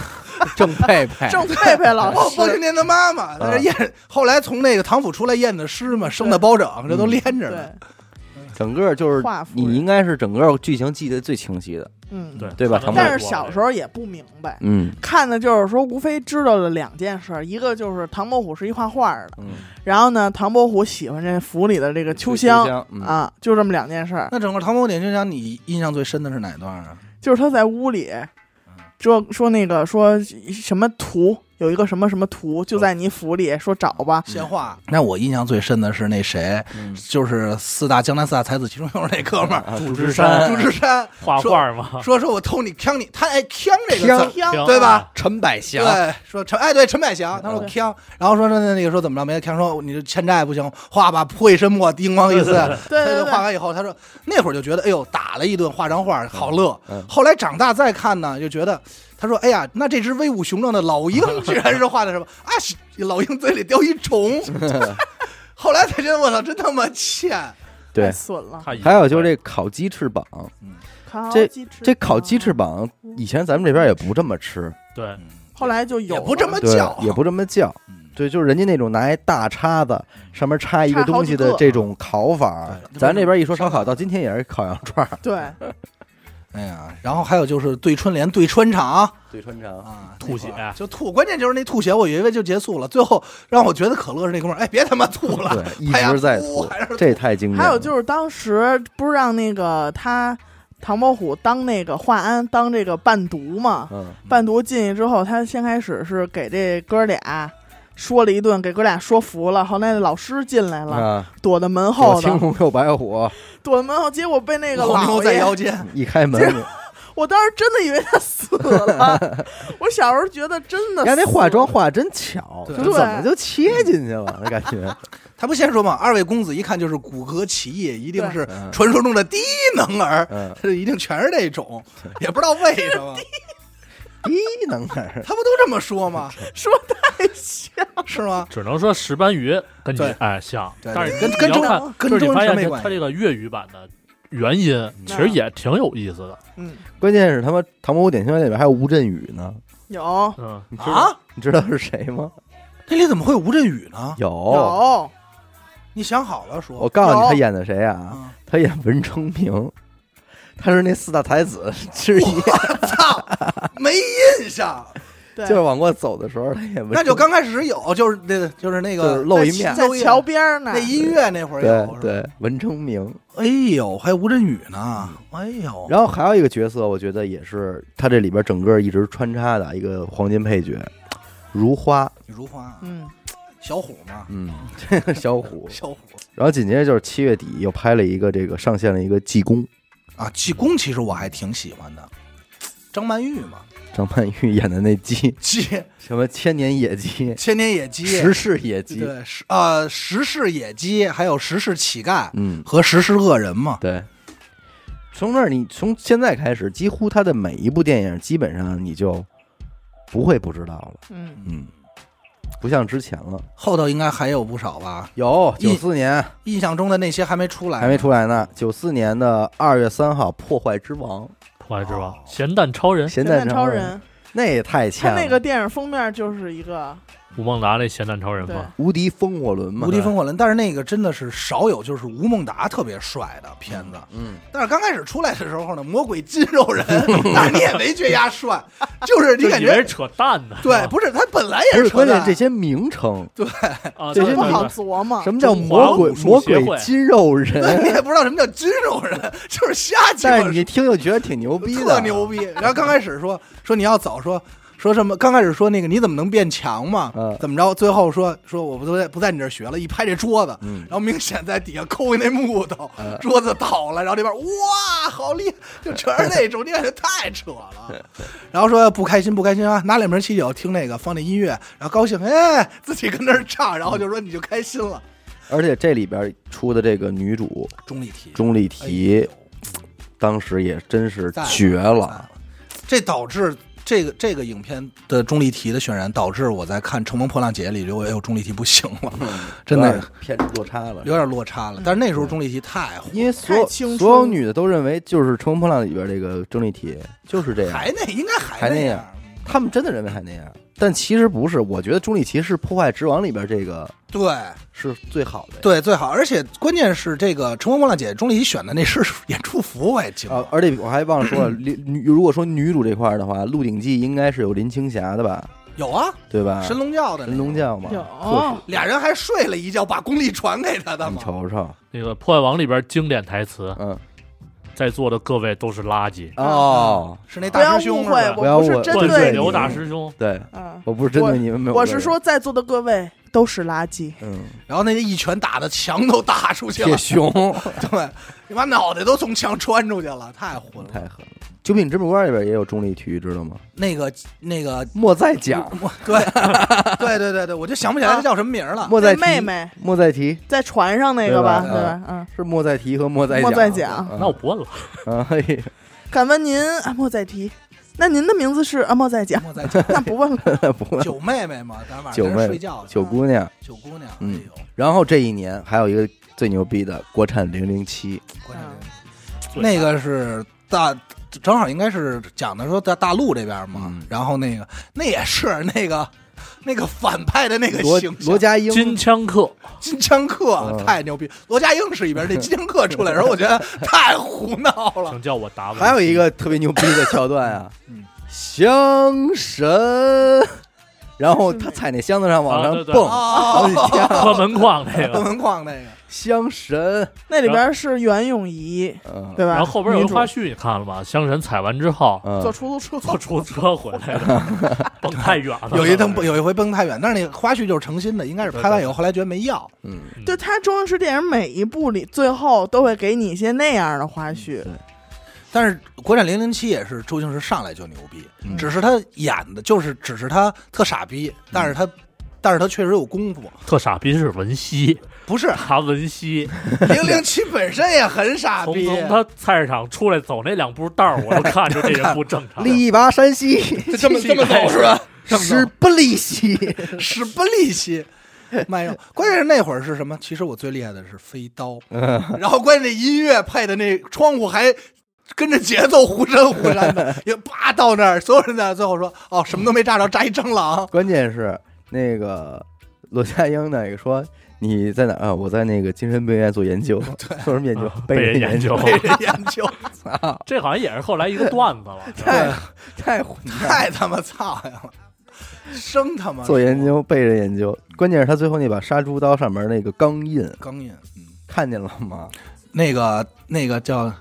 Speaker 1: 郑佩佩。
Speaker 3: 郑佩佩 老
Speaker 2: 包包青
Speaker 3: 师，
Speaker 2: 天他妈嘛，那是
Speaker 1: 啊
Speaker 2: 验后来从那个唐府出来验的尸嘛，生的包拯，这都连着呢。
Speaker 3: 对，
Speaker 1: 整个就是
Speaker 3: 华夫
Speaker 1: 你
Speaker 3: 人
Speaker 1: 应该是整个剧情记得最清晰的，
Speaker 3: 嗯，
Speaker 4: 对。
Speaker 1: 对吧
Speaker 4: 看得
Speaker 3: 但
Speaker 4: 太
Speaker 3: 是
Speaker 4: 多了
Speaker 3: 小时候也不明白，
Speaker 1: 嗯
Speaker 3: 看的就是说，无非知道了两件事儿，一个就是唐伯虎是一画画的，
Speaker 1: 嗯，
Speaker 3: 然后呢，唐伯虎喜欢这府里的这个秋
Speaker 1: 香嗯
Speaker 3: 香。啊，就这么两件事儿，
Speaker 2: 那整个《唐伯虎点秋香》，你印象最深的是哪段啊？
Speaker 1: 嗯
Speaker 3: 就是他在屋里说说那个说什么图，有一个什么什么图就在你府里，说找吧，
Speaker 2: 闲话。那我印象最深的是那谁，
Speaker 1: 嗯
Speaker 2: 就是四大江南四大才子其中又是那哥们儿
Speaker 1: 啊
Speaker 4: 祝
Speaker 1: 祝
Speaker 4: 枝
Speaker 1: 枝
Speaker 4: 山
Speaker 1: 山、
Speaker 2: 朱之山，
Speaker 4: 画画嘛，
Speaker 2: 说说我偷你枪你，他哎枪这个
Speaker 1: 枪
Speaker 2: 字。
Speaker 3: 香
Speaker 4: 行
Speaker 2: 对吧
Speaker 4: 啊
Speaker 1: 陈百祥
Speaker 2: 对，说陈哎，对陈百祥，他说
Speaker 3: 对
Speaker 2: 枪，然后说那那个说怎么着没有枪，说你这欠债不行，画吧泼一身墨，叮咣一次，
Speaker 3: 对
Speaker 2: 他
Speaker 3: 对
Speaker 2: 就画
Speaker 3: 对，
Speaker 2: 完以后，他说那会儿就觉得，哎呦，打了一顿画张画好乐。
Speaker 1: 嗯
Speaker 2: 后来长大再看呢，就觉得，他说，哎呀，那这只威武雄壮的老鹰居然是画的什么啊？是老鹰嘴里叼一虫。后来才觉得，我操，真他妈欠！
Speaker 1: 对
Speaker 3: 太，损了。
Speaker 4: 他已经
Speaker 1: 还有就是这烤鸡翅膀，
Speaker 3: 烤
Speaker 1: 这
Speaker 3: 鸡翅嗯
Speaker 1: 这烤鸡翅
Speaker 3: 膀，
Speaker 1: 膀以前咱们这边也不这么吃，
Speaker 4: 对
Speaker 3: 后来就有
Speaker 2: 也
Speaker 3: 了
Speaker 2: 不这么
Speaker 1: 对
Speaker 2: 叫，，
Speaker 3: 啊
Speaker 1: 也不这么叫。
Speaker 2: 嗯。
Speaker 1: 对，就是人家那种拿一大叉子上面插一
Speaker 3: 插
Speaker 1: 个
Speaker 3: 好
Speaker 1: 东
Speaker 3: 几
Speaker 1: 西的
Speaker 3: 个
Speaker 1: 这种烤法，
Speaker 2: 对
Speaker 1: 咱这边一说烧烤，到今天也是烤羊串儿、
Speaker 3: 对，
Speaker 2: 哎呀，然后还有就是对春联、对穿肠
Speaker 1: 对穿肠，
Speaker 2: 啊，
Speaker 4: 吐血
Speaker 2: 那会儿就吐，关键就是那吐血，我以为就结束了，最后让我觉得可乐是那哥们儿，哎，别他妈吐了，
Speaker 1: 对，一
Speaker 2: 哎呀
Speaker 1: 直在吐
Speaker 2: 吐还是，
Speaker 1: 这太经典了。
Speaker 3: 还有就是当时不是让那个他唐伯虎当那个华安当这个伴读嘛？
Speaker 1: 嗯，
Speaker 3: 伴读进去之后，他先开始是给这哥俩说了一顿，给哥俩说服了。后来老师进来了，
Speaker 1: 啊，
Speaker 3: 躲在门
Speaker 1: 左
Speaker 3: 后
Speaker 1: 青
Speaker 3: 头，
Speaker 1: 龙右白虎，
Speaker 3: 躲在门后，结果被那个
Speaker 2: 老牛
Speaker 3: 老
Speaker 2: 在
Speaker 3: 爷，
Speaker 2: 腰间，
Speaker 1: 一开门，
Speaker 3: 这我当时真的以为他死 了。我小时候觉得真的
Speaker 1: 人家那
Speaker 3: 死
Speaker 1: 化妆
Speaker 3: 了
Speaker 1: 化真巧，
Speaker 2: 对
Speaker 1: 就怎么就切进去了？那感觉，
Speaker 2: 他不先说嘛，二位公子一看就是骨骼奇异，一定
Speaker 3: 对
Speaker 2: 是
Speaker 1: 嗯
Speaker 2: 传说中的低能 儿，
Speaker 1: 嗯，
Speaker 2: 这一定全是这种，也不知道为什么，
Speaker 1: 低能儿，
Speaker 2: 他不都这么说吗？
Speaker 3: 说太像，
Speaker 2: 是吗？
Speaker 4: 只能说石斑鱼跟你
Speaker 2: 对
Speaker 4: 哎像，
Speaker 2: 对
Speaker 4: 但是
Speaker 2: 跟
Speaker 4: 你
Speaker 2: 跟
Speaker 4: 要
Speaker 2: 中
Speaker 4: 看
Speaker 2: 跟
Speaker 4: 就是
Speaker 2: 中
Speaker 4: 你发
Speaker 2: 文
Speaker 4: 现
Speaker 2: 没
Speaker 4: 它
Speaker 2: 关系嗯
Speaker 4: 它这个粤语版的原音其实也挺有意思的，
Speaker 3: 嗯，
Speaker 1: 关键是他妈《唐伯虎点秋香》里边还有吴镇宇呢，哦
Speaker 3: 有
Speaker 4: 嗯，
Speaker 1: 你知道
Speaker 2: 啊，
Speaker 1: 你知道是谁吗？
Speaker 2: 这里怎么会有吴镇宇呢？
Speaker 1: 有，
Speaker 3: 有
Speaker 2: 你想好了说，
Speaker 1: 我告诉你
Speaker 3: 有
Speaker 1: 他演的谁啊？
Speaker 2: 啊
Speaker 1: 他演文成明，他是那四大才子之一，
Speaker 2: 操，没印象，
Speaker 3: 对，
Speaker 1: 就是往过走的时候他演文成，
Speaker 2: 那就刚开始有，就是那个就是那
Speaker 1: 就是
Speaker 2: 个
Speaker 1: 露一
Speaker 3: 在
Speaker 1: 面，
Speaker 3: 在桥边儿呢
Speaker 2: 那，音乐那会儿有
Speaker 1: 对，对，文成明。
Speaker 2: 是吧哎呦，还有吴镇宇呢，哎呦，
Speaker 1: 然后还有一个角色，我觉得也是他这里边整个一直穿插的一个黄金配角，如花，
Speaker 2: 如花，啊
Speaker 3: 嗯，
Speaker 2: 小虎嘛，
Speaker 1: 嗯，这个 小虎。
Speaker 2: 小虎
Speaker 1: 然后紧接着就是七月底又拍了一个这个上线了一个《济公》，
Speaker 2: 啊，济公其实我还挺喜欢的，张曼玉嘛，
Speaker 1: 张曼玉演的那鸡，
Speaker 2: 鸡，
Speaker 1: 什么千年野鸡、
Speaker 2: 千年野鸡，
Speaker 1: 十世野鸡，
Speaker 2: 对，十啊，十世野鸡，还有十世乞丐
Speaker 1: 嗯，
Speaker 2: 和十世恶人嘛，
Speaker 1: 对。从那儿你从现在开始，几乎他的每一部电影，基本上你就不会不知道了，
Speaker 3: 嗯，
Speaker 1: 嗯，不像之前了。
Speaker 2: 后头应该还有不少吧，
Speaker 1: 有九
Speaker 2: 一
Speaker 1: 四年
Speaker 2: 印象中的那些还没出来，
Speaker 1: 还没出来呢，九四年的二月三号，《破坏之王
Speaker 4: 破坏之王
Speaker 2: 哦、
Speaker 4: 咸蛋嗯超》人、
Speaker 1: 咸
Speaker 3: 蛋
Speaker 1: 蛋
Speaker 3: 超
Speaker 1: 人，
Speaker 3: 人，
Speaker 1: 那也太欠
Speaker 3: 他
Speaker 1: 了。
Speaker 3: 那个电影封面就是一个
Speaker 4: 吴孟达那咸蛋超人
Speaker 3: 对
Speaker 4: 嘛，
Speaker 1: 无敌风火轮嘛，
Speaker 2: 无敌风火轮，但是那个真的是少有，就是吴孟达特别帅的片子。
Speaker 1: 嗯，
Speaker 2: 但是刚开始出来的时候呢，魔鬼筋肉人，但是你也没觉得压帅，就是你
Speaker 4: 就
Speaker 2: 感
Speaker 4: 以为
Speaker 2: 觉
Speaker 4: 是扯淡呢，
Speaker 2: 对，不是他本来也
Speaker 1: 啊不是
Speaker 2: 扯
Speaker 1: 关键
Speaker 2: 淡，
Speaker 1: 这些名称，
Speaker 4: 啊，
Speaker 1: 这
Speaker 4: 对
Speaker 1: 些
Speaker 4: 对
Speaker 3: 不
Speaker 1: 你
Speaker 3: 好
Speaker 4: 对，
Speaker 3: 琢磨
Speaker 1: 什，么叫
Speaker 4: 中华
Speaker 1: 魔鬼
Speaker 4: 武术
Speaker 1: 魔
Speaker 4: 协
Speaker 1: 鬼
Speaker 4: 会
Speaker 1: 筋肉人？
Speaker 2: 对你也不知道什么叫筋肉人， 就是瞎鸡
Speaker 1: 但
Speaker 2: 巴
Speaker 1: 是你听就觉得挺牛逼的，啊
Speaker 2: 特牛逼。然后刚开始说说你要走，说说什么？刚开始说那个你怎么能变强嘛？
Speaker 1: 嗯
Speaker 2: 怎么着？最后说说我不在不在你这儿学了，一拍这桌子，
Speaker 1: 嗯
Speaker 2: 然后明显在底下抠一那木头，
Speaker 1: 嗯
Speaker 2: 桌子倒了，然后这边哇好厉害，就全是那种，你感觉太扯了。 然后说不开心不开心啊，拿两瓶啤酒听那个放那音乐，然后高兴哎自己跟那儿唱，然后就说你就开心了。
Speaker 1: 而且这里边出的这个女主
Speaker 2: 钟丽缇，
Speaker 1: 钟丽
Speaker 2: 哎
Speaker 1: 缇
Speaker 2: 呦，
Speaker 1: 当时也真是绝了，
Speaker 2: 这导致这个这个影片的钟丽缇的渲染，导致我在看《乘风破浪姐》里，觉得哎呦钟丽缇不行了，
Speaker 1: 嗯
Speaker 2: 真
Speaker 1: 有
Speaker 2: 的
Speaker 1: 点偏落差了
Speaker 2: 有。点落差了。但是那时
Speaker 1: 嗯
Speaker 2: 候钟丽缇太火，
Speaker 1: 因为所有
Speaker 3: 太青春
Speaker 1: 所有女的都认为，就是《乘风破浪》里边这个钟丽缇就是这样，
Speaker 2: 还那应该还
Speaker 1: 还那
Speaker 2: 样
Speaker 1: 样。他们真的认为还那样，但其实不是。我觉得钟丽缇是《破坏之王》里边这个
Speaker 2: 对
Speaker 1: 是最好的。
Speaker 2: 对，最好，而且关键是这个《乘风破浪姐》钟丽缇选的那是演出服，我也惊
Speaker 1: 啊
Speaker 2: 了，。
Speaker 1: 而且我还忘了说了，女如果说女主这块儿的话，《鹿鼎记》应该是有林青霞的吧，
Speaker 2: 有啊，
Speaker 1: 对吧？
Speaker 2: 神龙教的那
Speaker 1: 神龙教嘛，
Speaker 3: 有
Speaker 1: 特使
Speaker 2: 俩人还睡了一觉，把功力传给他的
Speaker 1: 你
Speaker 2: 嘛。
Speaker 1: 瞅瞅，
Speaker 4: 那个《破坏王》里边经典台词，
Speaker 1: 嗯，
Speaker 4: 在座的各位都是垃圾，
Speaker 1: 哦，
Speaker 2: 是那
Speaker 3: 不
Speaker 2: 大
Speaker 3: 要
Speaker 2: 师兄
Speaker 3: 误
Speaker 2: 是
Speaker 3: 会，
Speaker 2: 吧？
Speaker 1: 要
Speaker 3: 我不是
Speaker 1: 我
Speaker 3: 针
Speaker 4: 灌
Speaker 1: 对
Speaker 4: 水
Speaker 1: 你
Speaker 3: 对
Speaker 4: 流
Speaker 3: 你，
Speaker 4: 大师兄，
Speaker 1: 对，
Speaker 3: 嗯，
Speaker 1: 我不是针对你们没有，
Speaker 3: 我是，说在座的各位都是垃圾，
Speaker 1: 嗯，
Speaker 2: 然后那一拳打的墙都打出去
Speaker 1: 铁
Speaker 2: 了，
Speaker 1: 熊
Speaker 2: 对，你把脑袋都从墙穿出去了， 太混了。
Speaker 1: 太狠了，《九品芝麻官》里边也有钟丽缇，知道吗？
Speaker 2: 那个那个
Speaker 1: 莫再讲，
Speaker 2: 我对 对对对对，我就想不起来他叫什么名儿了。
Speaker 1: 莫再
Speaker 3: 那
Speaker 1: 提
Speaker 3: 妹，妹
Speaker 1: 莫再提
Speaker 3: 在船上那个吧，
Speaker 1: 对
Speaker 3: 对
Speaker 1: 吧
Speaker 3: 吧？嗯，
Speaker 1: 是莫再提和莫再
Speaker 3: 莫
Speaker 1: 再
Speaker 3: 再讲，
Speaker 4: 那我不问了，
Speaker 1: 啊， 嘿
Speaker 3: 敢问您啊，莫再提，那您的名字是啊，莫再讲，
Speaker 2: 莫再讲
Speaker 3: 那不问了，
Speaker 1: 不，
Speaker 2: 九妹妹嘛，咱晚上跟
Speaker 1: 九妹
Speaker 2: 人睡觉去。
Speaker 1: 九姑娘。
Speaker 2: 九姑娘，哎
Speaker 1: 嗯
Speaker 2: 呦，
Speaker 1: 然后这一年还有一个最牛逼的国产零零七，
Speaker 2: 关键
Speaker 4: 最
Speaker 2: 那个是大，正好应该是讲的说在大陆这边嘛
Speaker 1: 嗯，
Speaker 2: 然后那个那也是那个那个反派的那个
Speaker 1: 罗
Speaker 2: 形
Speaker 1: 罗
Speaker 2: 象，
Speaker 1: 家英
Speaker 4: 金枪客，
Speaker 2: 金枪客
Speaker 1: 嗯
Speaker 2: 太牛逼，罗家英是一边儿，那金枪客出来的时候，我觉得太胡闹了。
Speaker 4: 请叫我达文西。
Speaker 1: 还有一个特别牛逼的桥段啊
Speaker 2: 嗯，
Speaker 1: 香神，然后他踩那箱子上往
Speaker 4: 啊
Speaker 1: 上
Speaker 4: 对对
Speaker 1: 蹦， 哎
Speaker 2: 哦，
Speaker 4: 磕门框那
Speaker 2: 关
Speaker 4: 个，
Speaker 2: 门框那个，
Speaker 1: 香神，
Speaker 3: 那里边是袁咏仪，
Speaker 1: 嗯
Speaker 3: 对吧？
Speaker 4: 然后后边有
Speaker 3: 女
Speaker 4: 一
Speaker 3: 主
Speaker 4: 花絮，你看了吗？香神踩完之后，
Speaker 3: 坐
Speaker 1: 嗯，
Speaker 3: 出租车
Speaker 4: 坐，出租车回来 的，蹦太远 了。
Speaker 2: 有一蹬有一回蹦太远，但是那花絮就是诚心的，应该是拍完以后后来觉得没要，
Speaker 1: 嗯，
Speaker 3: 就他周星驰电影每一部里，最后都会给你一些那样的花絮。
Speaker 2: 但是国产零零七也是周星驰上来就牛逼，
Speaker 1: 嗯
Speaker 2: 只是他演的就是只是他特傻逼，但是他、但是他确实有功夫，
Speaker 4: 特傻逼是文熙，
Speaker 2: 不是
Speaker 4: 达文西。
Speaker 2: 零零七本身也很傻
Speaker 4: 从
Speaker 2: 逼，
Speaker 4: 从他菜市场出来走那两步道儿，我就看着这人不正 常。
Speaker 1: 力拔山兮，
Speaker 2: 就这么这么走是吧？这么
Speaker 1: 时不利兮，
Speaker 2: 走使不力 气。卖肉，关键是那会儿是什么？其实我最厉害的是飞 刀，
Speaker 1: 嗯
Speaker 2: 然后关键这音乐配的那窗户还跟着节奏忽闪忽闪的，也叭到那儿，所有人在最后说：“哦，什么都没炸着，炸一蟑 螂。
Speaker 1: 关键是那个罗家英那个说。你在哪儿啊？我在那个精神病院做研究，做什么研究？
Speaker 4: 嗯被人
Speaker 1: 研
Speaker 4: 研究”
Speaker 2: 被人研究，
Speaker 4: 这好像也是后来一个段子了。
Speaker 1: 太太混蛋了
Speaker 2: 太他妈操呀了，生他妈
Speaker 1: 做研究被人研究，关键是他最后那把杀猪刀上面那个钢印
Speaker 2: 钢印，嗯，
Speaker 1: 看见了吗？
Speaker 2: 那个那个叫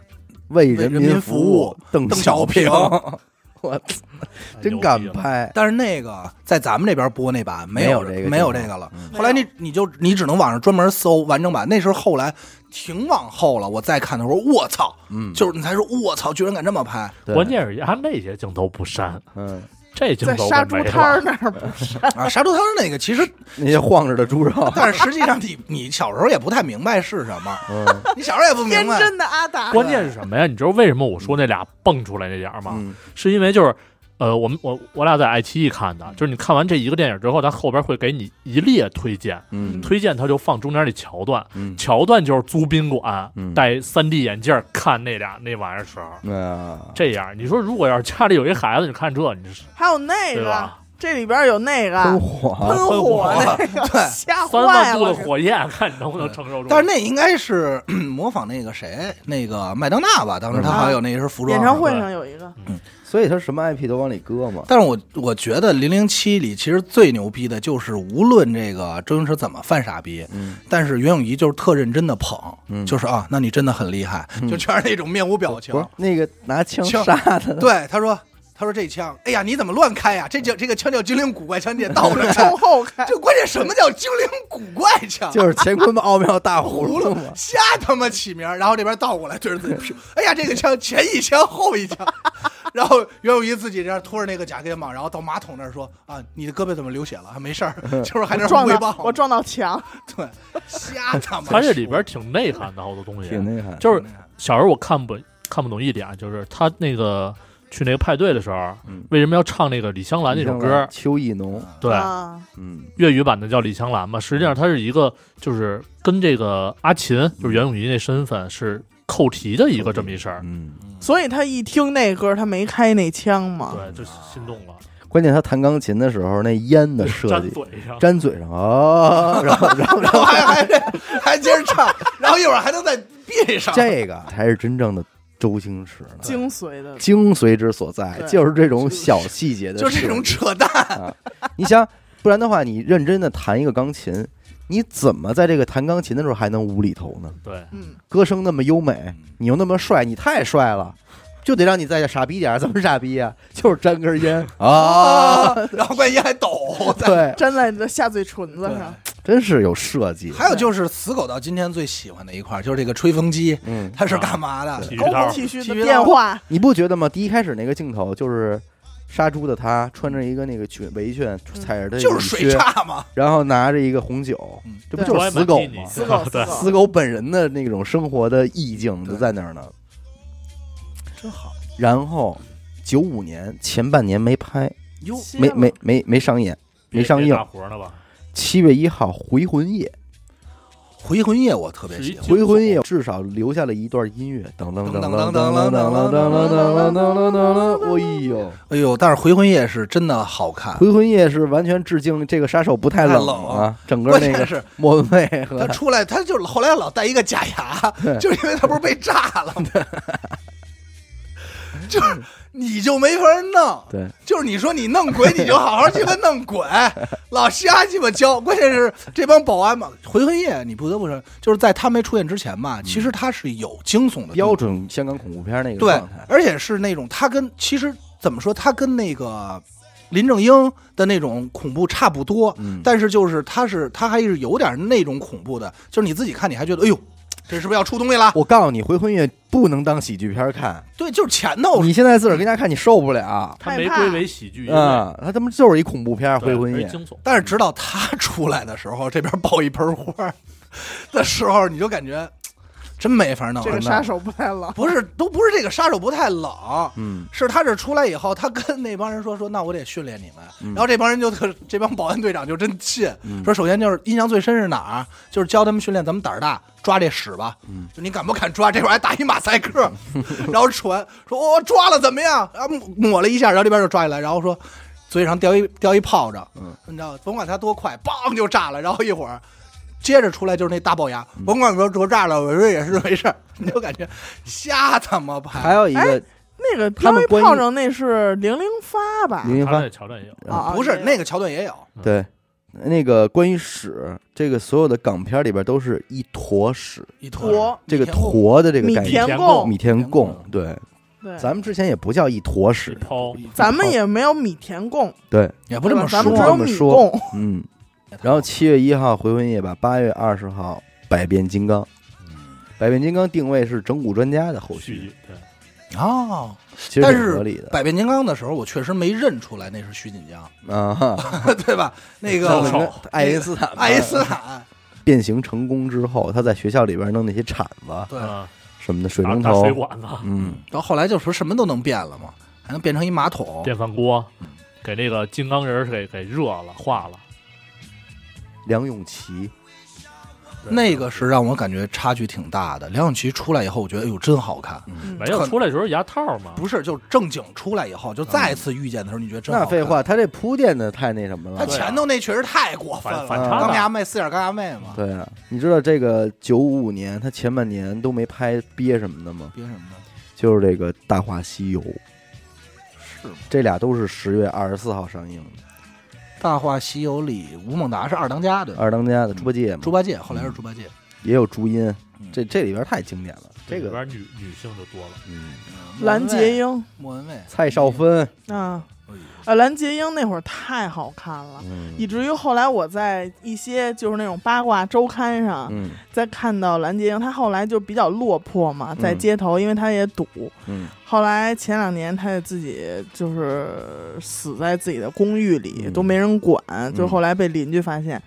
Speaker 1: 为
Speaker 2: 人
Speaker 1: 人
Speaker 2: 民
Speaker 1: 民
Speaker 2: 服
Speaker 1: 服
Speaker 2: 务
Speaker 1: 务，邓
Speaker 2: 邓小
Speaker 1: 小
Speaker 2: 平
Speaker 1: 我操
Speaker 4: 太
Speaker 1: 真
Speaker 4: 牛逼
Speaker 1: 敢
Speaker 4: 了。
Speaker 1: 拍，
Speaker 2: 但是那个在咱们这边播那版没有
Speaker 1: 没有这个
Speaker 2: 没有
Speaker 1: 情
Speaker 2: 这
Speaker 1: 况
Speaker 2: 个了。
Speaker 1: 嗯
Speaker 2: 后来你你就你只能网上专门搜完整版。那时候后来挺往后了，我再看的时候，我操，
Speaker 1: 嗯，
Speaker 2: 就是你才说我操，居然敢这么 拍。
Speaker 1: 对
Speaker 4: 关键是他那些镜头不删，
Speaker 1: 嗯，
Speaker 4: 这镜
Speaker 3: 在
Speaker 4: 头
Speaker 3: 杀
Speaker 4: 就
Speaker 3: 猪
Speaker 4: 没
Speaker 3: 摊儿
Speaker 4: 了。
Speaker 3: 那儿不是？
Speaker 2: 啊，杀猪汤那个其实，
Speaker 1: 那些晃着的猪肉，
Speaker 2: 但是实际上你你小时候也不太明白是什么，
Speaker 1: 嗯
Speaker 2: 你小时候也不
Speaker 3: 天
Speaker 2: 明白。
Speaker 3: 真的阿达，
Speaker 4: 关键是什么呀？你知道为什么我说那俩蹦出来那点儿吗？
Speaker 1: 嗯
Speaker 4: 是因为就是，呃，我们我我俩在爱奇艺看的，就是你看完这一个电影之后，它后边会给你一列推荐，
Speaker 1: 嗯
Speaker 4: 推荐它就放中间那桥段，
Speaker 1: 嗯
Speaker 4: 桥段就是租宾馆，
Speaker 1: 嗯
Speaker 4: 戴三 D 眼镜儿看那俩那玩意儿时候，
Speaker 1: 啊，
Speaker 4: 这样你说如果要是家里有一孩子，你看这你是
Speaker 3: 还有那
Speaker 4: 对
Speaker 3: 个，
Speaker 4: 吧？
Speaker 3: 这里边有那
Speaker 1: 真
Speaker 3: 个
Speaker 1: 火，
Speaker 3: 喷
Speaker 4: 喷
Speaker 3: 火
Speaker 4: 火
Speaker 3: 那个，吓
Speaker 4: 三
Speaker 3: 坏
Speaker 4: 万度的
Speaker 3: 了。
Speaker 4: 火焰，看你能不能承受住。
Speaker 2: 但是那应该是 模仿那个谁，那个麦当娜吧？当时他好像有那身服装。
Speaker 3: 嗯演唱会上有一个，
Speaker 4: 嗯
Speaker 1: 所以他什么 IP 都往里搁嘛，
Speaker 2: 但是我我觉得《零零七》里其实最牛逼的就是，无论这个周星驰怎么犯傻逼，
Speaker 1: 嗯
Speaker 2: 但是袁咏仪就是特认真的捧，
Speaker 1: 嗯
Speaker 2: 就是啊，那你真的很厉害，就全是啊那种面无表情
Speaker 1: 不。是那个拿枪
Speaker 2: 枪
Speaker 1: 杀的，
Speaker 2: 对，他说，他说这枪，哎呀，你怎么乱开呀？这叫这个枪叫精灵古怪枪，你也倒着开
Speaker 3: 从。后看，
Speaker 2: 就关键什么叫精灵古怪枪？啊
Speaker 1: 就是乾坤奥妙大葫芦嘛，
Speaker 2: 瞎他妈起名儿，然后这边倒过来对着自己屁股，哎呀，这个枪前一枪后 一枪，然后袁咏仪自己这样拖着那个假肩膀，然后到马桶那儿说啊，你的胳膊怎么流血了？啊没 事儿，就是还能
Speaker 3: 撞
Speaker 2: 汇
Speaker 3: 到
Speaker 2: 报。
Speaker 3: 我撞到墙，
Speaker 2: 对，瞎 他妈。
Speaker 4: 它这里边挺内涵的好多东西，
Speaker 1: 挺厉害，
Speaker 4: 就是小时候我看不看不懂一点，就是他那个去那个派对的时候，
Speaker 1: 嗯
Speaker 4: 为什么要唱那个李香兰那首歌？
Speaker 1: 邱意浓，
Speaker 4: 对，
Speaker 3: 啊，
Speaker 1: 嗯
Speaker 4: 粤语版的叫李香兰嘛，实际上它是一个就是跟这个阿琴，
Speaker 1: 嗯
Speaker 4: 就是袁咏仪那身份是扣题的一个这么一事儿。
Speaker 1: 嗯，
Speaker 3: 所以他一听那歌，他没开那枪嘛，
Speaker 1: 啊
Speaker 4: 对，就心动了，
Speaker 1: 关键他弹钢琴的时候那烟的设
Speaker 4: 粘
Speaker 1: 计，
Speaker 4: 嘴上，
Speaker 1: 粘嘴上啊，然后然后然
Speaker 2: 然后
Speaker 1: 后
Speaker 2: 还还还接着唱，然后一会儿还能再闭上。
Speaker 1: 这个才是真正的周星驰呢，
Speaker 3: 精髓的
Speaker 1: 精髓之所在
Speaker 3: 对
Speaker 1: 就是这种小细节的
Speaker 2: 就
Speaker 1: 设
Speaker 2: 是
Speaker 1: 计，
Speaker 2: 这种扯淡，
Speaker 1: 你想，不然的话，你认真的弹一个钢琴，你怎么在这个弹钢琴的时候还能无厘头呢？
Speaker 4: 对，
Speaker 3: 嗯，
Speaker 1: 歌声那么优美，你又那么帅，你太帅了。就得让你再傻逼点儿，怎么傻逼呀、 就是沾根烟啊！
Speaker 2: 然后关键还抖。
Speaker 1: 对，
Speaker 3: 粘在你的下嘴唇子上。
Speaker 1: 真是有设计。
Speaker 2: 还有就是死狗到今天最喜欢的一块儿就是这个吹风机，
Speaker 1: 嗯，
Speaker 2: 它是干嘛的？
Speaker 4: 体育
Speaker 3: 高
Speaker 4: 套
Speaker 3: 空
Speaker 4: 儿
Speaker 3: 体恤
Speaker 2: 体
Speaker 3: 的
Speaker 2: 育
Speaker 3: 变
Speaker 2: 套
Speaker 3: 化，
Speaker 1: 你不觉得吗？第一开始那个镜头就是杀猪的他穿着一个那个裙围裙，踩着他的
Speaker 2: 就是水
Speaker 1: 雨靴，
Speaker 2: 叉嘛。
Speaker 1: 然后拿着一个红酒
Speaker 2: 嗯，
Speaker 1: 这不就是死狗吗？
Speaker 3: 死狗
Speaker 4: 对
Speaker 1: 死狗本人的那种生活的意境就
Speaker 2: 对
Speaker 1: 在那儿呢。
Speaker 2: 真好
Speaker 1: 然后九五年前半年没拍，
Speaker 2: 哟
Speaker 3: 歇
Speaker 1: 没
Speaker 3: 了
Speaker 1: 没没没上演，没上
Speaker 4: 别
Speaker 1: 映
Speaker 4: 大。活呢吧？
Speaker 1: 七月一号《回魂夜》
Speaker 2: 回魂夜我特别喜
Speaker 4: 是
Speaker 2: 欢，
Speaker 4: 一
Speaker 1: 回魂夜至少留下了一段音乐，噔噔噔噔噔噔噔噔噔噔噔噔噔噔，哎呦，
Speaker 2: 哎呦，但是回魂夜是真的好看，
Speaker 1: 回魂夜是完全致敬这个杀手不啊太冷啊，整个
Speaker 2: 关
Speaker 1: 那
Speaker 2: 键
Speaker 1: 个
Speaker 2: 是
Speaker 1: 莫文蔚和
Speaker 2: 他出来他就后来老戴一个假 牙，就是因为他不是被炸了吗？ 就是你就没法弄，
Speaker 1: 对，
Speaker 2: 就是你说你弄鬼，你就好好鸡巴弄鬼，老瞎鸡巴教。关键是这帮保安嘛，回魂夜你不得不说，就是在他没出现之前吧，其实他是有惊悚的
Speaker 1: 嗯标
Speaker 2: 准，
Speaker 1: 准香港恐怖片那个
Speaker 2: 对
Speaker 1: 状态，，
Speaker 2: 而且是那种他跟其实怎么说，他跟那个林正英的那种恐怖差不多，
Speaker 1: 嗯，
Speaker 2: 但是就是他是他还是有点那种恐怖的，就是你自己看你还觉得哎呦，这是不是要出东西了？
Speaker 1: 我告诉你，回魂夜不能当喜剧片看，
Speaker 2: 对，就是前头
Speaker 1: 你现在自个儿跟家看你受不了，
Speaker 4: 它
Speaker 3: 害
Speaker 4: 没
Speaker 3: 怕
Speaker 4: 归为喜剧，
Speaker 1: 嗯，他他妈就是一恐怖片《回魂
Speaker 4: 对
Speaker 1: 夜
Speaker 4: 而》，惊悚，
Speaker 2: 但是直到他 出来的时候，这边爆一盆花儿的时候，你就感觉真没法弄
Speaker 3: 这。个
Speaker 1: 那
Speaker 3: 杀手不太冷，
Speaker 4: 嗯
Speaker 2: 不是，都不是这个杀手不太冷，
Speaker 1: 嗯，
Speaker 2: 是他这出来以后，他跟那帮人说说，那我得训练你们。
Speaker 1: 嗯
Speaker 2: 然后这帮人就特，这帮保安队长就真信，
Speaker 1: 嗯
Speaker 2: 说首先就是印象最深是哪儿啊，就是教他们训练咱们胆儿大，抓这屎吧。
Speaker 1: 嗯
Speaker 2: 就你敢不敢抓？这会儿还打一马赛 克，然后传说我、抓了怎么样？然后抹了一下，然后这边就抓起来，然后说嘴上叼一叼一炮仗，
Speaker 1: 嗯
Speaker 2: 你知道，甭管它多快，梆就炸了，然后一会儿。接着出来就是那大龅牙，
Speaker 1: 嗯
Speaker 2: 甭管多多炸了，我说也是没事儿， 你就感觉瞎他妈
Speaker 1: 还
Speaker 2: 拍，
Speaker 1: 有一个
Speaker 3: 那个
Speaker 1: 他
Speaker 3: 标
Speaker 1: 们
Speaker 3: 一
Speaker 1: 关于
Speaker 3: 炮仗那是零零发吧？
Speaker 1: 林云
Speaker 4: 他
Speaker 1: 帆
Speaker 4: 那，桥段也有，
Speaker 3: 啊，
Speaker 2: 不是
Speaker 3: 也有
Speaker 2: 那个桥段也有，
Speaker 1: 对，那个关于屎，这个所有的港片里边都是一坨屎，
Speaker 2: 一坨
Speaker 1: 这
Speaker 3: 坨
Speaker 1: 个
Speaker 2: 米田共
Speaker 1: 坨的这个
Speaker 3: 米
Speaker 1: 概念，
Speaker 3: 田
Speaker 4: 共
Speaker 1: 米田
Speaker 2: 米田
Speaker 1: 共，对，
Speaker 3: 对，
Speaker 1: 咱们之前也不叫一坨
Speaker 4: 一
Speaker 1: 屎，
Speaker 4: 抛，
Speaker 3: 咱们也没有米田共，
Speaker 1: 对，
Speaker 2: 也不这么
Speaker 3: 对吧咱们只
Speaker 1: 这
Speaker 3: 有
Speaker 2: 说，
Speaker 1: 么
Speaker 3: 米
Speaker 1: 说
Speaker 3: 共，
Speaker 1: 嗯，然后七月一号回魂夜吧，八月二十号百变金刚，百变金刚定位是整蛊专家的后
Speaker 4: 嗯续
Speaker 1: 续，
Speaker 4: 集，对，
Speaker 2: 哦，
Speaker 1: 其实
Speaker 2: 但
Speaker 1: 挺
Speaker 2: 是
Speaker 1: 合理的
Speaker 2: 百变金刚的时候，我确实没认出来那是徐锦江，
Speaker 1: 啊哈，
Speaker 2: 对吧？那
Speaker 4: 教授
Speaker 2: 个
Speaker 1: 爱因斯坦吧，
Speaker 2: 爱因斯坦，
Speaker 1: 变形成功之后，他在学校里边弄那些铲子
Speaker 2: 对。
Speaker 4: 嗯，
Speaker 1: 什么的，水
Speaker 4: 打
Speaker 1: 龙
Speaker 4: 打水
Speaker 1: 头，
Speaker 4: 管子，
Speaker 1: 嗯，
Speaker 2: 然后后来就说什么都能变了嘛，还能变成一马桶。
Speaker 4: 电饭锅，
Speaker 1: 嗯
Speaker 4: 给那个金刚人儿给给热了化了，
Speaker 1: 梁咏琪，
Speaker 4: 对
Speaker 2: 那个是让我感觉差距挺大的。梁咏琪出来以后，我觉得哎呦真好看。
Speaker 3: 嗯
Speaker 4: 没有
Speaker 2: 很
Speaker 4: 出来时候牙套嘛，
Speaker 2: 不是，就是正经出来以后，就再次遇见的时候，你觉得真好
Speaker 1: 那
Speaker 2: 看
Speaker 1: 废，话，他这铺垫的太那什么了，
Speaker 2: 他前头那确实太过分
Speaker 4: 反
Speaker 2: 了，
Speaker 4: 反
Speaker 1: 啊
Speaker 4: 差
Speaker 2: 钢牙
Speaker 4: 大，
Speaker 2: 妹四眼钢牙妹嘛，
Speaker 1: 对啊，你知道这个九五年他前半年都没拍憋什么的吗？
Speaker 2: 别什么的，
Speaker 1: 就是这个《大话西游》，
Speaker 2: 是吗？
Speaker 1: 这俩都是十月二十四号上映的，
Speaker 2: 《大话西游》里吴孟达是二当家对吧？
Speaker 1: 二当家的猪八戒嘛
Speaker 2: 猪，八戒后来是猪八戒，
Speaker 1: 也有朱茵
Speaker 2: 嗯，
Speaker 1: 这这里边太经典了。这
Speaker 4: 里
Speaker 1: 个，
Speaker 4: 边女女性就多了，
Speaker 1: 嗯，
Speaker 2: 嗯
Speaker 3: 蓝洁、瑛
Speaker 2: 莫文蔚、
Speaker 1: 蔡少芬，
Speaker 3: 啊
Speaker 2: 哎呦
Speaker 3: 啊，蓝洁瑛那会儿太好看了。
Speaker 1: 嗯
Speaker 3: 以至于后来我在一些就是那种八卦周刊上，
Speaker 1: 嗯
Speaker 3: 再看到蓝洁瑛，她后来就比较落魄嘛，在
Speaker 1: 嗯
Speaker 3: 街头，因为她也赌。
Speaker 1: 嗯，
Speaker 3: 后来前两年，她也自己就是死在自己的公寓里，
Speaker 1: 嗯
Speaker 3: 都没人管，就后来被邻居发现。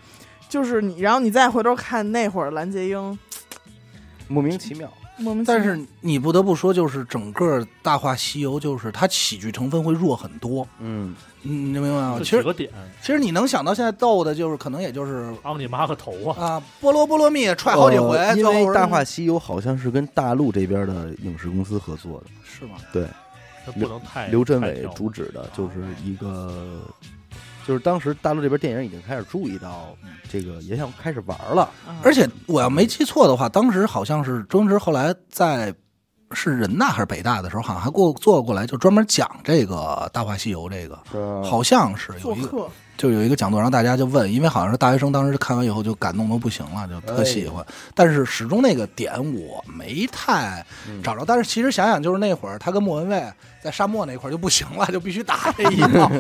Speaker 3: 就是你，然后你再回头看那会儿蓝洁瑛，
Speaker 1: 莫名其妙，
Speaker 3: 莫名其妙
Speaker 2: 但是你不得不说，就是整个《大话西游》，就是它喜剧成分会弱很多，
Speaker 1: 嗯，
Speaker 2: 你你能明白吗？
Speaker 4: 就
Speaker 2: 啊其
Speaker 4: 几
Speaker 2: 实
Speaker 4: 个点，
Speaker 2: 其实你能想到现在逗的，就是可能也就是
Speaker 4: 昂你妈个头啊，
Speaker 2: 啊，菠萝菠萝蜜踹好几回，
Speaker 1: 呃因
Speaker 2: 最
Speaker 1: 为
Speaker 2: 后
Speaker 1: 《大话西游》好像是跟大陆这边的影视公司合作的，
Speaker 2: 是吗？
Speaker 4: 这不能太
Speaker 1: 刘镇
Speaker 4: 太
Speaker 1: 伟
Speaker 4: 挑
Speaker 1: 主旨的就是一个。就是当时大陆这边电影已经开始注意到这个，也想开始玩了。
Speaker 3: 啊
Speaker 2: 而且我要没记错的话，当时好像是周星驰后来在是人大还是北大的时候，好像还过做过来，就专门讲这个《大话西游》这个。
Speaker 1: 啊
Speaker 2: 好像是有
Speaker 3: 做
Speaker 2: 一个，
Speaker 3: 客，
Speaker 2: 就有一个讲座，让大家就问，因为好像是大学生当时看完以后就感动的不行了，就特喜欢。但是始终那个点我没太
Speaker 1: 嗯
Speaker 2: 找着。但是其实想想，就是那会儿他跟莫文蔚在沙漠那块儿就不行了，就必须打这一 炮。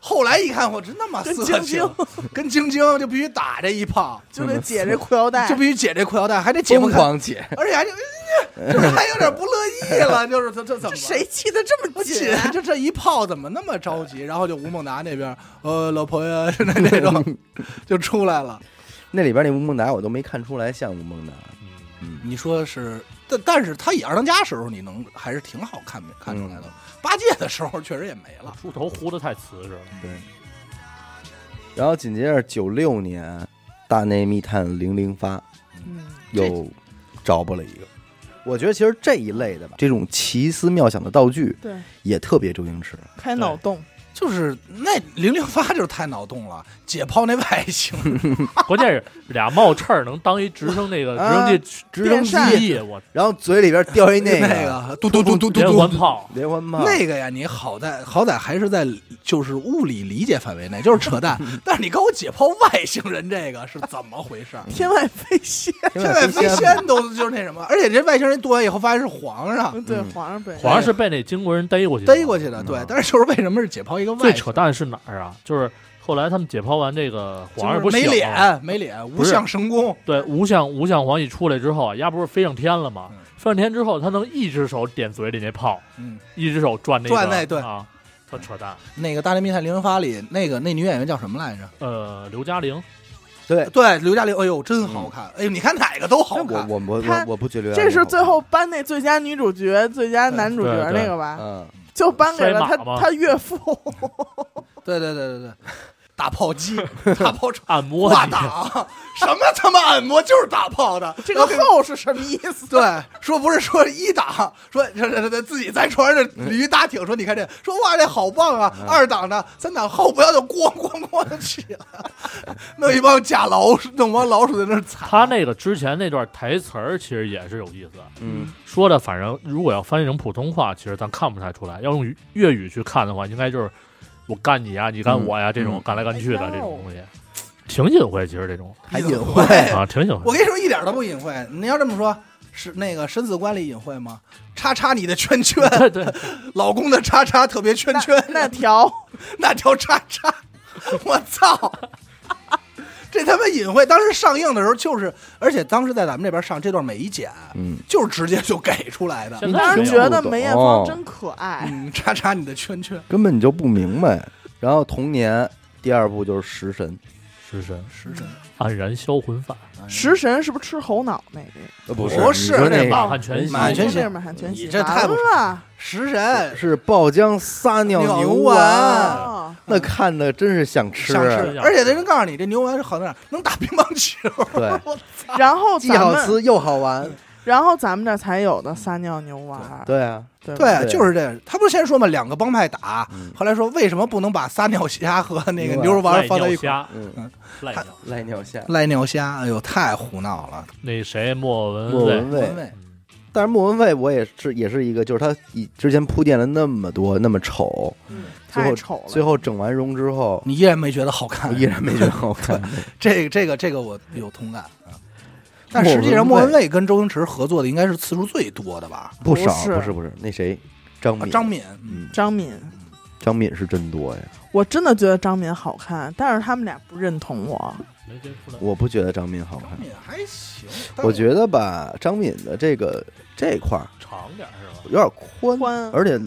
Speaker 2: 后来一看，我真他妈
Speaker 3: 跟
Speaker 2: 色
Speaker 3: 晶
Speaker 2: 情
Speaker 3: 晶，
Speaker 2: 跟晶晶就必须打这一炮，
Speaker 3: 就得解这裤腰带，
Speaker 2: 就必须解这裤腰带，还得解不
Speaker 1: 疯
Speaker 2: 开，
Speaker 1: 狂姐，
Speaker 2: 而且还就哎就是还有点不乐意了，就是这这怎么了
Speaker 3: 这谁气的这么
Speaker 2: 不
Speaker 3: 紧
Speaker 2: 紧
Speaker 3: 啊？，
Speaker 2: 就这一炮怎么那么着急？然后就吴孟达那边，呃，老婆呀，就那那 种就出来了。
Speaker 1: 那里边那吴孟达我都没看出来像吴孟达，
Speaker 4: 嗯
Speaker 1: 嗯，
Speaker 2: 你说是，但但是他以二当家时候，你能还是挺好看看出来的。八戒的时候确实也没了。
Speaker 4: 出头糊的太瓷实了，
Speaker 1: 对。然后紧接着九六年，《大内密探零零发》
Speaker 3: 嗯
Speaker 1: 又着不了一个。我觉得其实这一类的吧，这种奇思妙想的道具
Speaker 3: 对，
Speaker 1: 也特别周星驰。
Speaker 3: 开脑洞，
Speaker 2: 就是那零零发就是太脑洞了，解剖那外星
Speaker 4: 关键是俩冒翅儿能当一直升那个直升
Speaker 1: 啊
Speaker 4: 机直升机，我
Speaker 1: 然后嘴里边掉 一
Speaker 2: 那
Speaker 1: 个
Speaker 2: 个嘟嘟嘟嘟嘟
Speaker 4: 连环
Speaker 2: 嘟。
Speaker 4: 炮，
Speaker 1: 连环炮，
Speaker 2: 那个呀，你好在好歹还是在就是物理理解范围内，就是扯 淡。但是你跟我解剖外星人这个是怎么回事儿？
Speaker 3: 天外飞仙。
Speaker 1: 现
Speaker 2: 现在飞仙都就是那什么，而且这外星人剁完以后发现是皇上
Speaker 3: 对，
Speaker 1: 嗯
Speaker 3: 皇上本人
Speaker 4: 好像是被那金国人逮过去的，
Speaker 2: 哎逮过去的，对
Speaker 1: 嗯。
Speaker 2: 但是就是为什么是解剖一个外星
Speaker 4: 最
Speaker 2: 人？
Speaker 4: 扯淡是哪儿啊？就是后来他们解剖完这个皇上
Speaker 2: 就
Speaker 4: 不
Speaker 2: 是没
Speaker 4: 醒了
Speaker 2: 脸，没脸，无
Speaker 4: 不是
Speaker 2: 相神功。
Speaker 4: 对，吴相吴相皇一出来之后啊，丫不是飞上天了吗
Speaker 2: 嗯？
Speaker 4: 飞上天之后，他能一只手点嘴里那炮，
Speaker 2: 嗯，
Speaker 4: 一只手转那个
Speaker 2: 转那对
Speaker 4: 啊，特扯淡。
Speaker 2: 那个《大内密探零零发》里那个那女演员叫什么来着？
Speaker 4: 呃，刘嘉玲，
Speaker 1: 对，
Speaker 2: 对，刘嘉玲。哎呦，真
Speaker 4: 嗯
Speaker 2: 好看！哎呦，你看哪个都好
Speaker 1: 我
Speaker 2: 看。
Speaker 1: 我我
Speaker 3: 他
Speaker 1: 我我不觉得
Speaker 3: 这是最后颁那最佳女主角、最佳男主角
Speaker 4: 对对
Speaker 3: 那个吧？
Speaker 1: 嗯，
Speaker 3: 就颁给了他
Speaker 4: 摔马吗
Speaker 3: 他岳父，
Speaker 2: 对对对对对，打炮 机，打炮床，
Speaker 4: 按摩
Speaker 2: 挂
Speaker 4: 你，
Speaker 2: 档，什么他妈按摩就是打炮的。
Speaker 3: 这个后是什么意思？
Speaker 2: 对，说不是说一档，说自己在床上
Speaker 3: 嗯
Speaker 2: 驴打挺，说你看这，说哇这好棒啊！二档呢，三档后不要就咣咣咣的起来，弄一帮假老鼠，弄帮老鼠在那儿踩。
Speaker 4: 他那个之前那段台词儿其实也是有意思，
Speaker 1: 嗯，
Speaker 4: 说的反正如果要翻译成普通话，其实咱看不太出来。要用粤语去看的话，应该就是我干你呀，你干我呀，这种
Speaker 1: 嗯
Speaker 4: 干来干去的
Speaker 3: 哎呦
Speaker 4: 这种东西，挺隐晦。其实这 种
Speaker 1: 还
Speaker 2: 隐
Speaker 1: 隐
Speaker 2: 晦
Speaker 1: 晦，
Speaker 4: 啊，挺隐晦
Speaker 2: 哎我。跟你说，一点都不隐晦。你要这么说，是那个生死观里隐晦吗？叉叉你的 圈圈，
Speaker 4: 对对，
Speaker 2: 老公的叉叉特别圈
Speaker 3: 那
Speaker 2: 圈，
Speaker 3: 那条
Speaker 2: 那条叉叉，我操！这他妈隐晦，当时上映的时候就是，而且当时在咱们这边上这段没剪，
Speaker 1: 嗯，
Speaker 2: 就是直接就给出来的。
Speaker 4: 现
Speaker 3: 当
Speaker 4: 在
Speaker 3: 时
Speaker 4: 没
Speaker 1: 全
Speaker 4: 有
Speaker 3: 觉
Speaker 1: 部
Speaker 3: 得
Speaker 1: 懂
Speaker 3: 梅艳芳真可爱，
Speaker 2: 嗯，叉叉你的圈圈，
Speaker 1: 根本你就不明白。然后同年第二部就是《食神》，
Speaker 4: 食神
Speaker 2: 食神，
Speaker 4: 黯然销魂饭，
Speaker 3: 食神是不是吃猴脑那个？
Speaker 1: 呃，不
Speaker 2: 是
Speaker 1: 不
Speaker 2: 不是
Speaker 1: 那
Speaker 2: 那
Speaker 1: 个
Speaker 4: 满汉全席，
Speaker 2: 满汉全席
Speaker 3: 那边满全席，
Speaker 2: 你这太不
Speaker 3: 完了
Speaker 2: 食神，
Speaker 1: 是爆浆撒尿
Speaker 2: 牛
Speaker 1: 牛
Speaker 2: 丸
Speaker 1: 丸，
Speaker 3: 啊！
Speaker 1: 那看的真是想吃，
Speaker 2: 想吃，
Speaker 4: 啊
Speaker 2: 而且这人告诉你，这牛丸是好在哪儿，能打乒乓球。
Speaker 1: 对，
Speaker 2: 我操！
Speaker 3: 然 后
Speaker 1: 既
Speaker 3: 咱
Speaker 1: 好
Speaker 3: 们，
Speaker 1: 吃又好玩。
Speaker 3: 然后咱们这才有的撒尿牛丸，
Speaker 1: 对啊，
Speaker 3: 对吧
Speaker 2: 对，就是这样。他不是先说嘛，两个帮派打，
Speaker 1: 嗯
Speaker 2: 后来说为什么不能把撒尿虾和那个牛肉丸
Speaker 4: 赖
Speaker 2: 放在
Speaker 4: 尿
Speaker 2: 一块儿？
Speaker 4: 虾，
Speaker 1: 嗯，
Speaker 4: 赖尿。
Speaker 1: 赖尿虾，
Speaker 2: 赖尿虾，哎呦，太胡闹了！
Speaker 4: 那谁莫
Speaker 1: 莫
Speaker 4: 文
Speaker 1: 文
Speaker 4: 蔚，
Speaker 1: 蔚。
Speaker 2: 喂，
Speaker 4: 嗯
Speaker 1: 但是莫文蔚，我也是也是一个，就是他以之前铺垫了那么多，那么丑，
Speaker 3: 嗯
Speaker 1: 最后
Speaker 3: 太丑了。
Speaker 1: 最后整完容之 后，
Speaker 2: 你依然没觉得好
Speaker 1: 我
Speaker 2: 看，
Speaker 1: 依然没觉得好 看。
Speaker 2: 这个这个这个我有同感啊。但实际上，莫文蔚跟周星驰合作的应该是次数最多的吧？
Speaker 1: 不少，
Speaker 3: 不
Speaker 1: 不
Speaker 3: 是
Speaker 1: 是不是，那谁，张
Speaker 2: 啊
Speaker 1: 敏，
Speaker 2: 张敏，嗯
Speaker 1: 嗯，
Speaker 3: 张敏，
Speaker 1: 张敏是真多呀，
Speaker 3: 我真的觉得张敏好看，但是他们俩不认同我。
Speaker 4: 没接出来。
Speaker 1: 我不觉得张敏好看
Speaker 2: 张。敏还行，
Speaker 1: 我觉得吧，张敏的这个这块儿
Speaker 4: 长点儿是吧？
Speaker 1: 有点宽，啊
Speaker 3: 宽
Speaker 1: 而且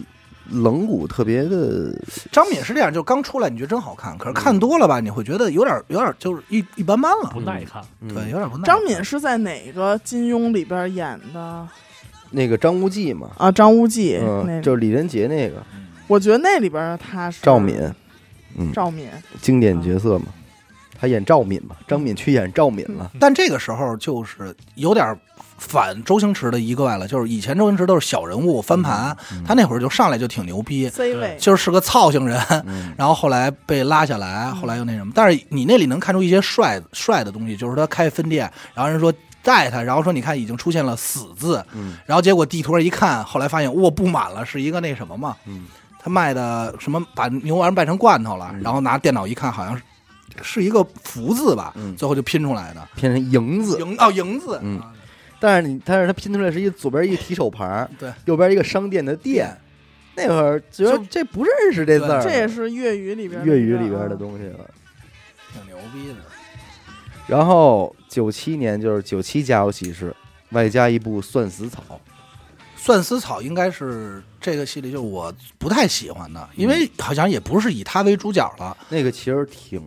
Speaker 1: 棱骨特别的，
Speaker 2: 张敏是这样，就是刚出来你觉得真好看，可是看多了吧，你会觉得有点有点就是一一般般了
Speaker 4: 不，耐看，
Speaker 1: 嗯
Speaker 2: 对，有点不耐。
Speaker 3: 张敏是在哪个金庸里边演的
Speaker 1: 那个张无忌嘛，
Speaker 3: 啊？张无忌、那
Speaker 1: 嗯，
Speaker 3: 个，
Speaker 1: 就是李连杰那个
Speaker 3: 我觉得那里边他是
Speaker 1: 赵敏，，嗯，
Speaker 3: 赵敏
Speaker 1: 经典角色嘛，他演赵敏
Speaker 2: 嗯
Speaker 1: 嘛，张敏去演赵敏了，
Speaker 2: 但这个时候就是有点反周星驰的一个外了，就是以前周星驰都是小人物翻盘，他那会儿就上来就挺牛逼，
Speaker 3: C
Speaker 4: 对
Speaker 3: 位，
Speaker 2: 就是个操性人，
Speaker 1: 嗯
Speaker 2: 然后后来被拉下来，后来又那什么。但是你那里能看出一些帅帅的东西，就是他开分店，然后人说。带他，然后说你看已经出现了“死”字，
Speaker 1: 嗯
Speaker 2: 然后结果地图上一看，后来发现哇不满了，是一个那什么嘛，
Speaker 1: 嗯
Speaker 2: 他卖的什么把牛丸掰成罐头了，
Speaker 1: 嗯
Speaker 2: 然后拿电脑一看，好像是是一个福字吧，
Speaker 1: 嗯
Speaker 2: 最后就拼出来的
Speaker 1: 变成银子，
Speaker 2: 赢哦赢字，
Speaker 1: 嗯
Speaker 2: 啊
Speaker 1: 但是你，但是他拼出来是一左边一提手牌儿，
Speaker 2: 对，
Speaker 1: 右边一个商店的店，那会儿觉得
Speaker 2: 就
Speaker 1: 这不认识这字儿，
Speaker 3: 这也是粤语里边的
Speaker 1: 粤语里边
Speaker 3: 一个
Speaker 1: 的
Speaker 3: 啊
Speaker 1: 东西了。
Speaker 2: 挺牛逼的。
Speaker 1: 然后九七年就是九七家有喜事，外加一部《算死草》，
Speaker 2: 算丝草应该是这个系列，就是我不太喜欢的，因为好像也不是以他为主角了，
Speaker 1: 那个其实挺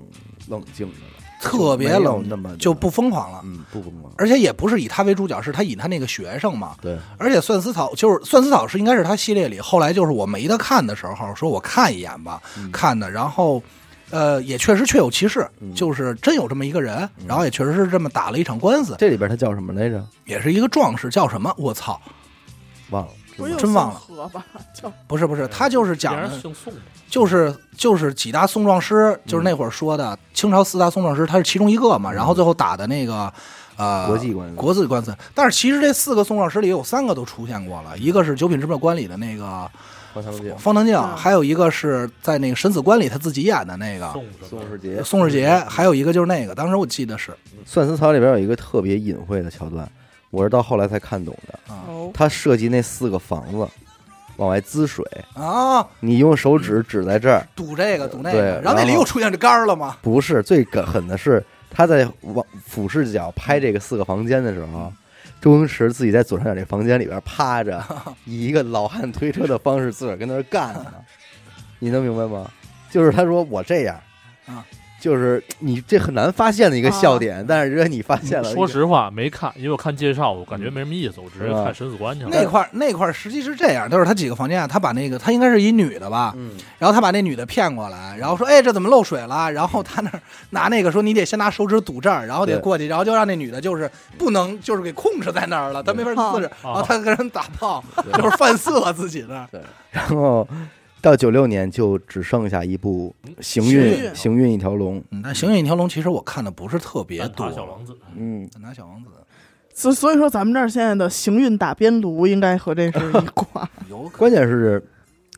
Speaker 1: 冷静的了，
Speaker 2: 特别
Speaker 1: 没有
Speaker 2: 冷，
Speaker 1: 那么
Speaker 2: 就不疯狂了。
Speaker 1: 嗯不疯狂，
Speaker 2: 而且也不是以他为主角，是他以他那个学生嘛。
Speaker 1: 对，
Speaker 2: 而且算丝草就是算丝草是应该是他系列里后来就是我没得看的时候，说我看一眼吧，看的，然后呃，也确实确有其事，
Speaker 1: 嗯
Speaker 2: 就是真有这么一个人，然后也确实是这么打了一场官司，
Speaker 1: 这里边他叫什么来着？
Speaker 2: 也是一个壮士，叫什么？我操，
Speaker 1: 忘了。
Speaker 3: 不用
Speaker 2: 真忘了啊
Speaker 3: 河吧？叫
Speaker 2: 不是不是，他就是讲
Speaker 4: 人
Speaker 2: 的
Speaker 4: 姓宋的，
Speaker 2: 就是就是几大宋壮师，就是那会儿说的清朝四大宋壮师，他是其中一个嘛。然后最后打的那个呃
Speaker 1: 嗯国际官司
Speaker 2: 国际官司，但是其实这四个宋壮师里有三个都出现过了，一个是九品芝麻官里的那个
Speaker 1: 方唐镜、
Speaker 2: 方唐镜，
Speaker 3: 嗯
Speaker 2: 还有一个是在那个审死官里他自己演的那个
Speaker 4: 宋什么
Speaker 1: 宋世杰，
Speaker 2: 宋世杰，还有一个就是那个，当时我记得是
Speaker 1: 算死草里边有一个特别隐晦的桥段，我是到后来才看懂的。
Speaker 3: 哦，
Speaker 1: 他设计那四个房子往外滋水，
Speaker 2: 啊，
Speaker 1: 你用手指指在这儿，
Speaker 2: 赌这个赌那
Speaker 1: 对
Speaker 2: 个，然后那里
Speaker 1: 然后
Speaker 2: 又出现这杆儿了吗？
Speaker 1: 不是最梗狠的是他在往俯视角拍这个四个房间的时候。
Speaker 2: 嗯
Speaker 1: 周星驰自己在左上角这房间里边趴着， 以一个老汉推车的方式自个儿跟那儿干 呢，你能明白吗？就是他说我这样，
Speaker 2: 啊，
Speaker 1: 就是你这很难发现的一个笑点，但是如果你发现
Speaker 2: 嗯
Speaker 1: 了，
Speaker 4: 嗯
Speaker 1: 嗯
Speaker 4: 说实话没看，因为我看介绍，我感觉没什么意思，我直接
Speaker 1: 是吧
Speaker 4: 看审死官去了。
Speaker 2: 那块儿那块儿实际是这样，就是他几个房间啊，他把那个他应该是一女的吧，
Speaker 1: 嗯，
Speaker 2: 然后他把那女的骗过来，然后说：“哎，这怎么漏水了？”然后他那儿拿那个说：“你得先拿手指堵这儿，然后得
Speaker 1: 对
Speaker 2: 过去，然后就让那女的就是不能就是给控制在那儿了，他没法
Speaker 3: 对
Speaker 2: 自制，然后
Speaker 4: 啊
Speaker 2: 他跟人打炮，
Speaker 1: 对
Speaker 2: 就是犯色自己那儿。
Speaker 1: 然后到九六年就只剩下一部《行
Speaker 3: 行
Speaker 1: 运
Speaker 3: 运
Speaker 1: 行运一条龙》，
Speaker 2: 嗯但《行运一条龙》其实我看的不是特别
Speaker 4: 蛋挞
Speaker 2: 多，
Speaker 4: 小王子，
Speaker 1: 嗯，
Speaker 2: 蛋挞小王子
Speaker 3: 所所以说咱们这儿现在的行运打边炉应该和这 是一挂，
Speaker 2: 有可
Speaker 1: 关键是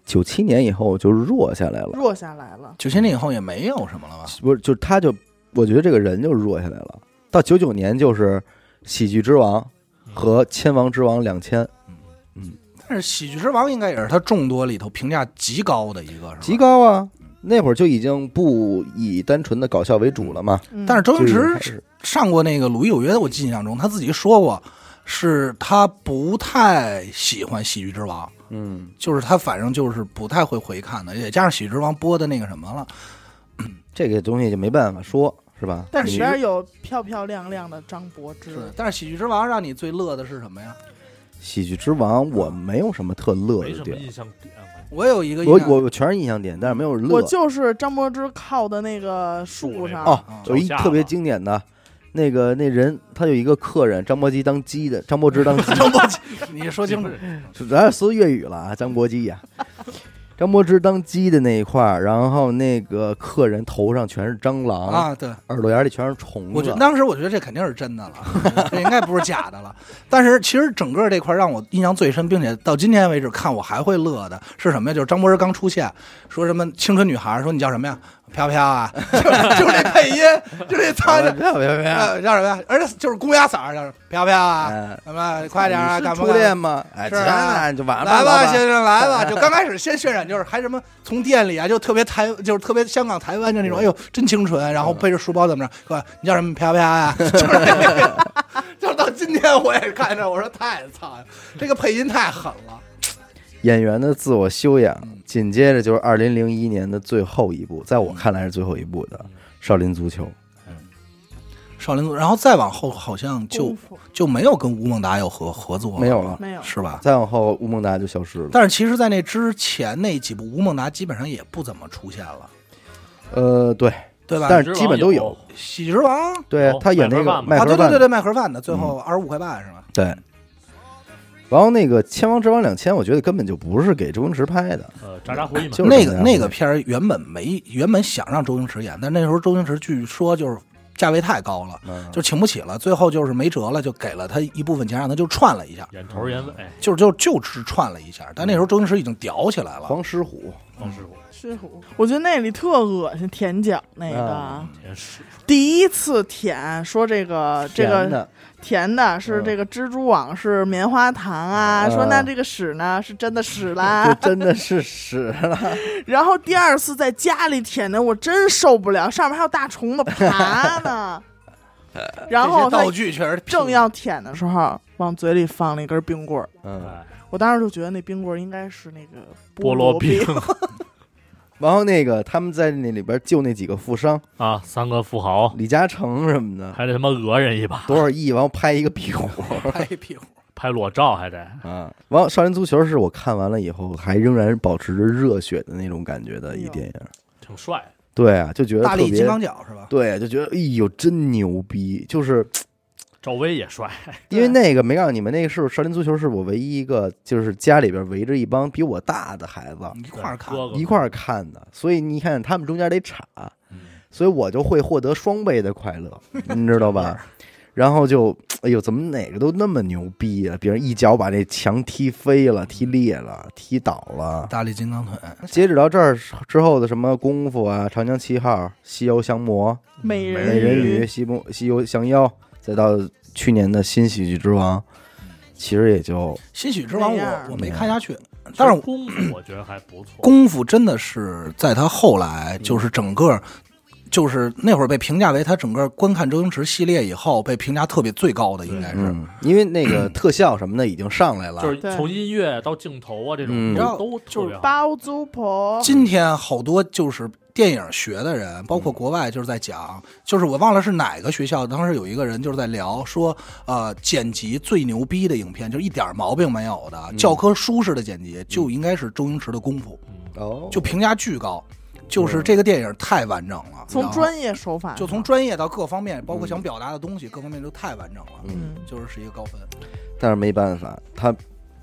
Speaker 1: 九七年以后就弱下来了，
Speaker 3: 弱下来了。
Speaker 2: 九七年以后也没有什么了吧？
Speaker 1: 不是就他就我觉得这个人就弱下来了。到九九年就是《喜剧之王》和《千王之王两千》，
Speaker 2: 但是《喜剧之王》应该也是他众多里头评价极高的一个，是吧？
Speaker 1: 极。高啊！那会儿就已经不以单纯的搞笑为主了嘛。
Speaker 3: 嗯
Speaker 2: 但是周星
Speaker 1: 就是
Speaker 2: 驰
Speaker 1: 开始
Speaker 2: 上过那个《鲁豫有约》，我印象中他自己说过，是他不太喜欢《喜剧之王》。
Speaker 1: 嗯，
Speaker 2: 就是他反正就是不太会回看的，也加上《喜剧之王》播的那个什么了，
Speaker 1: 这个东西就没办法说，是吧？
Speaker 3: 但是
Speaker 1: 你
Speaker 3: 里边有漂漂亮亮的张柏芝，
Speaker 2: 但是《喜剧之王》让你最乐的是什么呀？
Speaker 1: 喜剧之王我没有什么特乐
Speaker 4: 没
Speaker 1: 的
Speaker 4: 什么
Speaker 1: 点，
Speaker 4: 印象点。
Speaker 2: 我有一个印
Speaker 1: 我
Speaker 2: 象
Speaker 1: 我我全是印象点，但是没有乐。
Speaker 3: 我就是张柏芝靠的那个树上，
Speaker 1: 哦
Speaker 2: 啊，
Speaker 1: 有一
Speaker 4: 脚下
Speaker 1: 特别
Speaker 4: 吧
Speaker 1: 经典的，那个那人他有一个客人张伯基当鸡的，张柏芝当鸡，
Speaker 2: 张柏芝，你说清楚
Speaker 4: 不，是
Speaker 1: 咱说粤语了啊，张伯基呀、张柏芝当鸡的那一块儿，然后那个客人头上全是蟑螂，
Speaker 2: 啊？对，
Speaker 1: 耳朵眼里全是虫子，
Speaker 2: 我觉得当时我觉得这肯定是真的了， 这应该不是假的了。但是其实整个这块让我印象最深，并且到今天为止看我还会乐的是什么呀？就是张柏芝刚出现，说什么青春女孩，说你叫什么呀？飘 飘啊，就是就是这配音，就是这苍
Speaker 1: 别
Speaker 2: 蝇，
Speaker 1: 别别别，
Speaker 2: 呃，叫什么呀？而且就是公鸭嗓儿，叫什么飘飘啊，
Speaker 1: 哎
Speaker 2: 什么快点儿啊，
Speaker 1: 你
Speaker 2: 干
Speaker 1: 是
Speaker 2: 不
Speaker 1: 初
Speaker 2: 干嘛？
Speaker 1: 恋吗？哎，
Speaker 2: 是
Speaker 1: 天
Speaker 2: 啊
Speaker 1: 哪，就晚上
Speaker 2: 来吧，
Speaker 1: 吧，
Speaker 2: 先生，来吧！就刚开始先渲染，就是还什么从店里啊，就特别台，就是特别香港、台湾就那种，哎呦，真清纯。然后背着书包怎么着， 哥，你叫什么飘飘呀？就是那个，就是到今天我也看着，我说太操了，这个配音太狠了。
Speaker 1: 演员的自我修养
Speaker 2: 嗯。
Speaker 1: 紧接着就是二零零一年的最后一部，在我看来是最后一部的
Speaker 4: 嗯
Speaker 1: 《少林足球》。
Speaker 2: 少林足，然后再往后好像就
Speaker 3: 功夫
Speaker 2: 就没有跟吴孟达有合合作，
Speaker 1: 哦没有了，
Speaker 3: 没有，
Speaker 2: 是吧？
Speaker 1: 再往后吴孟达就消失了。
Speaker 2: 但是其实，在那之前那几部，吴孟达基本上也不怎么出现了，
Speaker 1: 呃，对，
Speaker 2: 对吧？
Speaker 1: 但是基本都有。
Speaker 2: 喜剧之王
Speaker 1: 对
Speaker 4: 哦
Speaker 1: 他演那
Speaker 4: 麦盒
Speaker 1: 个
Speaker 4: 饭嘛
Speaker 1: 麦
Speaker 2: 啊，
Speaker 1: 盒
Speaker 2: 对
Speaker 1: 饭嗯
Speaker 2: 对对对，卖盒饭的，最后二十五块半是吧？
Speaker 1: 对然后那个《千王之王两千》，我觉得根本就不是给周星驰拍的，
Speaker 4: 呃，渣渣回忆嘛
Speaker 1: 就，是
Speaker 2: 那
Speaker 1: 这
Speaker 2: 个
Speaker 1: 样
Speaker 2: 那
Speaker 1: 的
Speaker 2: 个片儿原本没原本想让周星驰演，但那时候周星驰据说就是价位太高了，
Speaker 1: 嗯
Speaker 2: 就请不起了，最后就是没辙了，就给了他一部分钱，让他就串了一下，
Speaker 4: 眼头眼尾，
Speaker 1: 嗯
Speaker 2: 就就就只串了一下。但那时候周星驰已经屌起来了，
Speaker 1: 黄狮虎，
Speaker 4: 方师傅，
Speaker 3: 是虎，我觉得那里特恶心，舔脚那个
Speaker 1: 啊，
Speaker 4: 也是
Speaker 3: 第一次舔，说这个啊这
Speaker 1: 甜
Speaker 3: 个
Speaker 1: 的
Speaker 3: 甜的是这个蜘蛛网是棉花糖啊，
Speaker 1: 嗯
Speaker 3: 说那这个屎呢是真的屎
Speaker 1: 就
Speaker 3: 啦，
Speaker 1: 真的是屎了，
Speaker 3: 然后第二次在家里舔的，我真受不了，上面还有大虫子爬呢。然
Speaker 2: 这
Speaker 3: 后
Speaker 2: 些
Speaker 3: 他
Speaker 2: 道具确实
Speaker 3: 正 要舔的时候，往嘴里放了一根冰棍儿。
Speaker 1: 嗯。
Speaker 4: 哎
Speaker 3: 我当时就觉得那冰棍儿应该是那个
Speaker 4: 菠
Speaker 3: 萝
Speaker 4: 萝冰
Speaker 1: 然后那个他们在那里边救那几个富商，
Speaker 4: 啊，三个富豪，
Speaker 1: 李嘉诚什么的，
Speaker 4: 还得他妈讹人一把，
Speaker 1: 多少亿，然后拍一个屁股
Speaker 2: 拍一屁股。
Speaker 4: 拍裸照还得，
Speaker 1: 啊。然后《少林足球》是我看完了以后还仍然保持着热血的那种感觉的一电影，
Speaker 4: 挺帅，
Speaker 1: 对啊，就觉得
Speaker 2: 哎大
Speaker 1: 特
Speaker 2: 力
Speaker 1: 别
Speaker 2: 金，刚脚是吧？
Speaker 1: 对，就觉得哎呦真牛逼，就是
Speaker 4: 赵薇也帅，
Speaker 1: 因为那个没告诉你们，那个是少林足球，是我唯一一个就是家里边围着一帮比我大的孩子
Speaker 2: 一块儿看，
Speaker 4: 哥哥
Speaker 1: 一块儿看的，所以你看他们中间得岔，
Speaker 4: 嗯
Speaker 1: 所以我就会获得双倍的快乐，你知道吧？ 然后就哎呦，怎么哪个都那么牛逼啊？别人一脚把那墙踢飞了、踢裂了、踢倒了。
Speaker 2: 大力金刚腿，
Speaker 1: 截止到这儿之后的什么功夫啊，《长江七号》《西游降魔》
Speaker 3: 美
Speaker 1: 《
Speaker 3: 人
Speaker 1: 美
Speaker 4: 嗯
Speaker 1: 人鱼》《西游西游降妖》，再到去年的新喜剧之王，其实也就
Speaker 2: 新喜剧之王
Speaker 3: 那样
Speaker 2: 我我没看下去，但
Speaker 4: 但
Speaker 2: 是
Speaker 4: 是
Speaker 2: 我
Speaker 4: 功夫我觉得还不错，
Speaker 2: 功夫真的是在他后来就是整个。就是那会儿被评价为他整个观看周星驰系列以后被评价特别最高的，应该是。
Speaker 1: 嗯，因为那个特效什么的已经上来了，
Speaker 4: 就是
Speaker 3: 对
Speaker 4: 从音乐到镜头啊这
Speaker 1: 啊
Speaker 4: 种
Speaker 1: 嗯
Speaker 2: 你知道
Speaker 4: 都都特
Speaker 3: 就
Speaker 4: 别
Speaker 3: 是
Speaker 4: 好
Speaker 3: 包租婆，
Speaker 2: 今天好多就是电影学的人，包括国外，就是在讲，就是我忘了是哪个学校，当时有一个人就是在聊说，呃，剪辑最牛逼的影片，就一点毛病没有的
Speaker 1: 嗯
Speaker 2: 教科书式的剪辑，就应该是周星驰的《功夫
Speaker 4: 嗯
Speaker 1: 哦》，
Speaker 2: 就评价巨高，就是这个电影太完整了，
Speaker 4: 啊
Speaker 3: 从
Speaker 2: 然后
Speaker 3: 专业手法，
Speaker 2: 就从专业到各方面，包括想表达的东西，各方面都太完整了，
Speaker 1: 嗯，
Speaker 3: 嗯，
Speaker 2: 就是是一个高分。
Speaker 1: 但是没办法，它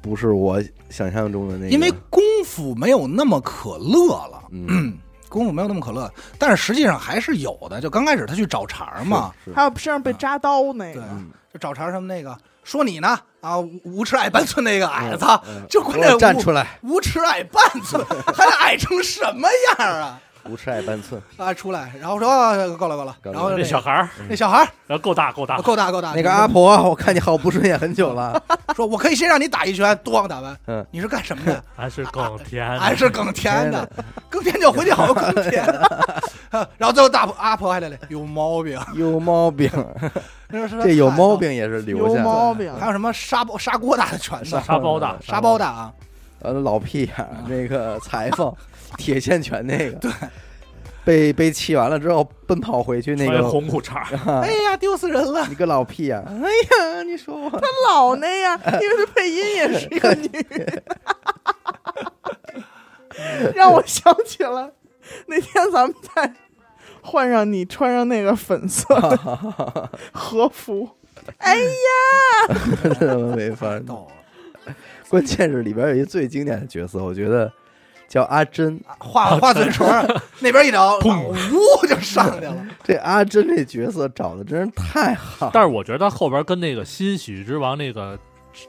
Speaker 1: 不是我想象中的那个，
Speaker 2: 因为功夫没有那么可乐了，
Speaker 1: 嗯
Speaker 2: 功夫没有那么可乐，但是实际上还是有的。就刚开始他去找茬儿嘛，
Speaker 1: 是，是
Speaker 3: 还有身上被扎刀那
Speaker 2: 对
Speaker 3: 个，
Speaker 1: 嗯
Speaker 2: 啊，就找茬儿什么那个说你呢啊，无无耻矮半寸那个，哎操，就关
Speaker 1: 嗯我
Speaker 2: 键
Speaker 1: 站
Speaker 2: 无
Speaker 1: 出来，
Speaker 2: 无耻矮半寸，还矮成什么样啊？
Speaker 1: 无耻矮半寸，
Speaker 2: 啊，出来，然后说啊够了够了，
Speaker 1: 够了
Speaker 2: 然后
Speaker 4: 那
Speaker 2: 那
Speaker 4: 小孩儿，
Speaker 1: 嗯
Speaker 2: 那小孩儿
Speaker 4: 然后够大
Speaker 1: 啊
Speaker 4: 够大，
Speaker 2: 够大够大，
Speaker 1: 那个阿婆，我看你好不顺眼很久了，
Speaker 2: 说，我可以先让你打一拳，咣打完，
Speaker 1: 嗯
Speaker 2: 你是干什么的？
Speaker 4: 还是
Speaker 1: 啊
Speaker 4: 更甜的，
Speaker 2: 俺是耕田的，耕田就回去好好耕 田。然后最后大婆阿婆还得嘞，有毛病，
Speaker 1: 有毛病，
Speaker 2: 那是
Speaker 1: 这有毛。病也是留
Speaker 3: 有
Speaker 1: 下的，
Speaker 3: 毛病
Speaker 2: 还有什么沙包砂锅大的拳头，
Speaker 4: 沙包
Speaker 1: 嗯
Speaker 4: 大
Speaker 2: 沙包大啊，
Speaker 1: 呃，老屁眼、儿，那个裁缝，铁线拳那个，对，被被气完了之后奔跑回去那
Speaker 4: 穿
Speaker 1: 个，
Speaker 4: 红裤衩，
Speaker 1: 嗯
Speaker 2: 哎呀，丢死人了！
Speaker 1: 你个老屁眼、儿，哎呀，你说我
Speaker 3: 他老那样， 因为他配音也是一个女， 让我想起了那天咱们在换上你穿上那个粉 色的和服，哎呀，
Speaker 1: 真他妈 没法弄。
Speaker 2: 逗了
Speaker 1: 关键是里边有一最经典的角色，我觉得叫阿珍。
Speaker 2: 啊画画嘴唇 儿，那边一挠，呜就上去了。
Speaker 1: 这阿珍这角色找的真是太好，
Speaker 4: 但是我觉得他后边跟那个新喜剧之王那个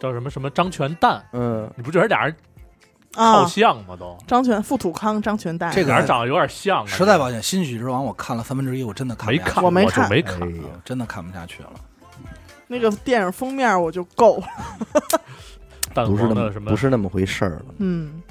Speaker 4: 叫什么什么张全蛋，
Speaker 1: 嗯，
Speaker 4: 你不觉得俩人好
Speaker 3: 啊，
Speaker 4: 像吗？都
Speaker 3: 张全富土康，张全蛋，
Speaker 2: 这个
Speaker 4: 俩人长得有点像啊，
Speaker 2: 实在抱歉，《新喜剧之王》我看了三分之一，我真的看不
Speaker 4: 没
Speaker 2: 下去
Speaker 4: 看，
Speaker 3: 我没
Speaker 4: 就
Speaker 3: 看
Speaker 4: 没
Speaker 1: 哎
Speaker 4: 看。
Speaker 1: 呀，
Speaker 2: 嗯真的看不下去了。
Speaker 3: 那个电影封面我就够了，
Speaker 4: 蛋
Speaker 1: 不是
Speaker 4: 黄
Speaker 1: 那
Speaker 4: 的
Speaker 1: 么
Speaker 4: 什么
Speaker 1: 不是那么回事儿了，
Speaker 3: 嗯。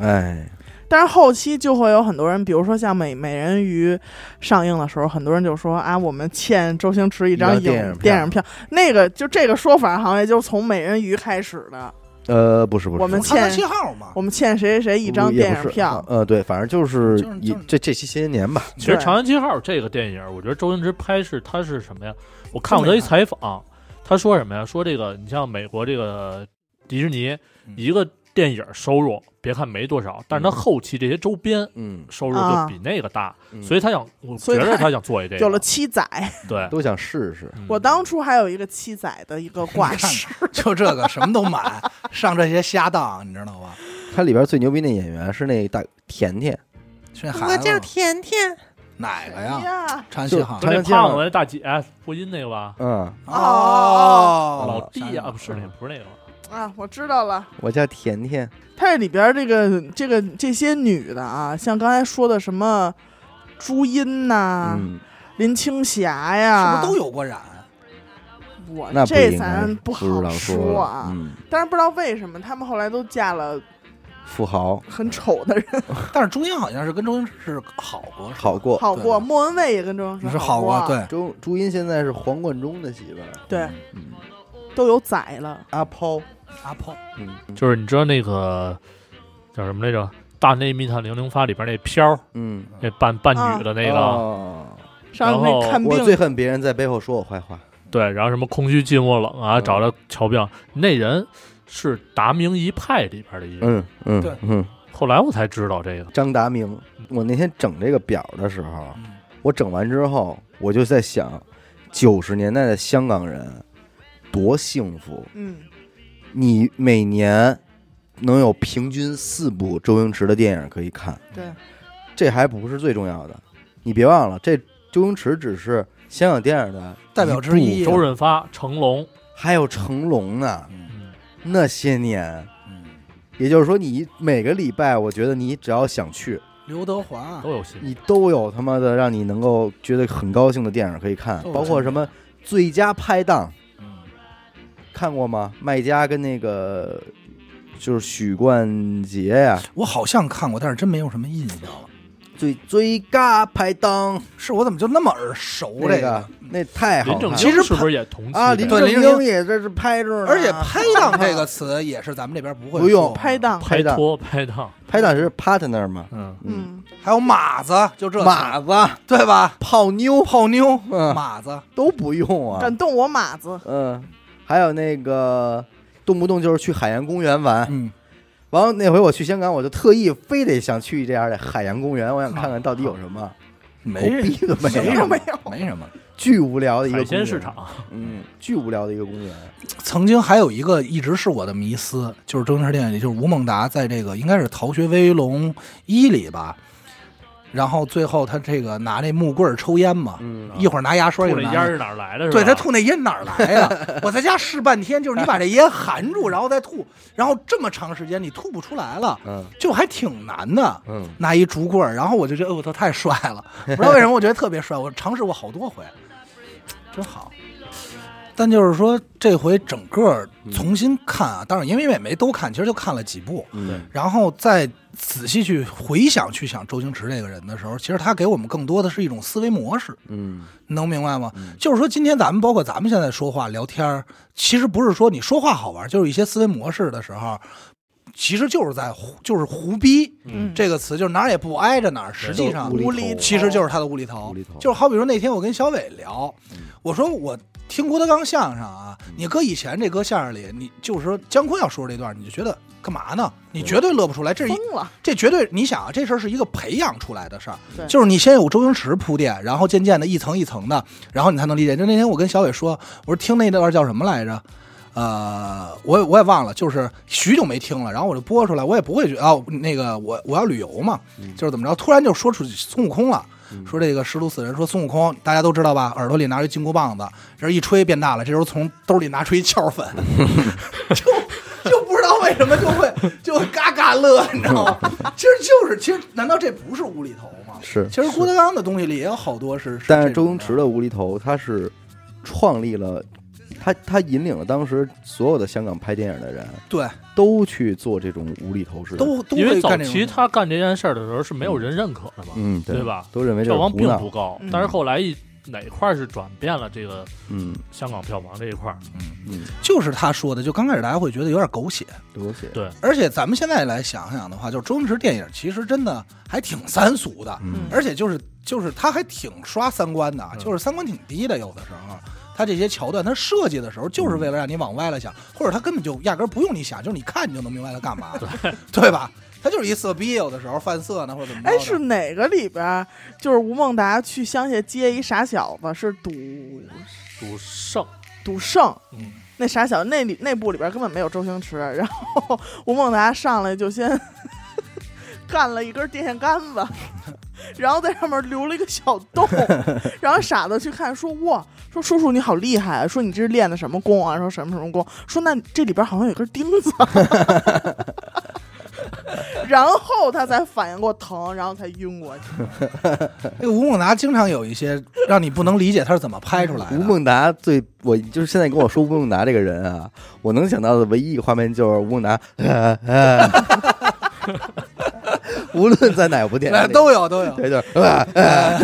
Speaker 1: 哎，
Speaker 3: 但是后期就会有很多人，比如说像美《美人鱼》上映的时候，很多人就说啊，我们欠周星驰一
Speaker 1: 一
Speaker 3: 张
Speaker 1: 张
Speaker 3: 影
Speaker 1: 电影票
Speaker 3: 电影票。那个就这个说法，好像也就是从《美人鱼》开始的。
Speaker 1: 呃，不是不是，
Speaker 3: 我们
Speaker 2: 我看了
Speaker 3: 欠
Speaker 2: 七号嘛，
Speaker 3: 我们欠谁谁谁一张
Speaker 1: 不也
Speaker 3: 电
Speaker 1: 不
Speaker 3: 影
Speaker 1: 是
Speaker 3: 票，
Speaker 1: 呃，对，反正就是
Speaker 2: 就是
Speaker 1: 以
Speaker 2: 就是
Speaker 1: 这这些些年吧，
Speaker 4: 其实《
Speaker 3: 对
Speaker 4: 长安七号》这个电影，我觉得周星驰拍是他是什么呀？我看过
Speaker 2: 真
Speaker 4: 他
Speaker 2: 没
Speaker 1: 啊
Speaker 4: 一采访，他说什么呀？说这个你像美国这个迪士尼
Speaker 2: 嗯
Speaker 4: 一个电影收入，别看没多少，但是他后期这些周边
Speaker 1: 嗯，
Speaker 4: 收入就比那个大，
Speaker 1: 嗯
Speaker 4: 所以他想，我觉
Speaker 3: 啊所以
Speaker 4: 得
Speaker 3: 他
Speaker 4: 他想做一这个，
Speaker 3: 有了七仔。
Speaker 4: 对。
Speaker 1: 都想试试，
Speaker 4: 嗯
Speaker 3: 我当初还有一个七仔的一个挂
Speaker 2: 你看
Speaker 3: 饰，
Speaker 2: 就这个什么都买，上这些瞎当，你知道 吧？
Speaker 1: 它里边最牛逼那演员是那大甜甜，
Speaker 2: 这孩
Speaker 3: 我
Speaker 2: 子
Speaker 3: 叫甜甜
Speaker 2: 哪
Speaker 1: 哎
Speaker 2: 个呀？
Speaker 3: 呀，
Speaker 2: 长安七号
Speaker 1: 就
Speaker 4: 就那胖子那大姐播音那个吧，
Speaker 1: 嗯，
Speaker 2: 哦
Speaker 1: 哦
Speaker 3: 哦
Speaker 4: 老弟呀，啊不是那个
Speaker 1: 嗯
Speaker 4: 不是那个吧，
Speaker 3: 啊，我知道了。
Speaker 1: 我叫甜甜，
Speaker 3: 它这里边儿这个这个这些女的啊，像刚才说的什么朱茵呐、
Speaker 1: 嗯，
Speaker 3: 林青霞
Speaker 2: 是不
Speaker 3: 呀，
Speaker 2: 是都有过染？
Speaker 3: 我
Speaker 1: 那不
Speaker 3: 啊
Speaker 1: 应
Speaker 3: 这
Speaker 1: 该
Speaker 3: 咱
Speaker 1: 不
Speaker 3: 好
Speaker 1: 知道
Speaker 3: 说
Speaker 1: 了
Speaker 3: 啊。
Speaker 1: 嗯，
Speaker 3: 但是不知道为什么他们后来都嫁了
Speaker 1: 富豪
Speaker 3: 很丑的人，
Speaker 2: 但是朱茵好像是跟周星驰好过，是吧
Speaker 1: 好过，
Speaker 3: 好过
Speaker 2: 对
Speaker 3: 莫文蔚也跟周
Speaker 2: 你
Speaker 3: 星
Speaker 2: 是
Speaker 3: 驰
Speaker 2: 好
Speaker 3: 过
Speaker 2: 过
Speaker 3: 啊，
Speaker 2: 对。
Speaker 1: 周朱茵现在是黄贯中的媳妇儿，
Speaker 3: 对，
Speaker 1: 嗯，
Speaker 3: 都有仔了。
Speaker 1: 阿抛，
Speaker 2: 阿炮
Speaker 1: 嗯，
Speaker 4: 就是你知道那个叫什么来着，《大内密探零零发》里边那飘儿
Speaker 1: 嗯，
Speaker 4: 那扮扮女的那个，
Speaker 1: 哦
Speaker 3: 上
Speaker 4: 然
Speaker 3: 次那
Speaker 4: 后
Speaker 3: 看
Speaker 1: 我
Speaker 3: 病
Speaker 1: 最恨别人在背后说我坏话，
Speaker 4: 对，然后什么空虚寂寞冷啊，
Speaker 1: 嗯
Speaker 4: 找着乔病那人是达明一派里边的一人，
Speaker 1: 嗯嗯
Speaker 2: 对
Speaker 1: 嗯，
Speaker 4: 后来我才知道这个，
Speaker 1: 张达明。我那天整这个表的时候，
Speaker 4: 嗯
Speaker 1: 我整完之后，我就在想，九十年代的香港人多幸福，
Speaker 3: 嗯，
Speaker 1: 你每年能有平均四部周星驰的电影可以看，
Speaker 3: 对，
Speaker 1: 这还不是最重要的。你别忘了，这周星驰只是香港电影的
Speaker 2: 代表之一啊
Speaker 1: 一
Speaker 4: 周
Speaker 1: 部，
Speaker 4: 润发、成龙，
Speaker 1: 还有成龙呢。
Speaker 4: 嗯
Speaker 1: 那些年，
Speaker 2: 嗯，
Speaker 1: 也就是说，你每个礼拜，我觉得你只要想去，
Speaker 2: 刘德华
Speaker 4: 嗯
Speaker 2: 啊
Speaker 4: 都有戏。
Speaker 1: 你都有他妈的让你能够觉得很高兴的电影可以看，
Speaker 2: 都有
Speaker 1: 包括什么《最佳拍档
Speaker 2: 嗯》，
Speaker 1: 看过吗？麦家跟那个就是许冠杰呀、
Speaker 2: 我好像看过，但是真没有什么印象了。
Speaker 1: 最最佳拍档
Speaker 2: 是我怎么就那么耳熟
Speaker 1: 那
Speaker 2: 这
Speaker 1: 个？那太
Speaker 4: 林
Speaker 1: 好看
Speaker 4: 正
Speaker 1: 了
Speaker 4: 英
Speaker 2: 其实
Speaker 4: 是不是也同期
Speaker 1: 啊！
Speaker 4: 的
Speaker 1: 林
Speaker 4: 呀
Speaker 2: 对
Speaker 1: 正
Speaker 2: 林正
Speaker 1: 英也这是拍着呢，
Speaker 2: 而且“拍 档”这个词也是咱们这边啊不会
Speaker 1: 不用
Speaker 2: 说
Speaker 3: 拍，档，
Speaker 1: 拍
Speaker 4: 拍
Speaker 1: 档
Speaker 4: 拖拍档？
Speaker 1: 拍档是 partner 嘛，
Speaker 4: 嗯，
Speaker 1: 嗯，
Speaker 3: 嗯，
Speaker 2: 还有马子，就这词
Speaker 1: 马子
Speaker 2: 对吧？
Speaker 1: 泡妞
Speaker 2: 泡妞，
Speaker 1: 嗯
Speaker 2: 马子，
Speaker 1: 都不用啊，
Speaker 3: 敢动我马子，
Speaker 1: 嗯，还有那个动不动就是去海洋公园玩，
Speaker 2: 嗯，
Speaker 1: 完了那回我去香港，我就特意非得想去这样的海洋公园，我想看看到底有什
Speaker 2: 啊
Speaker 1: 么，
Speaker 2: 没
Speaker 1: 狗
Speaker 2: 人
Speaker 1: 逼都
Speaker 2: 没
Speaker 1: 没
Speaker 2: 什
Speaker 1: 有，
Speaker 2: 么
Speaker 3: 没有
Speaker 2: 没什么。
Speaker 1: 巨无聊 的一个
Speaker 4: 海
Speaker 1: 公园
Speaker 4: 鲜市，场，
Speaker 1: 嗯，巨无聊的一个公园，
Speaker 2: 曾经还有一个一直是我的迷思，就是周星驰电影里，就是吴孟达在这个应该是《逃学威龙一》里吧，然后最后他这个拿那木棍儿抽烟嘛，
Speaker 1: 嗯
Speaker 2: 一会儿拿牙刷
Speaker 4: 吐
Speaker 2: 一会
Speaker 4: 这
Speaker 2: 儿拿
Speaker 4: 烟儿是哪儿来的？是吧
Speaker 2: 对他吐那烟哪儿来呀、我在家试半天，就是你把这烟含住，然后再吐，然后这么长时间你吐不出来了，
Speaker 1: 嗯
Speaker 2: 就还挺难的。
Speaker 1: 嗯，
Speaker 2: 拿一竹棍儿，然后我就觉得，哎我操，太帅了！不知道为什么，我觉得特别帅。我尝试过好多回，真好。但就是说，这回整个重新看啊，当然因为也没都看，其实就看了几部。
Speaker 1: 嗯
Speaker 2: 然后再仔细去回想、去想周星驰这个人的时候，其实他给我们更多的是一种思维模式。
Speaker 1: 嗯
Speaker 2: 你能明白吗？就是说，今天咱们包括咱们现在说话聊天儿，其实不是说你说话好玩，就是一些思维模式的时候，其实就是在胡就是胡逼
Speaker 3: 嗯，
Speaker 2: 这个词，就是哪儿也不挨着哪儿，实际上
Speaker 1: 无
Speaker 3: 无
Speaker 1: 厘
Speaker 3: 厘
Speaker 1: 头啊
Speaker 2: 其实就是他的无厘头
Speaker 1: 无厘头。
Speaker 2: 就是好比说那天我跟小伟聊
Speaker 1: 嗯，
Speaker 2: 我说我听郭德纲相声啊，你搁以前这搁相声里，你就是说姜昆要说这段，你就觉得干嘛呢？你绝对乐不出来，这是一
Speaker 3: 疯了，
Speaker 2: 这绝对，你想啊，这事儿是一个培养出来的事儿
Speaker 3: 对，
Speaker 2: 就是你先有周星驰铺垫，然后渐渐的一层一层的，然后你才能理解。就那天我跟小伟说，我说听那段叫什么来着？呃，我也我也忘了，就是许久没听了，然后我就播出来，我也不会觉得哦，那个我我要旅游嘛，就是怎么着，突然就说出孙悟空了，说这个师徒四人说孙悟空，大家都知道吧，耳朵里拿着金箍棒子，这一吹变大了，这时候从兜里拿出一壳粉，就就不知道为什么就会就会嘎嘎乐，你知道吗？ 其实就是，其实难道这不是无厘头吗？
Speaker 1: 是，
Speaker 2: 其实郭德纲的东西里也有好多是，
Speaker 1: 但是
Speaker 2: 这
Speaker 1: 周
Speaker 2: 种
Speaker 1: 星驰的无厘头，他是创立了，他他引领了当时所有的香港拍电影的人
Speaker 2: 对
Speaker 1: 都去做这种无厘头式的，
Speaker 2: 都都
Speaker 4: 因为
Speaker 2: 会
Speaker 4: 早
Speaker 2: 干这种
Speaker 4: 期他干这件事儿的时候是没有人认可的嘛，
Speaker 1: 嗯对
Speaker 4: 对吧？
Speaker 1: 都认为这
Speaker 4: 票
Speaker 1: 是
Speaker 4: 房
Speaker 1: 胡
Speaker 4: 并
Speaker 1: 闹
Speaker 4: 不，高
Speaker 3: 嗯，
Speaker 4: 但是后来一哪块儿是转变了这个
Speaker 1: 嗯
Speaker 4: 香港票房这一块儿？
Speaker 1: 嗯，
Speaker 2: 就是他说的，就刚开始大家会觉得有点狗血，
Speaker 1: 多谢，
Speaker 4: 对，
Speaker 2: 而且咱们现在来想想的话，就是周星驰电影其实真的还挺三俗的，
Speaker 1: 嗯
Speaker 2: 而且就是就是他还挺刷三观的，啊
Speaker 4: 嗯
Speaker 2: 就是三观挺低的，有的时候。啊他这些桥段，他设计的时候就是为了让你往歪了想，或者他根本就压根儿不用你想，就是你看你就能明白他干嘛， 对吧？他就是一色逼，有的时候犯色呢，或者怎么着的。
Speaker 3: 哎，是哪个里边儿？就是吴孟达去乡下接一傻小子，是赌
Speaker 4: 赌圣，
Speaker 3: 赌圣。
Speaker 4: 嗯，
Speaker 3: 那傻小那里那部里边根本没有周星驰，然后吴孟达上来就先 干了一根电线杆 子，然后在上面留了一个小洞，然后傻子去看说哇，说叔叔你好厉害，啊说你这是练的什么功啊？说什么什么功？说那这里边好像有根钉子， 然后他才反应过疼，然后才晕过去。
Speaker 2: 那个吴孟达经常有一些让你不能理解他是怎么拍出来的。
Speaker 1: 吴孟达最我就是现在跟我说吴孟达这个人啊，我能想到的唯一一个画面就是吴孟达，呃呃、 无论在哪部电影
Speaker 2: 哎
Speaker 1: 里
Speaker 2: 都 有都有，
Speaker 1: 对对，呃呃、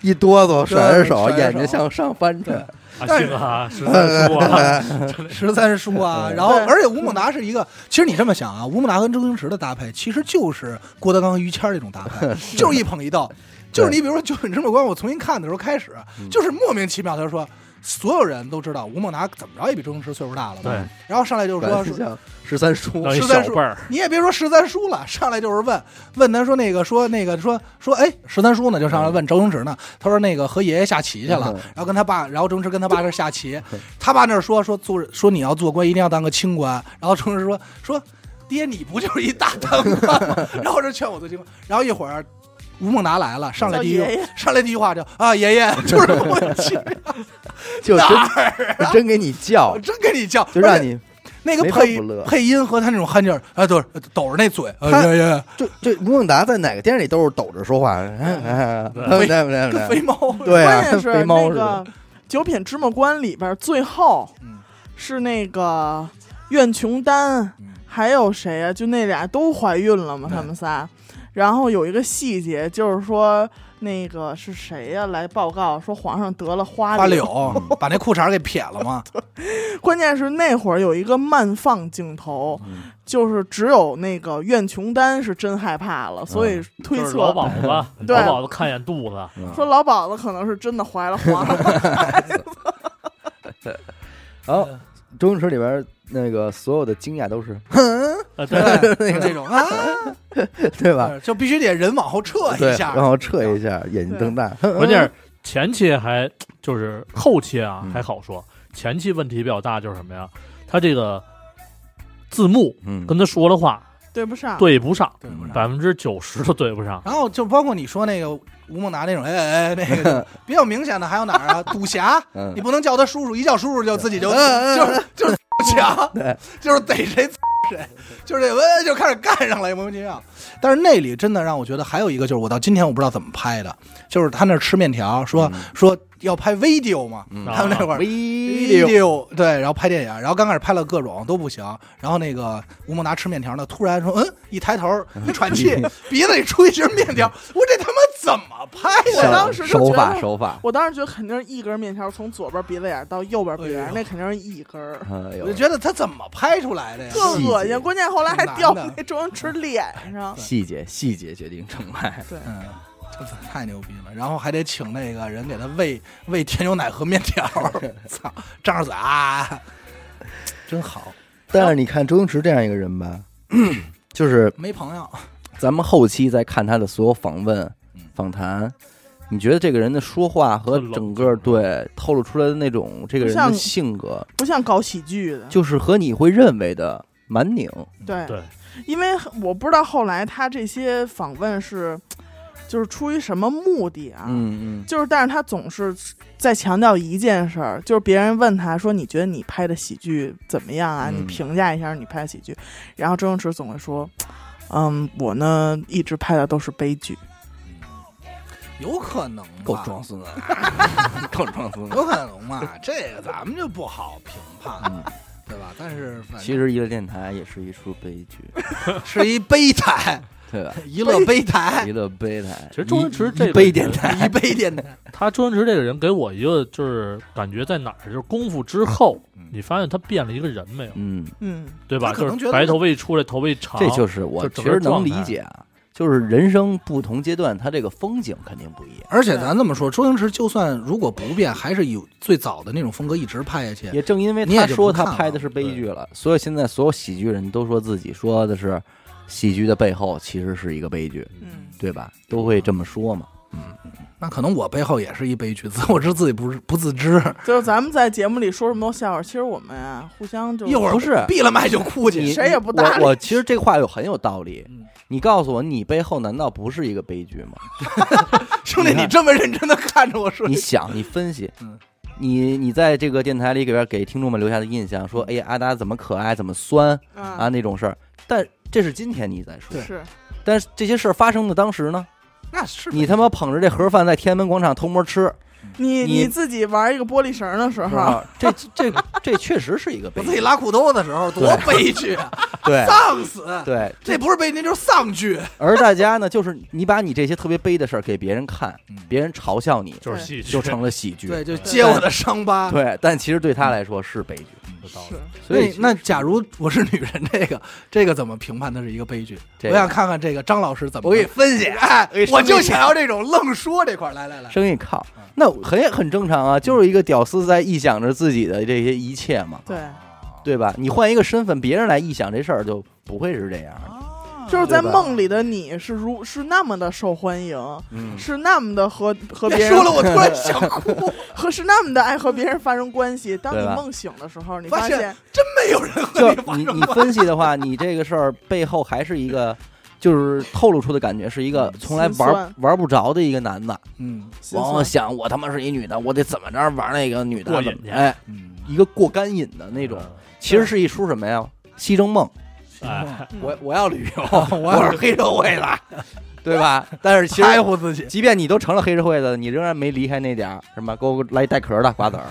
Speaker 1: 一哆嗦甩着手，
Speaker 2: 对甩着手
Speaker 1: 眼睛向上翻
Speaker 2: 对
Speaker 1: 着，
Speaker 3: 嗯
Speaker 4: 啊，
Speaker 2: 但是
Speaker 4: 行啊，十三叔啊，
Speaker 2: 呃十三叔啊，然后而且吴孟达是一个，其实你这么想啊，吴孟达跟周星驰的搭配其实就是郭德纲、于谦儿这种搭配， 就是一捧一逗，就是你比如说，就是你这么关，我重新看的时候开始，就是莫名其妙，他就说。所有人都知道吴孟达怎么着也比周星驰岁数大了嘛。
Speaker 4: 对，
Speaker 2: 然后上来就是说
Speaker 1: 管
Speaker 2: 说
Speaker 1: 像十三叔
Speaker 4: 等于
Speaker 2: 是
Speaker 4: 小
Speaker 2: 在说
Speaker 4: 辈儿，
Speaker 2: 你也别说十三叔了，上来就是问问他说那个说那个说说哎十三叔呢就上来问周星驰呢，他说那个和爷爷下棋去了，
Speaker 1: 嗯
Speaker 2: 然后跟他爸，然后周星驰跟他爸这下棋，他爸那儿说说做说你要做官一定要当个清官，然后周星驰说说爹你不就是一大当官吗？ 然后这劝我做清官，然后一会儿。吴孟达来了，上来第一
Speaker 3: 叫爷爷
Speaker 2: 上来第一句话就啊爷 爷，就是莫名其妙，
Speaker 1: 就真
Speaker 2: 哪儿啊？
Speaker 1: 真给你叫
Speaker 2: 我，真跟你叫，
Speaker 1: 就让你
Speaker 2: 那个
Speaker 1: 没法
Speaker 2: 配
Speaker 1: 不乐
Speaker 2: 配音和他那种憨劲儿，啊，对，抖着那嘴，
Speaker 1: 他
Speaker 2: 啊，爷爷
Speaker 1: 就就吴孟达在哪个电影里都是抖着说话，哎哎，对对对
Speaker 2: 跟肥
Speaker 1: 对，
Speaker 2: 猫似的。
Speaker 1: 对啊
Speaker 3: 关键，是
Speaker 1: 肥猫
Speaker 3: 那
Speaker 1: 似的
Speaker 3: 个，九品芝麻官里边儿最后
Speaker 2: 嗯
Speaker 3: 是那个苑琼丹
Speaker 2: 嗯，
Speaker 3: 还有谁啊呀、就那俩都怀孕了嘛，
Speaker 2: 对
Speaker 3: 他们仨。然后有一个细节就是说，那个是谁呀、来报告说皇上得了花
Speaker 2: 花柳把那裤衩儿给撇了嘛，
Speaker 3: 关键是那会儿有一个慢放镜头，
Speaker 1: 嗯
Speaker 3: 就是只有那个苑琼丹是真害怕了，所以推
Speaker 4: 就是
Speaker 3: 测、
Speaker 4: 老鸨子，
Speaker 3: 嗯对
Speaker 4: 老鸨子看一眼肚子，
Speaker 3: 说老鸨子可能是真的怀了皇上的
Speaker 1: 然后周星驰里边那个所有的惊讶都是，
Speaker 4: 呃，对，
Speaker 2: 对，就那种啊，
Speaker 1: 对吧？
Speaker 2: 就必须得人往后撤
Speaker 1: 对，
Speaker 2: 一下
Speaker 1: 然。后撤一下，眼睛瞪大，
Speaker 4: 关键是前期还就是后期啊
Speaker 1: 嗯
Speaker 4: 还好说，前期问题比较大，就是什么呀？他这个字幕
Speaker 1: 嗯，
Speaker 4: 跟他说的话
Speaker 3: 对不上。
Speaker 4: 对不上，
Speaker 2: 对不是
Speaker 4: 百分之九十都对不上。
Speaker 2: 然后就包括你说那个吴孟达那种，哎哎哎，那个 比较明显的还有哪儿啊？赌侠，
Speaker 1: 嗯
Speaker 2: 你不能叫他叔叔，一叫叔叔就自己就
Speaker 1: 嗯嗯嗯嗯
Speaker 2: 就是就是强
Speaker 1: 对，
Speaker 2: 就是逮谁谁，就是这文就开始干上了，莫名其妙。但是那里真的让我觉得还有一个就是我到今天我不知道怎么拍的，就是他那儿吃面条说说要拍 video 嘛，
Speaker 1: 嗯
Speaker 2: 他们那会儿
Speaker 1: video
Speaker 2: 对，然后拍电影，然后刚开始拍了各种都不行，然后那个吴孟达吃面条呢，突然说，嗯，一抬头一喘气，
Speaker 1: 嗯
Speaker 2: 鼻子里出一根面条，我这他妈怎么拍
Speaker 3: 我
Speaker 2: 的？
Speaker 3: 当时就
Speaker 1: 手
Speaker 3: 觉
Speaker 1: 法
Speaker 3: 得
Speaker 1: 手法，
Speaker 3: 我当时觉得肯定是一根面条从左边鼻子眼儿到右边鼻子眼
Speaker 2: 哎
Speaker 3: 儿，
Speaker 2: 呦
Speaker 3: 那肯定是一根儿，
Speaker 1: 哎
Speaker 2: 我
Speaker 1: 呦
Speaker 2: 就，觉得他怎么拍出来的呀？
Speaker 3: 特
Speaker 1: 细
Speaker 3: 恶
Speaker 1: 节
Speaker 3: 心。关键后来还
Speaker 2: 挺
Speaker 3: 掉
Speaker 2: 难的
Speaker 3: 那周星驰脸上，
Speaker 1: 细节细节决定成败，
Speaker 2: 嗯，这太牛逼了，然后还得请那个人给他喂 喂甜牛奶和面条， 操，张着嘴啊，真好，
Speaker 1: 但是你看周星驰这样一个人吧，就是
Speaker 2: 没朋友，
Speaker 1: 咱们后期再看他的所有访问
Speaker 2: 嗯、
Speaker 1: 访谈，你觉得这个人的说话和
Speaker 4: 很冷
Speaker 1: 整个对透露出来的那种这个人的
Speaker 3: 像
Speaker 1: 性格，
Speaker 3: 不像搞喜剧的。
Speaker 1: 就是和你会认为的蛮拧。
Speaker 3: 对，
Speaker 4: 对，
Speaker 3: 因为我不知道后来他这些访问是，就是出于什么目的啊？
Speaker 1: 嗯嗯，
Speaker 3: 就是，但是他总是在强调一件事儿，就是别人问他说：“你觉得你拍的喜剧怎么样啊？
Speaker 1: 嗯
Speaker 3: 你评价一下你拍的喜剧。”然后周星驰总会说：“嗯，我呢一直拍的都是悲剧。
Speaker 2: 有可能吧
Speaker 1: 够装 孙子，够装孙子。
Speaker 2: 有可能嘛？这个咱们就不好评判了，对吧？但是反 正
Speaker 1: 嗯其实娱乐电台也是一出悲剧，
Speaker 2: 是一悲 台，
Speaker 1: 对吧？
Speaker 2: 娱乐悲台
Speaker 1: 娱，乐悲台，
Speaker 4: 其实周星驰
Speaker 1: 一
Speaker 4: 这个
Speaker 1: 一悲电台，
Speaker 2: 一悲电台。
Speaker 4: 他周星驰这个人给我一个就是感觉在哪儿，就是功夫之后，你发现他变了一个人没有，
Speaker 1: 嗯，”
Speaker 3: 嗯，
Speaker 4: 对吧？
Speaker 2: 他可能
Speaker 4: 就是
Speaker 2: 觉得
Speaker 4: 白头发一出来，头发一长，
Speaker 1: 这就是我
Speaker 4: 就
Speaker 1: 其
Speaker 4: 整
Speaker 1: 实
Speaker 4: 个
Speaker 1: 能
Speaker 4: 状态
Speaker 1: 理解啊，就是人生不同阶段，他这个风景肯定不一样。
Speaker 2: 而且咱这么说，周星驰就算如果不变，还是有最早的那种风格一直拍下去。
Speaker 1: 也正因为
Speaker 2: 你也
Speaker 1: 他
Speaker 2: 就
Speaker 1: 说
Speaker 2: 不
Speaker 1: 他
Speaker 2: 看
Speaker 1: 拍
Speaker 2: 了
Speaker 1: 的是悲
Speaker 4: 对
Speaker 1: 剧了，所以现在所有喜剧人都说自己说的是喜剧的背后其实是一个悲剧，
Speaker 3: 嗯
Speaker 1: 对吧？都会这么说嘛。
Speaker 2: 那可能我背后也是一悲剧，自我知自己不是不自知，
Speaker 3: 就是咱们在节目里说这么多笑话，其实我们啊互相就
Speaker 2: 一会儿
Speaker 1: 不是
Speaker 2: 闭了麦就哭
Speaker 1: 你
Speaker 2: 去。
Speaker 3: 谁也不搭理
Speaker 1: 我我其实这话有很有道理
Speaker 4: 嗯。
Speaker 1: 你告诉我，你背后难道不是一个悲剧 吗？
Speaker 2: 兄弟，
Speaker 1: 你看
Speaker 2: 你这么认真的看着我说
Speaker 1: 你，想，你分析
Speaker 2: 嗯，
Speaker 1: 你你在这个电台里边给听众们留下的印象，
Speaker 3: 嗯
Speaker 1: 说哎呀阿达怎么可爱，怎么酸啊
Speaker 3: 啊，
Speaker 1: 那种事儿，但这是今天你在说，
Speaker 3: 是
Speaker 1: 但是这些事儿发生的当时呢，
Speaker 2: 那是
Speaker 1: 你他妈捧着这盒饭在天安门广场偷摸吃，
Speaker 3: 你
Speaker 1: 你
Speaker 3: 你自己玩一个玻璃绳的时
Speaker 1: 是
Speaker 3: 候，
Speaker 1: 吧？这这这确实是一个悲
Speaker 2: 我
Speaker 1: 剧
Speaker 2: 自己。拉裤兜子的时候多悲剧啊！
Speaker 1: 对
Speaker 2: 丧死，
Speaker 1: 对，
Speaker 2: 这不是悲剧，那就是丧剧。
Speaker 1: 而大家呢，就是你把你这些特别悲的事儿给别人看，别人嘲笑你，
Speaker 4: 就是戏剧，
Speaker 1: 就成了喜剧。
Speaker 2: 对，就揭我的伤疤。
Speaker 1: 对，但其实对他来说是悲剧。
Speaker 4: 有道理
Speaker 3: 是
Speaker 1: 所以
Speaker 2: 那那假如我是女人，这个这个怎么评判它是一个悲剧？
Speaker 1: 这
Speaker 2: 我想
Speaker 1: 个
Speaker 2: 看看这个张老师怎么。
Speaker 1: 我给你分 析
Speaker 2: 哎
Speaker 1: 我给你，
Speaker 2: 我就
Speaker 1: 分析
Speaker 2: 想要这种愣说这块儿。来来来，
Speaker 1: 生意靠，那很很正常啊，就是一个屌丝在臆想着自己的这些一切嘛，
Speaker 3: 对，
Speaker 1: 对吧？你换一个身份，别人来臆想这事儿就不会是这样的。
Speaker 3: 就是
Speaker 1: 对
Speaker 3: 在
Speaker 1: 吧
Speaker 3: 梦里的你是如是那么的受欢迎，
Speaker 1: 嗯
Speaker 3: 是那么的和和别
Speaker 2: 别
Speaker 3: 人
Speaker 2: 说了，我突然想哭，
Speaker 3: 和是那么的爱和别人发生关系。当你
Speaker 1: 对吧
Speaker 3: 梦醒的时候，你
Speaker 2: 发
Speaker 3: 发
Speaker 2: 现
Speaker 3: 现
Speaker 2: 真没有人
Speaker 1: 就
Speaker 2: 和你发
Speaker 1: 你
Speaker 2: 生
Speaker 1: 你分析的话，你这个事儿背后还是一个，就是透露出的感觉是一个从来
Speaker 3: 心酸
Speaker 1: 玩玩不着的一个男的，
Speaker 2: 嗯
Speaker 3: 心
Speaker 1: 往往
Speaker 3: 酸
Speaker 1: 想我他妈是一女的，我得怎么着玩那个女的，
Speaker 4: 过瘾
Speaker 1: 怎么
Speaker 4: 去嗯
Speaker 1: 哎，
Speaker 2: 嗯，
Speaker 1: 一个过干瘾的那种，其实是一出什么呀？西征梦，
Speaker 4: 哎，
Speaker 3: 嗯
Speaker 1: 我我要旅 游，
Speaker 2: 我要是黑社会的，
Speaker 1: 对吧？但是其实
Speaker 2: 爱护自己。
Speaker 1: 即便你都成了黑社会的，你仍然没离开那点儿什么，给我来一带壳的瓜子儿。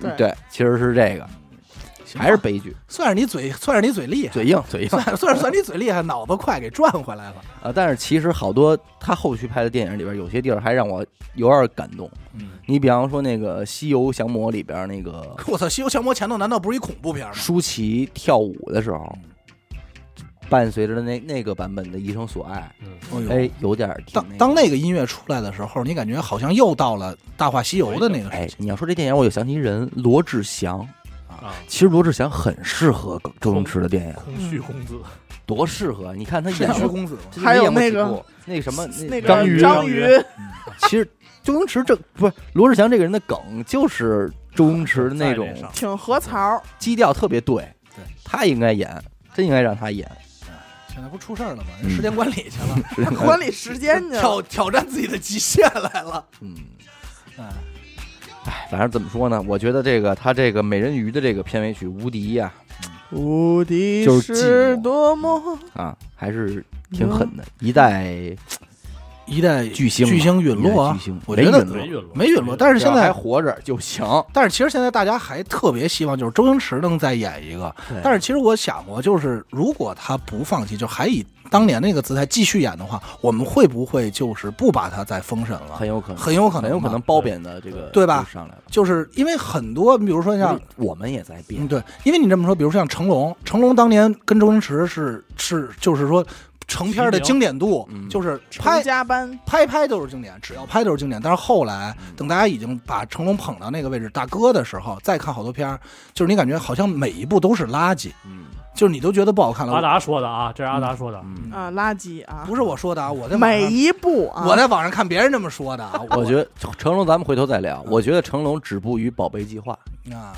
Speaker 3: 对
Speaker 1: 对，其实是这个，
Speaker 2: 行吧
Speaker 1: 还是悲剧，
Speaker 2: 算是你嘴，算是你 嘴厉害，
Speaker 1: 嘴硬嘴硬
Speaker 2: 算算是算你嘴厉害，脑子快给转回来了。
Speaker 1: 啊。但是其实好多他后续拍的电影里边，有些地儿还让我有点感动。
Speaker 2: 嗯，
Speaker 1: 你比方说那个《西游降魔》里边那个
Speaker 2: 我操，《西游降魔》前头难道不是一恐怖片吗？
Speaker 1: 舒淇跳舞的时候，伴随着那那个版本的《一生所爱
Speaker 4: 嗯，》，
Speaker 1: 哎，有点儿挺
Speaker 2: 当
Speaker 1: 那
Speaker 2: 当
Speaker 1: 个
Speaker 2: 那个音乐出来的时候，你感觉好像又到了《大话西游》的那个时
Speaker 1: 哎
Speaker 2: 期，，
Speaker 1: 你要说这电影，我就想起人罗志祥。
Speaker 4: 啊，
Speaker 1: 其实罗志祥很适合周星驰的电影，
Speaker 4: 空虚公子，
Speaker 1: 多适合！啊你看他
Speaker 2: 是啊
Speaker 1: 演
Speaker 2: 虚
Speaker 1: 过
Speaker 2: 公子吗？
Speaker 1: 这
Speaker 3: 还有
Speaker 1: 演过
Speaker 3: 那
Speaker 1: 几
Speaker 3: 个
Speaker 1: 部那个什么
Speaker 3: 那个
Speaker 1: 章鱼，
Speaker 3: 章
Speaker 4: 鱼
Speaker 3: 鱼
Speaker 1: 其实周星驰这不是罗志祥这个人的梗，就是周星驰的那种
Speaker 4: 在这上
Speaker 3: 挺合槽儿，
Speaker 1: 基调特别对，
Speaker 2: 对
Speaker 1: 他应该演，真应该让他演。
Speaker 2: 现在不出事儿了吗？
Speaker 1: 嗯
Speaker 2: 时间管理去 了，
Speaker 1: 是应该
Speaker 3: 管理时间去了。
Speaker 2: 挑挑战自己的极限来了。
Speaker 1: 嗯，
Speaker 2: 嗯，
Speaker 1: 哎，反正怎么说呢？我觉得这个他这个美人鱼的这个片尾曲无敌呀
Speaker 3: 无敌
Speaker 1: 就是寂
Speaker 3: 是
Speaker 1: 寞
Speaker 3: 多么
Speaker 1: 啊还是挺狠的，一代
Speaker 2: 一代
Speaker 1: 巨星嘛
Speaker 2: 巨星陨落
Speaker 1: 一代
Speaker 2: 啊
Speaker 1: 巨星，
Speaker 2: 我觉得
Speaker 1: 嗯没
Speaker 4: 陨落
Speaker 2: 没陨落，但是
Speaker 1: 只要
Speaker 2: 现在
Speaker 1: 还活着就行。
Speaker 2: 但是其实现在大家还特别希望就是周星驰能再演一个，但是其实我想过，就是如果他不放弃，就还以当年那个姿态继续演的话，我们会不会就是不把他再封神了
Speaker 1: 很？有可能，
Speaker 2: 很有可能吧，
Speaker 1: 很有可能褒贬的这个
Speaker 2: 对吧
Speaker 1: 就上来了。
Speaker 2: 就是因为很多，比如说像
Speaker 1: 因为我们也在变
Speaker 2: 嗯，，对，因为你这么说，比如像成龙，成龙当年跟周星驰是是就是说成片儿的
Speaker 4: 齐名
Speaker 2: 经典度，
Speaker 1: 嗯
Speaker 2: 就是
Speaker 3: 成
Speaker 2: 拍
Speaker 3: 加班，
Speaker 2: 拍拍都是经典，只要拍都是经典。但是后来
Speaker 1: 嗯
Speaker 2: 等大家已经把成龙捧到那个位置大哥的时候，再看好多片儿，就是你感觉好像每一部都是垃圾，
Speaker 1: 嗯
Speaker 2: 就是你都觉得不好看
Speaker 4: 阿
Speaker 2: 了。
Speaker 4: 达说的啊，这是阿达说的，
Speaker 1: 嗯。
Speaker 3: 啊，垃圾啊，
Speaker 2: 不是我说的啊，我在网
Speaker 3: 每
Speaker 2: 上
Speaker 3: 一步啊，
Speaker 2: 我在网上看别人这么说的啊，
Speaker 1: 我觉得成龙，咱们回头再聊。我觉得成龙止步于《宝贝计划
Speaker 2: 得啊，》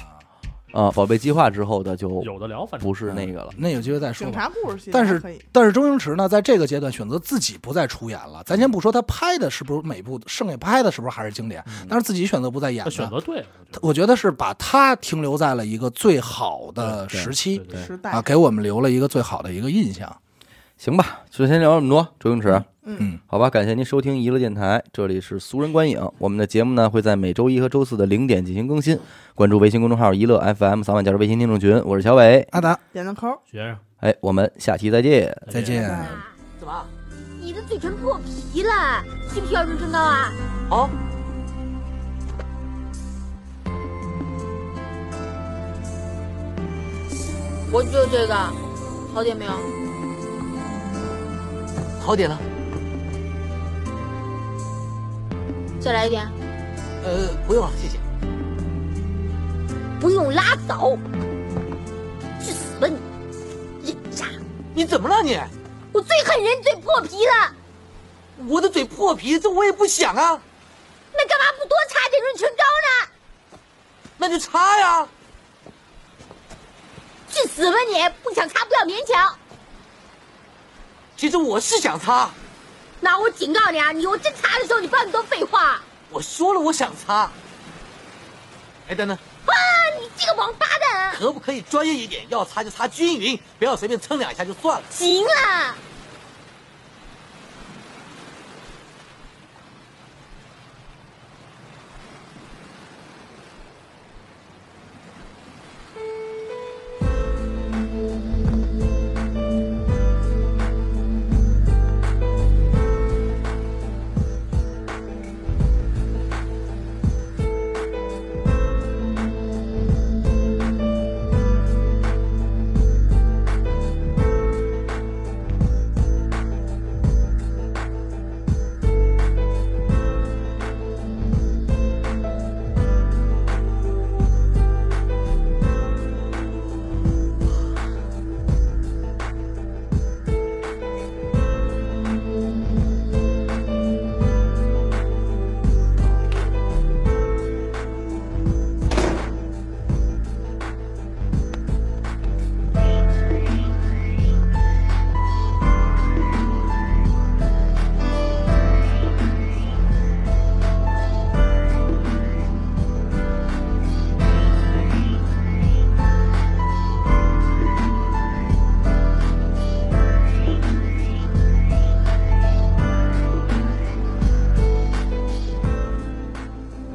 Speaker 1: 啊，《宝贝计划》之后的就
Speaker 4: 有的聊，反正
Speaker 1: 不是那个了。
Speaker 2: 那有机会再说
Speaker 3: 警
Speaker 2: 吧。
Speaker 3: 察故事系列
Speaker 2: 但是
Speaker 3: 可以，
Speaker 2: 但是周星驰呢，在这个阶段选择自己不再出演了。咱先不说他拍的是不是每部剩下拍的是不是还是经典，
Speaker 1: 嗯
Speaker 2: 但是自己选择不再演
Speaker 4: 他
Speaker 2: 了。
Speaker 4: 选择对了，我觉得
Speaker 2: 我觉得是把他停留在了一个最好的
Speaker 1: 对对
Speaker 2: 时期
Speaker 4: 对对
Speaker 3: 时代
Speaker 2: 啊，给我们留了一个最好的一个印象。
Speaker 1: 行吧，就先聊这么多。周星驰，
Speaker 2: 嗯，
Speaker 1: 好吧，感谢您收听娱乐电台，这里是俗人观影。我们的节目呢会在每周一和周四的零点进行更新，关注微信公众号“娱乐 FM”，扫码加入微信听众群。我是小伟，
Speaker 2: 阿达，
Speaker 3: 点个扣，嗯
Speaker 4: 学生
Speaker 1: 哎，我们下期再见。
Speaker 2: 再见。
Speaker 3: 拜
Speaker 5: 怎么？嗯你的嘴唇破皮了，需不需要润唇膏啊？
Speaker 6: 哦，
Speaker 5: 我就这个，好点没有？
Speaker 6: 好点了。
Speaker 5: 再来一点，
Speaker 6: 呃，不用了，谢谢。
Speaker 5: 不用拉倒，去死吧你！人渣，
Speaker 6: 你怎么了你？
Speaker 5: 我最恨人嘴破皮了，
Speaker 6: 我的嘴破皮，这我也不想啊，
Speaker 5: 那干嘛不多擦点润唇膏呢？
Speaker 6: 那就擦呀。
Speaker 5: 去死吧你！不想擦不要勉强。
Speaker 6: 其实我是想擦，
Speaker 5: 那我警告你啊，你我真擦的时候你不要那么多废话啊！
Speaker 6: 我说了我想擦。哎，等等，
Speaker 5: 啊你这个王八蛋！啊
Speaker 6: 可不可以专业一点？要擦就擦均匀，不要随便蹭两下就算了。
Speaker 5: 行了。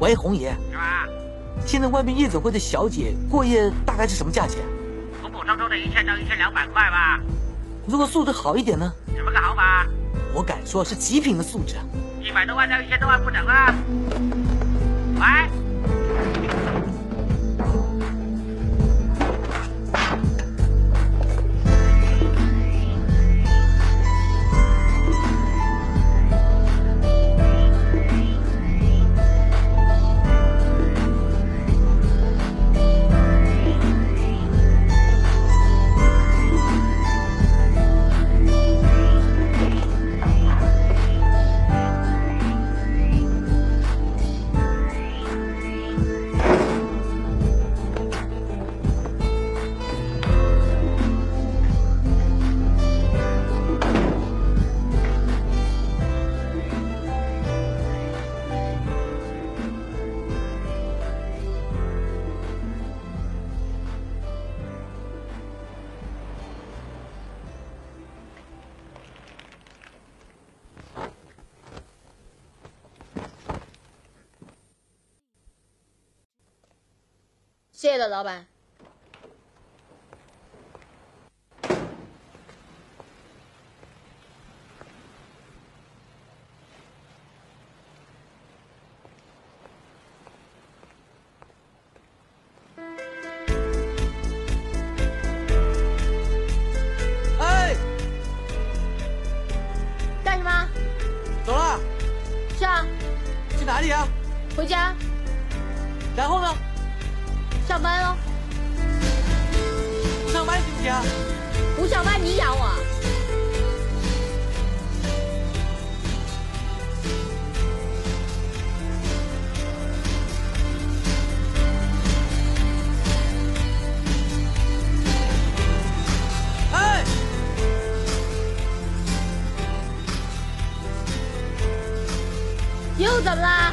Speaker 6: 喂，红爷，现在外面夜总会的小姐过夜大概是什么价钱？
Speaker 7: 从普通州的一千到一千两百块吧。
Speaker 6: 如果素质好一点呢？
Speaker 7: 什么个好法？
Speaker 6: 我敢说是极品的素质啊。
Speaker 7: 一百多万到一千多万不等啊！喂，
Speaker 5: 谢谢了，老板。
Speaker 6: 哎，
Speaker 5: 干什么？
Speaker 6: 走了，
Speaker 5: 去啊，
Speaker 6: 去哪里啊？
Speaker 5: 回家
Speaker 6: 然后呢？
Speaker 5: 上班哦喽。
Speaker 6: 不上班行不行啊？
Speaker 5: 不上班你养我。
Speaker 6: 哎，
Speaker 5: 又怎么啦？
Speaker 6: 啊